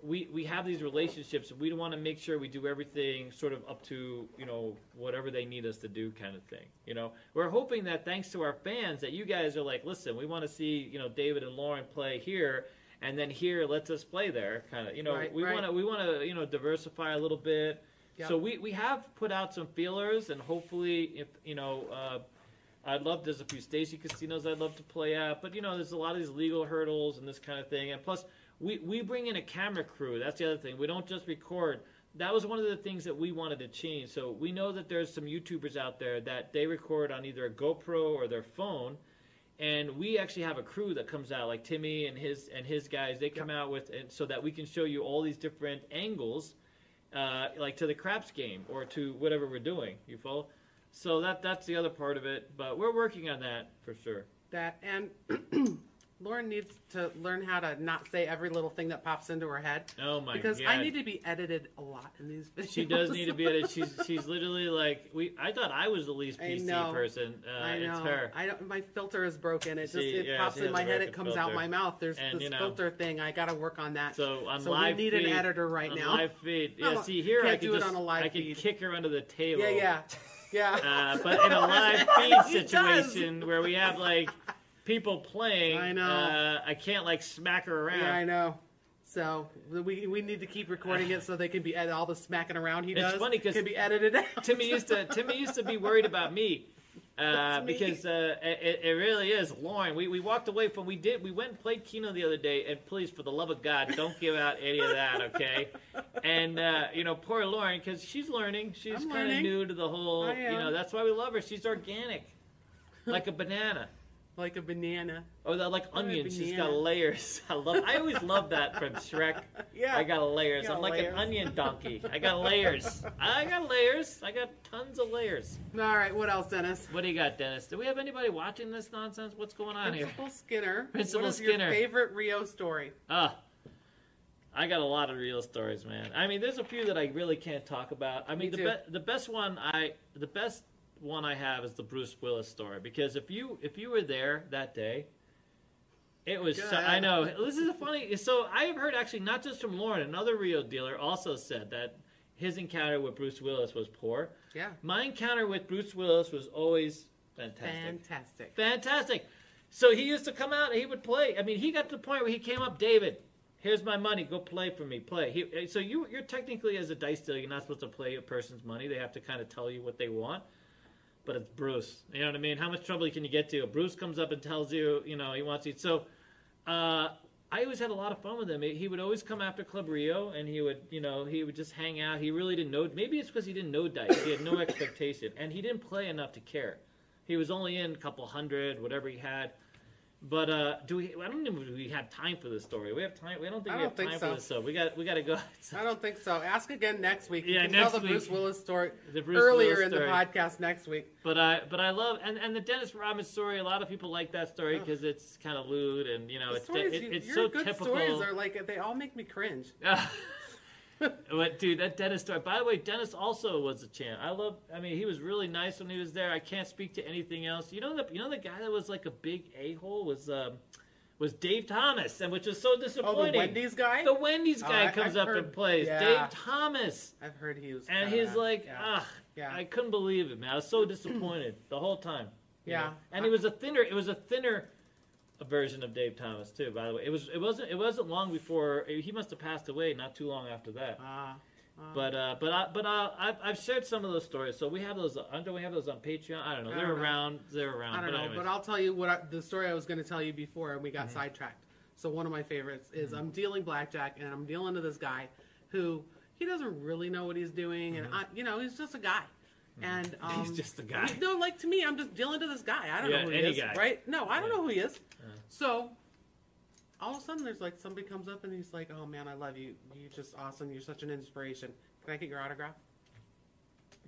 B: We we have these relationships. We want to make sure we do everything sort of up to you know whatever they need us to do, kind of thing. You know, we're hoping that thanks to our fans, that you guys are like, listen, we want to see you know David and Lauren play here. And then here, lets us play there, kind of. You know,
A: Right,
B: we
A: right.
B: want to we want to you know diversify a little bit.
A: Yeah.
B: So we, we have put out some feelers, and hopefully, if you know, uh, I'd love there's a few station casinos I'd love to play at, but you know, there's a lot of these legal hurdles and this kind of thing. And plus, we we bring in a camera crew. That's the other thing. We don't just record. That was one of the things that we wanted to change. So we know that there's some YouTubers out there that they record on either a GoPro or their phone, and we actually have a crew that comes out, like Timmy and his and his guys. They come out with and so that we can show you all these different angles uh, like to the craps game or to whatever we're doing. You follow? So that that's the other part of it, but we're working on that for sure.
A: That and Lauren needs to learn how to not say every little thing that pops into her head
B: Oh my
A: because
B: god!
A: I need to be edited a lot in these videos.
B: she does need to be at it. She's she's literally like we. I thought I was the least
A: I
B: PC
A: know.
B: person. Uh,
A: I know.
B: It's her.
A: I don't. My filter is broken. It just
B: See,
A: it
B: yeah,
A: pops
B: she
A: in
B: has
A: my
B: a
A: head. It
B: broken
A: comes out
B: filter.
A: my mouth. There's
B: And,
A: this
B: you know-
A: filter thing. I gotta work on that.
B: So on
A: So we
B: live
A: need
B: feed,
A: an editor right
B: on
A: now.
B: Live feed. Yeah.
A: No,
B: see here,
A: can't
B: I can
A: do it
B: just
A: on a live
B: I can
A: feed.
B: kick her under the table.
A: yeah, yeah, yeah.
B: Uh, but in a live feed
A: He does.
B: situation where we have like people playing,
A: I know.
B: Uh, I can't like smack her around.
A: yeah, I know. So we we need to keep recording it so they can be ed- all the smacking around he
B: It's
A: does.
B: funny 'cause
A: can be edited out.
B: Timmy used to Timmy used to be worried about me. Uh,
A: That's me.
B: because uh, it, it really is Lauren. We, we walked away from we did we went and played Keno the other day, and please for the love of God, don't give out any of that, okay? And uh, you know, poor Lauren, because she's learning. She's
A: I'm
B: kind of
A: learning.
B: new to the whole.
A: I
B: You know,
A: am.
B: that's why we love her. She's organic, like a banana.
A: like a banana.
B: Oh, that like
A: Or a
B: onion. She's got
A: banana.
B: layers. I love. I always love that from Shrek.
A: Yeah.
B: I got layers.
A: You got
B: I'm like
A: layers.
B: an onion donkey. I got layers. I got layers. I got tons of layers.
A: all right. What else, Dennis?
B: What do you got, Dennis? Do we have anybody watching this nonsense? What's going on here?
A: Principal Skinner.
B: Principal
A: what is
B: Skinner.
A: your favorite Rio story?
B: Ah, I got a lot of real stories, man. I mean, there's a few that I really can't talk about. I
A: Me
B: mean, the
A: too.
B: be- the best one I the best one I have is the Bruce Willis story because if you if you were there that day, it was so,
A: God.
B: I know this is a funny. So I have heard actually not just from Lauren, another Rio dealer also said that his encounter with Bruce Willis was poor.
A: Yeah.
B: My encounter with Bruce Willis was always fantastic.
A: Fantastic.
B: Fantastic. So he used to come out and he would play. I mean, he got to the point where he came up, David. Here's my money. Go play for me. Play. He, uh, so you, you're technically as a dice dealer, you're not supposed to play a person's money. They have to kind of tell you what they want. But it's Bruce. You know what I mean? How much trouble can you get to? Bruce comes up and tells you, you know, he wants you. So uh, I always had a lot of fun with him. He he would always come after Club Rio, and he would, you know, he would just hang out. He really didn't know. Maybe it's because he didn't know dice. He had no expectation, and he didn't play enough to care. He was only in a couple hundred, whatever he had. But uh, do we? I don't even know if we have time for this story. We have time. We don't think
A: I
B: we
A: don't
B: have
A: think
B: time
A: so.
B: for this. So we got we got to go.
A: I don't think so. Ask again next week.
B: Yeah,
A: you can
B: next
A: tell the
B: week.
A: Bruce Willis story
B: The Bruce
A: earlier
B: Willis
A: in the
B: story.
A: podcast next week.
B: But I but I love and, and the Dennis Rodman story. A lot of people like that story because it's kind of lewd and you know
A: The
B: it's
A: stories,
B: it,
A: you-
B: it's
A: your
B: so
A: good
B: typical.
A: stories are like they all make me cringe.
B: but dude, that Dennis story. By the way, Dennis also was a champ. I love. I mean, he was really nice when he was there. I can't speak to anything else. You know the you know the guy that was like a big a hole was um was Dave Thomas, and which was so
A: Oh,
B: disappointing.
A: the Wendy's guy.
B: The Wendy's
A: Oh,
B: guy
A: I-
B: comes
A: I've
B: up and
A: heard-
B: plays
A: yeah.
B: Dave Thomas,
A: I've heard he was.
B: and
A: kinda-
B: he's like,
A: yeah.
B: ah,
A: Yeah.
B: I couldn't believe it, man. I was so disappointed the whole time. you
A: Yeah.
B: know? and it was a thinner. It was a thinner version of Dave Thomas too. By the way, it was. It wasn't. It wasn't long before he must have passed away. Not too long after that.
A: Ah, ah.
B: But uh, but I, but I, I've, I've shared some of those stories. So we have those. uh, Don't we have those on Patreon? I don't know.
A: I
B: They're
A: don't know.
B: around. They're around.
A: I don't know,
B: anyways. Mm-hmm.
A: but I'll tell you what I, the story I was going to tell you before, and we got sidetracked. So one of my favorites is I'm dealing blackjack, and I'm dealing to this guy who he doesn't really know what he's doing, and I, you know he's just a guy. And um,
B: Mm-hmm. He's just a guy.
A: No, like to me, I'm just dealing to this guy. I don't
B: Yeah,
A: know who he
B: any
A: is,
B: guy.
A: right? No, I don't
B: Yeah.
A: know who he is.
B: Yeah.
A: So all of a sudden, there's like somebody comes up and he's like, "Oh man, I love you. You're just awesome. You're such an inspiration. Can I get your autograph?"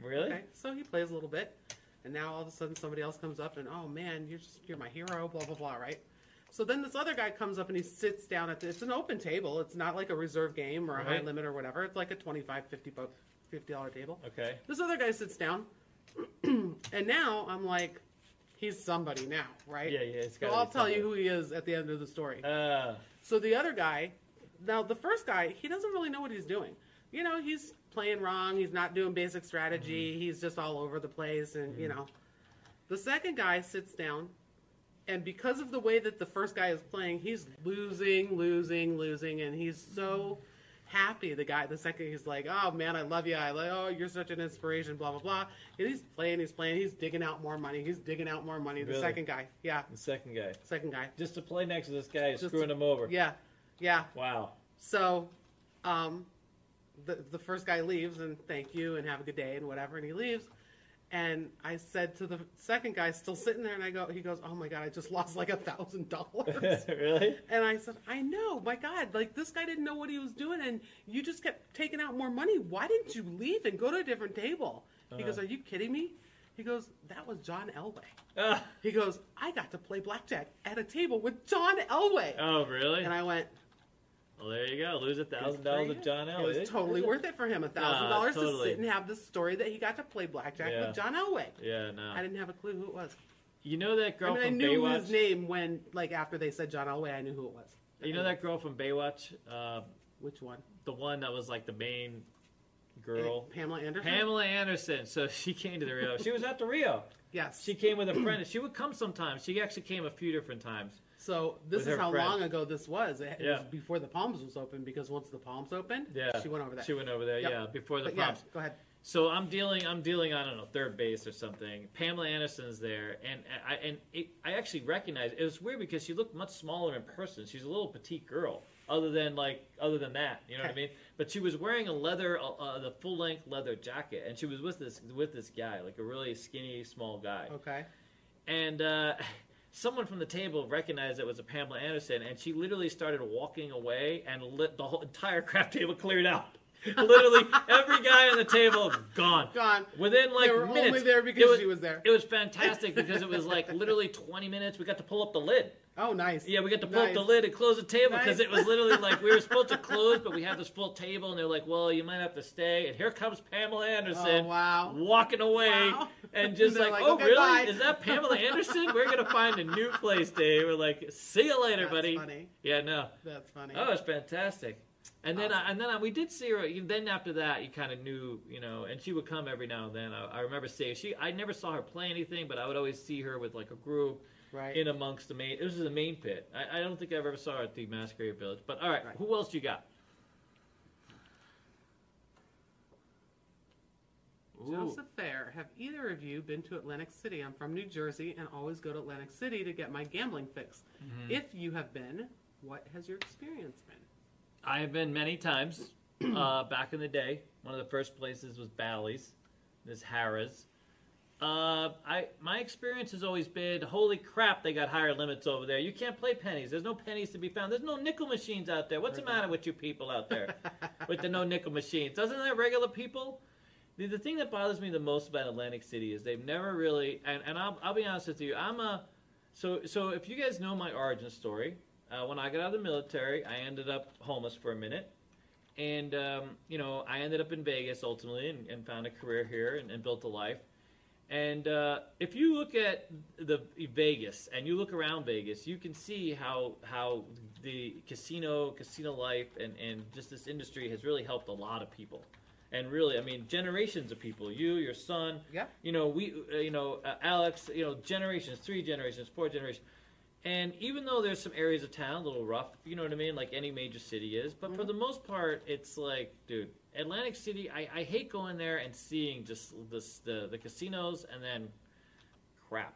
B: really?
A: Okay, so he plays a little bit, and now all of a sudden somebody else comes up and oh man, you're just you're my hero, blah blah blah, right? So then this other guy comes up and he sits down at the, it's an open table. It's not like a reserve game or a high
B: Right.
A: limit or whatever. It's like a 25 50 buck, 50 dollar table.
B: Okay.
A: This other guy sits down, and now I'm like, he's somebody now, right?
B: Yeah, yeah. It's
A: So
B: gotta
A: I'll
B: be
A: tell you who
B: somebody.
A: he is at the end of the story.
B: Uh,
A: So the other guy, now the first guy, he doesn't really know what he's doing. You know, he's playing wrong. He's not doing basic strategy. He's just all over the place, and you know, the second guy sits down, and because of the way that the first guy is playing, he's losing, losing, losing, and he's so happy. The guy, the second, he's like, "Oh man, I love you. I like, oh, you're such an inspiration." Blah blah blah. And he's playing, he's playing, he's digging out more money. He's digging out more money. The
B: Really?
A: second guy, yeah,
B: the second guy.
A: second guy,
B: Just to play next to this guy, is
A: Just
B: screwing
A: to-
B: him over.
A: yeah, yeah.
B: Wow.
A: So, um, the the first guy leaves and thank you and have a good day and whatever, and he leaves. And I said to the second guy, still sitting there, and I go, he goes, oh my god, I just lost like a thousand dollars.
B: really?
A: And I said, I know, my God, like this guy didn't know what he was doing, and you just kept taking out more money. Why didn't you leave and go to a different table? He goes, Are you kidding me? He goes, That was John Elway.
B: Uh,
A: He goes, I got to play blackjack at a table with John Elway.
B: oh, really?
A: And I went,
B: well, there you go. Lose a
A: Good for
B: thousand dollars
A: you.
B: with John Elway.
A: It was totally worth it for him. A thousand
B: Nah,
A: dollars to
B: totally.
A: sit and have the story that he got to play blackjack
B: Yeah.
A: with John Elway.
B: Yeah.
A: I
B: No.
A: didn't have a clue who it was.
B: You know that girl
A: I mean, I
B: from
A: knew
B: Baywatch.
A: his name when, like, after they said John Elway, I knew who it was.
B: You know that girl from Baywatch, uh,
A: Which one? Eh,
B: the one that was like the main girl.
A: Pamela Anderson.
B: Pamela Anderson. So she came to the Rio. She was at the Rio.
A: Yes.
B: She came with a friend. and She would come sometimes. She actually came a few different times.
A: so this
B: with
A: is
B: her
A: how
B: friend.
A: long ago this was. It
B: Yeah.
A: was before the Palms was open because once the Palms opened,
B: Yeah,
A: she went over there.
B: She went over there.
A: Yep.
B: Yeah, before the
A: but yeah,
B: props.
A: go ahead.
B: So I'm dealing. I'm dealing. I don't know third base or something. Pamela Anderson's there, and I and it, I actually recognize it was weird because she looked much smaller in person. She's a little petite girl. Other than like other than that, you know what I
A: Okay.
B: mean. But she was wearing a leather, uh, uh, the full length leather jacket, and she was with this with this guy, like a really skinny, small guy.
A: Okay.
B: And uh, someone from the table recognized it was a Pamela Anderson, and she literally started walking away, and lit the whole entire craft table cleared out. literally every guy on the table gone.
A: Gone.
B: Within like
A: they were
B: minutes,
A: only there because
B: it was,
A: she was there.
B: It was fantastic because it was like literally 20 minutes. We got to pull up the lid.
A: oh, nice.
B: Yeah, we got to pull up the
A: Nice.
B: lid and close the table because
A: Nice.
B: it was literally like we were supposed to close, but we had this full table, and they're like, "Well, you might have to stay." And here comes Pamela
A: Oh,
B: Anderson
A: wow.
B: walking away
A: Wow.
B: and just
A: They're
B: like,
A: like,
B: oh
A: "Okay,
B: really?
A: bye."
B: Is that Pamela Anderson? We're gonna find a new place, Dave. We're like, see you later,
A: That's
B: buddy.
A: funny.
B: Yeah, no.
A: That's funny.
B: Oh, it's fantastic. And then, I, and then I, we did see her. even Then after that, you kind of knew, you know. And she would come every now and then. I, I remember seeing she. I never saw her play anything, but I would always see her with like a group
A: right.
B: in amongst the main. It was the main pit. I, I don't think I've ever saw her at the Masquerade Village. But all right,
A: Right.
B: who else you got? Ooh.
A: Joseph Fair, have either of you been to Atlantic City? I'm from New Jersey and always go to Atlantic City to get my gambling fix.
B: Mm. Mm-hmm.
A: If you have been, what has your experience been?
B: I have been many times. uh, back in the day, one of the first places was Bally's, this Harrah's. Uh, I my experience has always been, holy crap, they got higher limits over there. You can't play pennies. There's no pennies to be found. There's no nickel machines out there. What's the matter with you people out there with the no nickel machines? Doesn't that regular people? The, the thing that bothers me the most about Atlantic City is they've never really and, and I'll, I'll be honest with you I'm a so so if you guys know my origin story uh, when I got out of the military I ended up homeless for a minute and um, you know I ended up in Vegas ultimately and, and found a career here and, and built a life and uh, if you look at the Vegas and you look around Vegas, you can see how how the casino casino life and, and just this industry has really helped a lot of people, and really I mean generations of people. You, your son,
A: Yeah.
B: you know we, uh, you know uh, Alex, you know generations, three generations, four generations. And even though there's some areas of town a little rough, you know what I mean, like any major city is, but for
A: Mm-hmm.
B: the most part, it's like, dude, Atlantic City, I, I hate going there and seeing just this, the, the casinos and then crap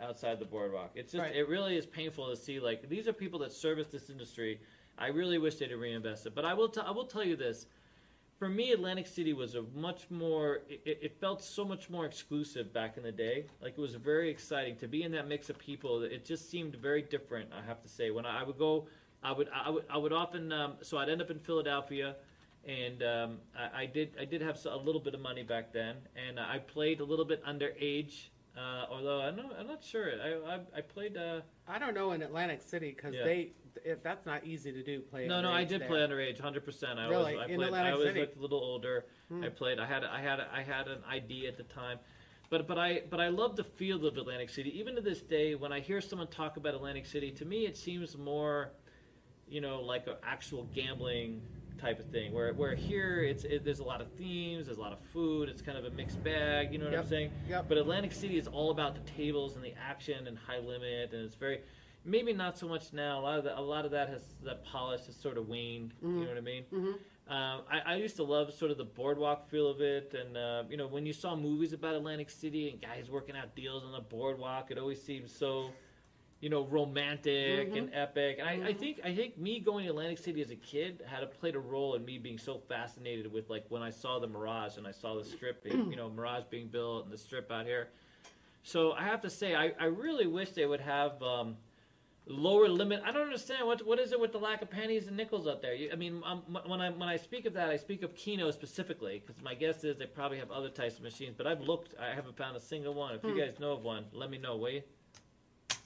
B: outside the boardwalk. It's just,
A: Right.
B: it really is painful to see, like, these are people that service this industry. I really wish they'd have reinvested. But I will, t- I will tell you this. For me, Atlantic City was a much more, it, it- it felt so much more exclusive back in the day. Like, it was very exciting to be in that mix of people. It just seemed very different, I have to say. When I, I would go, I would, I would, I would often, um, so I'd end up in Philadelphia. And um, I, I did, I did have s- a little bit of money back then, and I played a little bit underage. Uh, although I'm not, I'm not sure. I, I, I played. Uh,
A: I don't know in Atlantic City because
B: Yeah.
A: they it, that's not easy to do. Play
B: No, no,
A: underage
B: I did
A: there.
B: play underage, hundred percent. I
A: Really?
B: was, I
A: In
B: played, I
A: Atlantic
B: always
A: City? Hmm.
B: looked a little older. I played. I had, I had, I had an ID at the time, but but I but I love the feel of Atlantic City. Even to this day, when I hear someone talk about Atlantic City, to me it seems more, you know, like an actual gambling type of thing. Where where here it's it, there's a lot of themes, there's a lot of food. It's kind of a mixed bag. You know what I'm
A: Yep.
B: saying?
A: Yep.
B: But Atlantic City is all about the tables and the action and high limit, and it's very maybe not so much now. A lot of that, a lot of that has that polish has sort of waned. You know what I mean?
A: Mhm.
B: Um, I, I used to love sort of the boardwalk feel of it, and uh, you know when you saw movies about Atlantic City and guys working out deals on the boardwalk, it always seemed so. You know, romantic and epic, and I, I think I think me going to Atlantic City as a kid had a, played a role in me being so fascinated with like when I saw the Mirage and I saw the strip, being, you know, Mirage being built and the strip out here. So I have to say, I, I really wish they would have um, lower limit. I don't understand what what is it with the lack of pennies and nickels out there. You, I mean, um, wh- when I when I speak of that, I speak of Keno specifically because my guess is they probably have other types of machines. But I've looked, I haven't found a single one. If
A: Hmm.
B: you guys know of one, let me know, will you?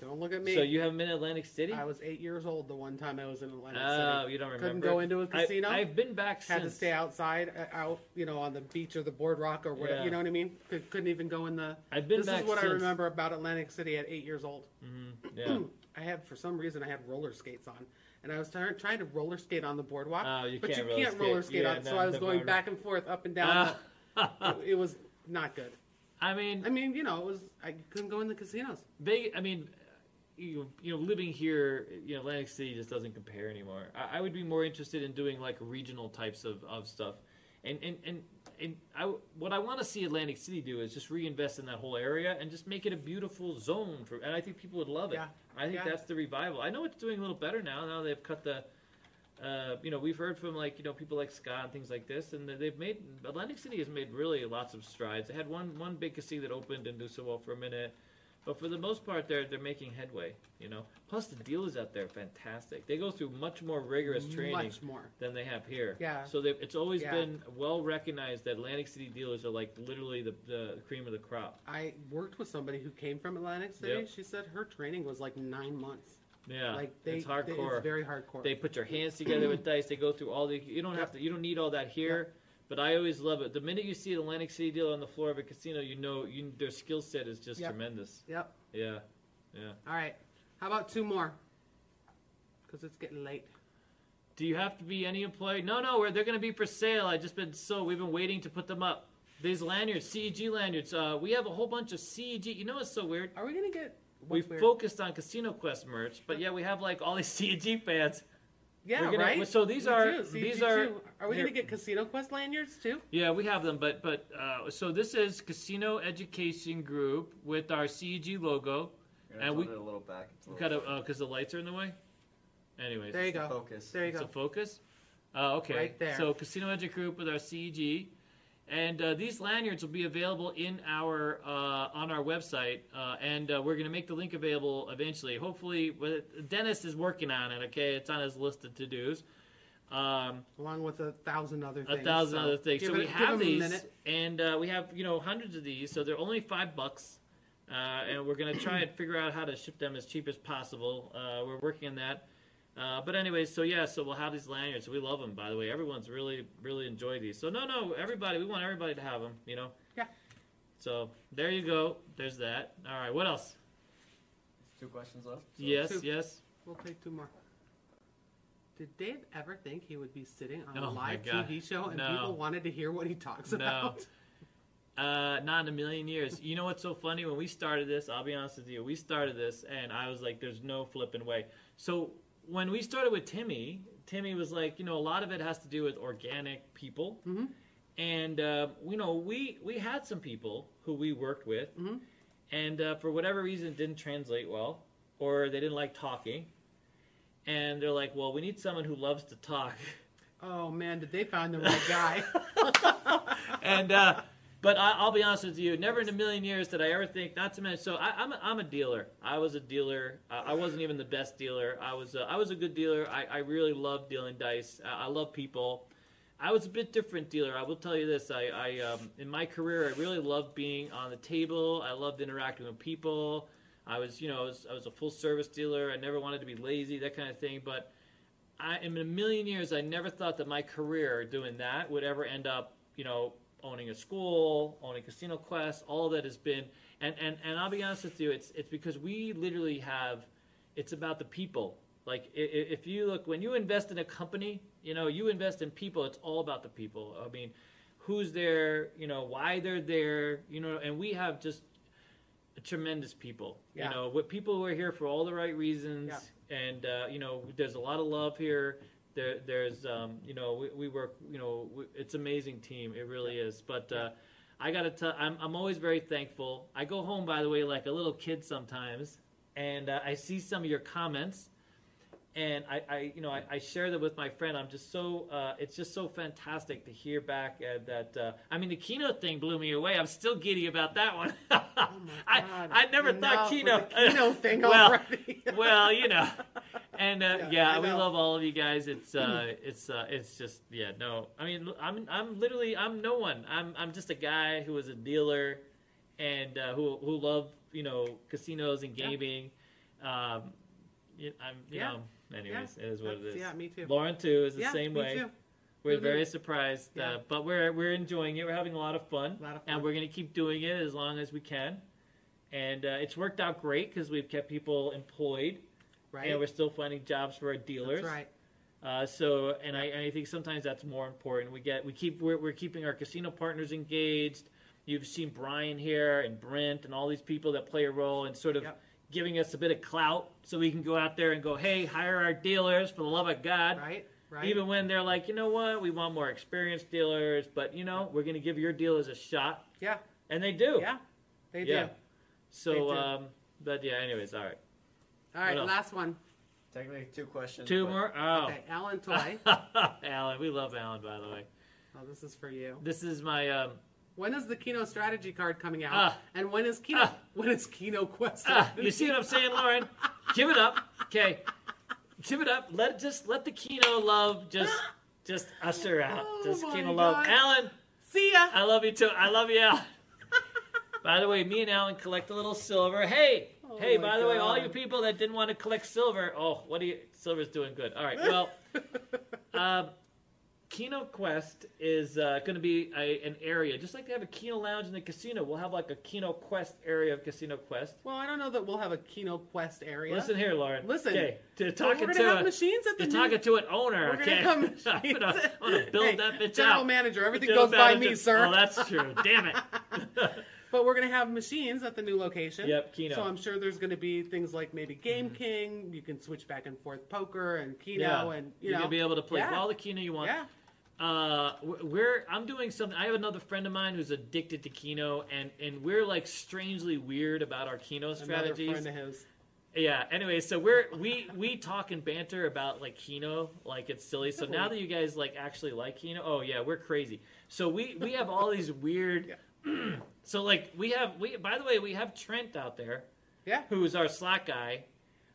A: Don't look at me.
B: So you haven't been in Atlantic City?
A: I was eight years old the one time I was in Atlantic
B: oh,
A: City.
B: you don't remember?
A: Couldn't go into a
B: I-
A: casino.
B: I've been back
A: Had to
B: since.
A: stay outside, uh, out you know, on the beach or the boardwalk or whatever.
B: Yeah.
A: You know what I mean? Could, couldn't even go in the.
B: I've been
A: this
B: back
A: is what
B: since. Mm-hmm.
A: I remember about Atlantic City at eight years old.
B: Yeah.
A: I had for some reason I had roller skates on, and I was try- trying to roller skate on the boardwalk,
B: Oh, you
A: but
B: can't
A: you
B: roller
A: can't roller
B: skate.
A: skate
B: Yeah,
A: on.
B: no,
A: so I was
B: the
A: going
B: board-
A: back and forth, up and down.
B: Ah.
A: the- it, it was not good.
B: I mean,
A: I mean, you know, it was I couldn't go in the casinos.
B: Vegas. I mean, you you know, living here, you know, Atlantic City just doesn't compare anymore. I, I would be more interested in doing like regional types of, of stuff, and and and and I w- what I want to see Atlantic City do is just reinvest in that whole area and just make it a beautiful zone for. And I think people would love it.
A: Yeah.
B: I think
A: Yeah.
B: that's the revival. I know it's doing a little better now. Now they've cut the. Uh, you know, we've heard from like you know people like Scott and things like this, and that they've made Atlantic City has made really lots of strides. They had one one big casino that opened and do so well for a minute, but for the most part, they're they're making headway. You know, plus the dealers out there are fantastic. They go through much more rigorous training
A: Much more.
B: than they have here.
A: Yeah.
B: So they've- it's always
A: Yeah.
B: been well recognized that Atlantic City dealers are like literally the, the cream of the crop.
A: I worked with somebody who came from Atlantic City.
B: Yep.
A: She said her training was like nine months.
B: Yeah.
A: like they,
B: it's
A: they-
B: hardcore.
A: it's very hardcore.
B: They put your hands together with dice. They go through all the. You don't have to. You don't need all that here. But I always love it. The minute you see an Atlantic City deal on the floor of a casino, you know you, their skill set is just
A: Yep.
B: tremendous.
A: yep.
B: Yeah.
A: All right. How about two more? Because it's getting late.
B: Do you have to be any employee? No, no. We're, they're going to be for sale. I just been so we've been waiting to put them up. These lanyards, CEG lanyards. Uh, we have a whole bunch of CEG. You know what's so weird?
A: Are we gonna get?
B: we
A: what's
B: have
A: weird?
B: focused on Casino Quest merch, but yeah, we have like all these CEG fans.
A: Yeah,
B: we're gonna-
A: right.
B: so these
A: We
B: are-
A: do,
B: these
A: CG2.
B: are-
A: Are we
B: they're-
A: gonna get Casino Quest lanyards too?
B: Yeah, we have them, but but uh, so this is Casino Education Group with our CEG logo.
D: You're gonna
B: And
D: tilt
B: we-
D: it a little back. It's a
B: We
A: Oh.
D: little
B: got because the lights are in the way. Anyways,
A: There you go.
D: focus.
A: There you
B: so
A: go.
B: focus. Uh, okay,
A: Right there.
B: So Casino Edge Group with our CEG, and uh, these lanyards will be available in our uh, on our website, uh, and uh, we're going to make the link available eventually. Hopefully, well, Dennis is working on it. Okay, it's on his list of to dos. Um,
A: Along with a thousand other things.
B: a thousand
A: so
B: other things.
A: give
B: So
A: it-
B: we
A: give
B: have
A: them a
B: these,
A: minute.
B: and uh, we have you know hundreds of these. So they're only five bucks, uh, and we're gonna try and figure out how to ship them as cheap as possible. Uh, we're working on that. Uh, but anyway, so yeah, so we'll have these lanyards. We love them, by the way. Everyone's really, really enjoy these. So no, no, everybody, we want everybody to have them. You know.
A: Yeah.
B: So there you go. There's that. All right. What else?
D: Two questions left. So-
B: yes.
A: two.
B: Yes.
A: We'll take two more. Did Dave ever think he would be sitting on a
B: Oh my
A: live
B: God.
A: TV show and
B: No.
A: people wanted to hear what he talks
B: No.
A: about?
B: Uh, not in a million years. You know what's so funny? When we started this, I'll be honest with you, we started this, and I was like, "There's no flipping way." So when we started with Timmy, Timmy was like, "You know, a lot of it has to do with organic people,"
A: Mhm.
B: and uh, you know, we we had some people who we worked with,
A: Mhm.
B: and uh, for whatever reason, didn't translate well, or they didn't like talking, and they're like, "Well, we need someone who loves to talk."
A: Oh man, did they find the right guy?
B: and uh, but I, I'll be honest with you, never in a million years did I ever think not to mention. So I, I'm a, I'm a dealer. I was a dealer. I, I wasn't even the best dealer. I was a, I was a good dealer. I, I really love dealing dice. I, I love people. I was a bit different dealer. I will tell you this. I, I um, in my career, I really loved being on the table. I loved interacting with people. I was, you know, I was, I was a full service dealer. I never wanted to be lazy, that kind of thing. But I, in a million years, I never thought that my career doing that would ever end up, you know, owning a school, owning Casino Quest. All of that has been, and and and I'll be honest with you, it's it's because we literally have, it's about the people. Like i- i- if you look, when you invest in a company, you know, you invest in people. It's all about the people. I mean, who's there, you know, why they're there, you know, and we have just tremendous people.
A: Yeah.
B: You know, with people who are here for all the right reasons, and uh, you know, there's a lot of love here. There, there's, um, you know, we, we work, you know, we, it's amazing team. It really is. But uh, I gotta tell, I'm, I'm always very thankful. I go home, by the way, like a little kid sometimes, and uh, I see some of your comments, and I, I you know, I, I share that with my friend. I'm just so, uh, it's just so fantastic to hear back uh, that. Uh, I mean, the keynote thing blew me away. I'm still giddy about that one. I,
A: Oh, God,
B: I never
A: enough
B: thought
A: with
B: keynote.
A: the Kino thing
B: well,
A: already.
B: well, you know, and uh,
A: Yeah,
B: yeah,
A: I
B: we
A: know. Hmm.
B: love all of you guys. It's uh, it's uh, it's just yeah, no. I mean, I'm I'm literally I'm no one. I'm I'm just a guy who was a dealer, and uh, who who loved you know casinos and
A: Yeah.
B: gaming. Um, you- I'm you
A: Yeah.
B: know, anyways, it is what it
A: That's-
B: is.
A: Yeah, me too.
B: Lauren too is the
A: yeah,
B: same
A: me
B: way.
A: Too.
B: We're
A: Mhm.
B: very surprised,
A: Yeah.
B: uh, but we're we're enjoying it. We're having a lot of fun,
A: A lot of fun.
B: and we're gonna keep doing it as long as we can. And uh, it's worked out great because we've kept people employed,
A: Right.
B: and we're still finding jobs for our dealers.
A: That's right.
B: Uh, so, and I, and I think sometimes that's more important. We get we keep we're, we're keeping our casino partners engaged. You've seen Brian here and Brent and all these people that play a role in sort of
A: Yep.
B: giving us a bit of clout so we can go out there and go, hey, hire our dealers for the love of God.
A: right? Right?
B: Even when they're like, you know what, we want more experienced dealers, but you know, we're going to give your dealers a shot.
A: yeah.
B: And they do.
A: Yeah. They
B: Yeah.
A: do. They
B: So,
A: do.
B: um, but yeah, anyways, all right.
A: All right,
B: What else?
A: last one.
D: Technically, two questions.
B: Two
D: but-
B: more. Oh.
A: Okay, Alan Toy.
B: Alan, we love Alan, by the way.
A: oh, this is for you.
B: This is my um,
A: When is the Kino strategy card coming out?
B: Ah.
A: and when is Kino?
B: Ah.
A: when is Kino Quest?
B: Ah, you see what I'm saying, Lauren? Give it up, okay? Give it up. Let just let the Kino love just just usher out.
A: Oh
B: just
A: my
B: Kino love,
A: God.
B: Alan.
A: See ya.
B: I love you too. I love you, Alan. by the way, me and Alan collect a little silver. Hey,
A: Oh
B: hey.
A: my
B: By the way, all
A: God.
B: you people that didn't want to collect silver, oh, what do you? Silver's doing good. All right, well. Um, Kino Quest is uh, going to be a, an area, just like they have a Kino Lounge in the casino. We'll have like a Kino Quest area of Casino Quest.
A: well, I don't know that we'll have a Kino Quest area.
B: Listen here, Lauren.
A: Listen.
B: okay, to
A: But
B: talking
A: we're
B: to
A: gonna have
B: a,
A: machines at the
B: you're
A: new-
B: talking to an owner.
A: We're gonna
B: okay,
A: have
B: I'm,
A: machines.
B: gonna, I'm gonna build
A: Hey,
B: that bitch
A: general
B: out.
A: manager, everything
B: General
A: goes by
B: manager-
A: me, sir.
B: Oh, that's true. Damn it.
A: But we're gonna have machines at the new location.
B: Yep, Mm-hmm. Keno.
A: So I'm sure there's gonna be things like maybe Game King. You can switch back and forth poker and Keno, and you
B: are
A: know
B: gonna be able to play
A: yeah.
B: all the Kino you want.
A: yeah.
B: uh we're- we're i'm doing something i have another friend of mine who's addicted to kino and and we're like strangely weird about our kino strategies
A: Another friend of his.
B: yeah anyway so we're we we talk and banter about like kino like it's silly so now that you guys like actually like kino oh yeah we're crazy so we we have all these weird so like we have we by the way we have trent out there
A: Yeah.
B: who is our slack guy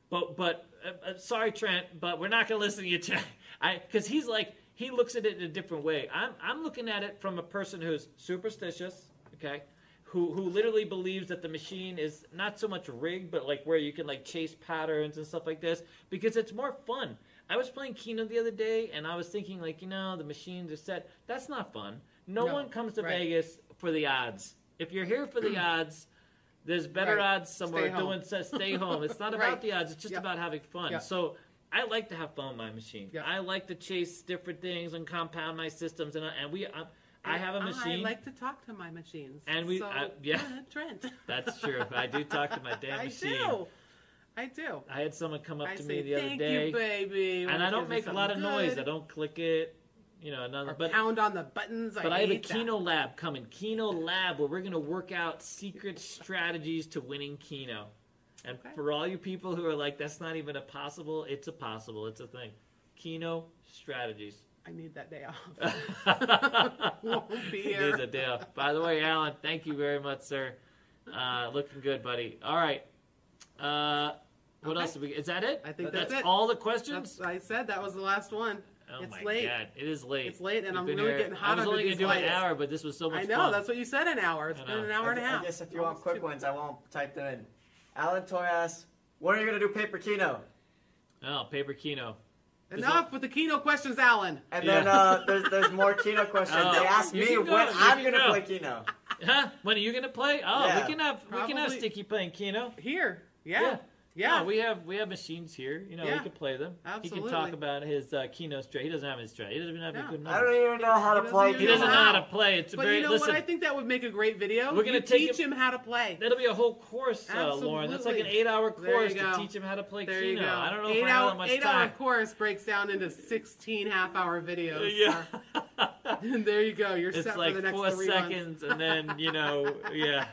B: but but uh, uh, sorry Trent, but we're not gonna listen to you, Trent. I because he's like he looks at it in a different way. I'm I'm looking at it from a person who's superstitious, okay, who who literally believes that the machine is not so much rigged, but like where you can like chase patterns and stuff like this because it's more fun. I was playing Keno the other day and I was thinking like you know the machines are set. That's not fun. No,
A: No,
B: one comes to
A: right.
B: Vegas for the odds. If you're here for the odds. There's better
A: Right.
B: odds somewhere
A: Stay home.
B: doing says stay home. It's not about
A: Right.
B: the odds. It's just
A: Yeah.
B: about having fun.
A: Yeah.
B: So I like to have fun with my machine.
A: Yeah.
B: I like to chase different things and compound my systems. And I, and we, I, I have a machine.
A: I like to talk to my machines.
B: And we-
A: so,
B: uh, yeah.
A: Trent.
B: That's true. I do talk to my damn
A: I
B: machine.
A: do. I do.
B: I had someone come up
A: I
B: to
A: say
B: me the other
A: thank
B: day,
A: you, baby. when
B: and I
A: it gives
B: don't
A: me
B: make a lot of
A: something
B: noise.
A: good,
B: I don't click it. You know,
A: Or
B: another but.
A: pound on the buttons.
B: But
A: I,
B: I, have a
A: hate that.
B: Kino Lab coming. Kino Lab, where we're going to work out secret strategies to winning Kino. And
A: Okay.
B: for all you people who are like, that's not even a possible, it's a possible, it's a thing. Kino strategies.
A: I need that day off. Won't be here.
B: There's a deal. By the way, Alan, thank you very much, sir. Uh, looking good, buddy. All right. Uh, what
A: Okay.
B: else? Did we, is that it?
A: I think that's it.
B: all the questions.
A: That's, I said that was the last one.
B: oh
A: it's
B: my
A: late.
B: god, it is late.
A: It's late, and
B: We've
A: I'm
B: been
A: really
B: here-
A: getting hot
B: I was
A: under
B: only
A: these
B: gonna do an
A: lights.
B: hour, but this was so
A: I
B: much
A: know.
B: fun.
A: That's what you said. An hour. It's
B: I
A: been
B: know.
A: an hour and a
D: I,
A: half.
D: I guess if you want
A: Almost
D: quick
A: two-
D: ones, I won't type them in. Alan Toy asks, when are you going to do paper keno?
B: oh, paper Kino.
A: Enough with the Kino questions, Alan.
D: And
B: Yeah.
D: then uh, there's, there's more keno questions.
B: Oh.
D: they ask
B: You
D: me
B: can
D: when
B: go, you
D: I'm
B: can
D: going to
B: go.
D: play keno.
B: Huh? When are you gonna play? Oh,
D: Yeah.
B: we can have we can have
A: Probably-
B: Sticky playing Keno.
A: Here. Yeah.
B: Yeah.
A: Yeah.
B: No, we have we have machines here. You know, we
A: Yeah.
B: can play them. He
A: Absolutely.
B: can talk about his uh, Keno straight. He doesn't have his straight. He doesn't even have a
A: No.
B: good
D: I
B: number.
D: don't even know how to
A: He
D: play
A: doesn't
B: He
A: even
B: doesn't know
A: know
B: how
A: how.
B: to play. It's a
A: but
B: very
A: you know
B: listen.
A: what? I think that would make a great video.
B: We're gonna
A: You
B: take
A: teach
B: it-
A: him how to play.
B: That'll be a whole course, uh, Lauren. That's like an
A: Absolutely.
B: eight-hour
A: There you
B: course to
A: go.
B: teach him how to play
A: There you
B: Keno.
A: go.
B: I don't know
A: eight
B: if I have that
A: hour,
B: much
A: eight hour
B: time.
A: course breaks down into 16 half hour videos.
B: yeah,
A: sir. and there you go. You're
B: it's
A: set for
B: like
A: the next
B: four
A: three
B: seconds,
A: months.
B: and then you know, yeah.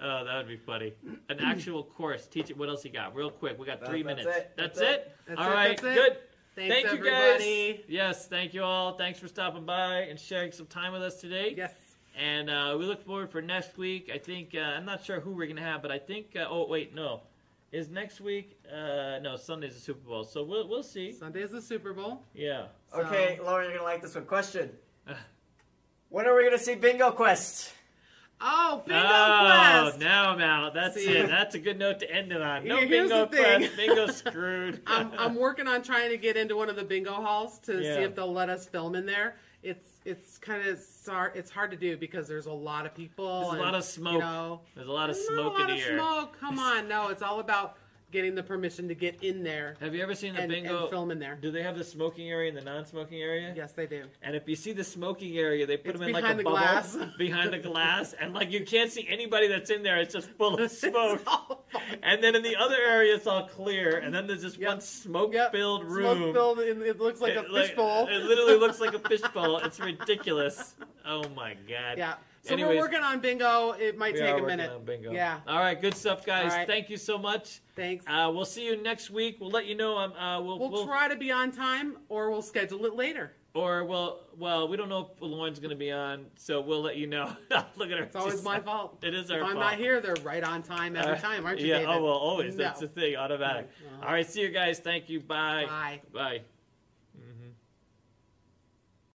B: Oh, that would be funny. An actual course. Teach it. What else you got? Real quick. We got
D: That-
B: three
D: that's
B: minutes.
D: it.
B: That's,
D: That's
B: it.
D: it.
A: That's
B: all
A: it,
B: right.
A: that's it.
B: Good.
A: Thanks,
B: thank you
A: everybody.
B: guys. Yes, thank you all. Thanks for stopping by and sharing some time with us today.
A: Yes.
B: And uh, we look forward for next week. I think uh, I'm not sure who we're gonna have, but I think. Uh, oh wait, no, is next week? Uh, no, Sunday's the Super Bowl, so we'll we'll see.
A: Sunday's the Super Bowl.
B: Yeah.
A: So-
D: Okay, Lauren, you're going to like this one. Question. When are we going to see Bingo Quest?
A: Oh, bingo
B: oh,
A: quest.
B: now I'm out. That's
A: See?
B: it. That's a good note to end it on. No
A: Here- here's
B: bingo
A: the thing.
B: quest. Bingo screwed.
A: I'm, I'm working on trying to get into one of the bingo halls to
B: Yeah.
A: see if they'll let us film in there. It's it's kind of sar- it's hard to do because there's a lot of people.
B: There's a
A: and,
B: lot of
A: You
B: smoke.
A: know,
B: There's a lot of
A: There's
B: smoke
A: not a lot
B: in
A: of
B: the air.
A: smoke. Come on, no, it's all about getting the permission to get in there
B: Have you ever seen the
A: and,
B: bingo?
A: and film in there.
B: Do they have the smoking area and the non-smoking area?
A: Yes, they do.
B: And if you see the smoking area, they put
A: It's
B: them in like a
A: behind the
B: bubble
A: glass.
B: behind the glass, and like you can't see anybody that's in there. It's just full of smoke.
A: It's all fucking-
B: and then in the other area, it's all clear. And then there's just
A: Yep.
B: one
A: Yep.
B: smoke-filled room.
A: Smoke filled, and it looks like
B: It,
A: a fishbowl.
B: It literally looks like a fishbowl. It's ridiculous. Oh my god.
A: yeah. So
B: Anyways.
A: we're working on bingo. It might
B: We are
A: take a
B: working
A: minute.
B: on bingo.
A: Yeah.
B: All right. Good stuff, guys.
A: All right.
B: Thank you so much.
A: Thanks.
B: Uh, we'll see you next week. We'll let you know. Um, uh, we'll,
A: we'll,
B: we'll-
A: try to be on time, or we'll schedule it later.
B: or well, well, we don't know if Lauren's going to be on, so we'll let you know. Look at her.
A: It's always
B: She's-
A: my fault.
B: It is
A: If
B: our
A: I'm
B: fault.
A: not here, they're right on time every
B: Uh,
A: time, aren't you,
B: Yeah.
A: David?
B: Oh well, always.
A: No. Uh-huh.
B: That's the thing. Automatic.
A: No.
B: All right. See you guys. Thank you. Bye.
A: Bye.
B: Bye. hmm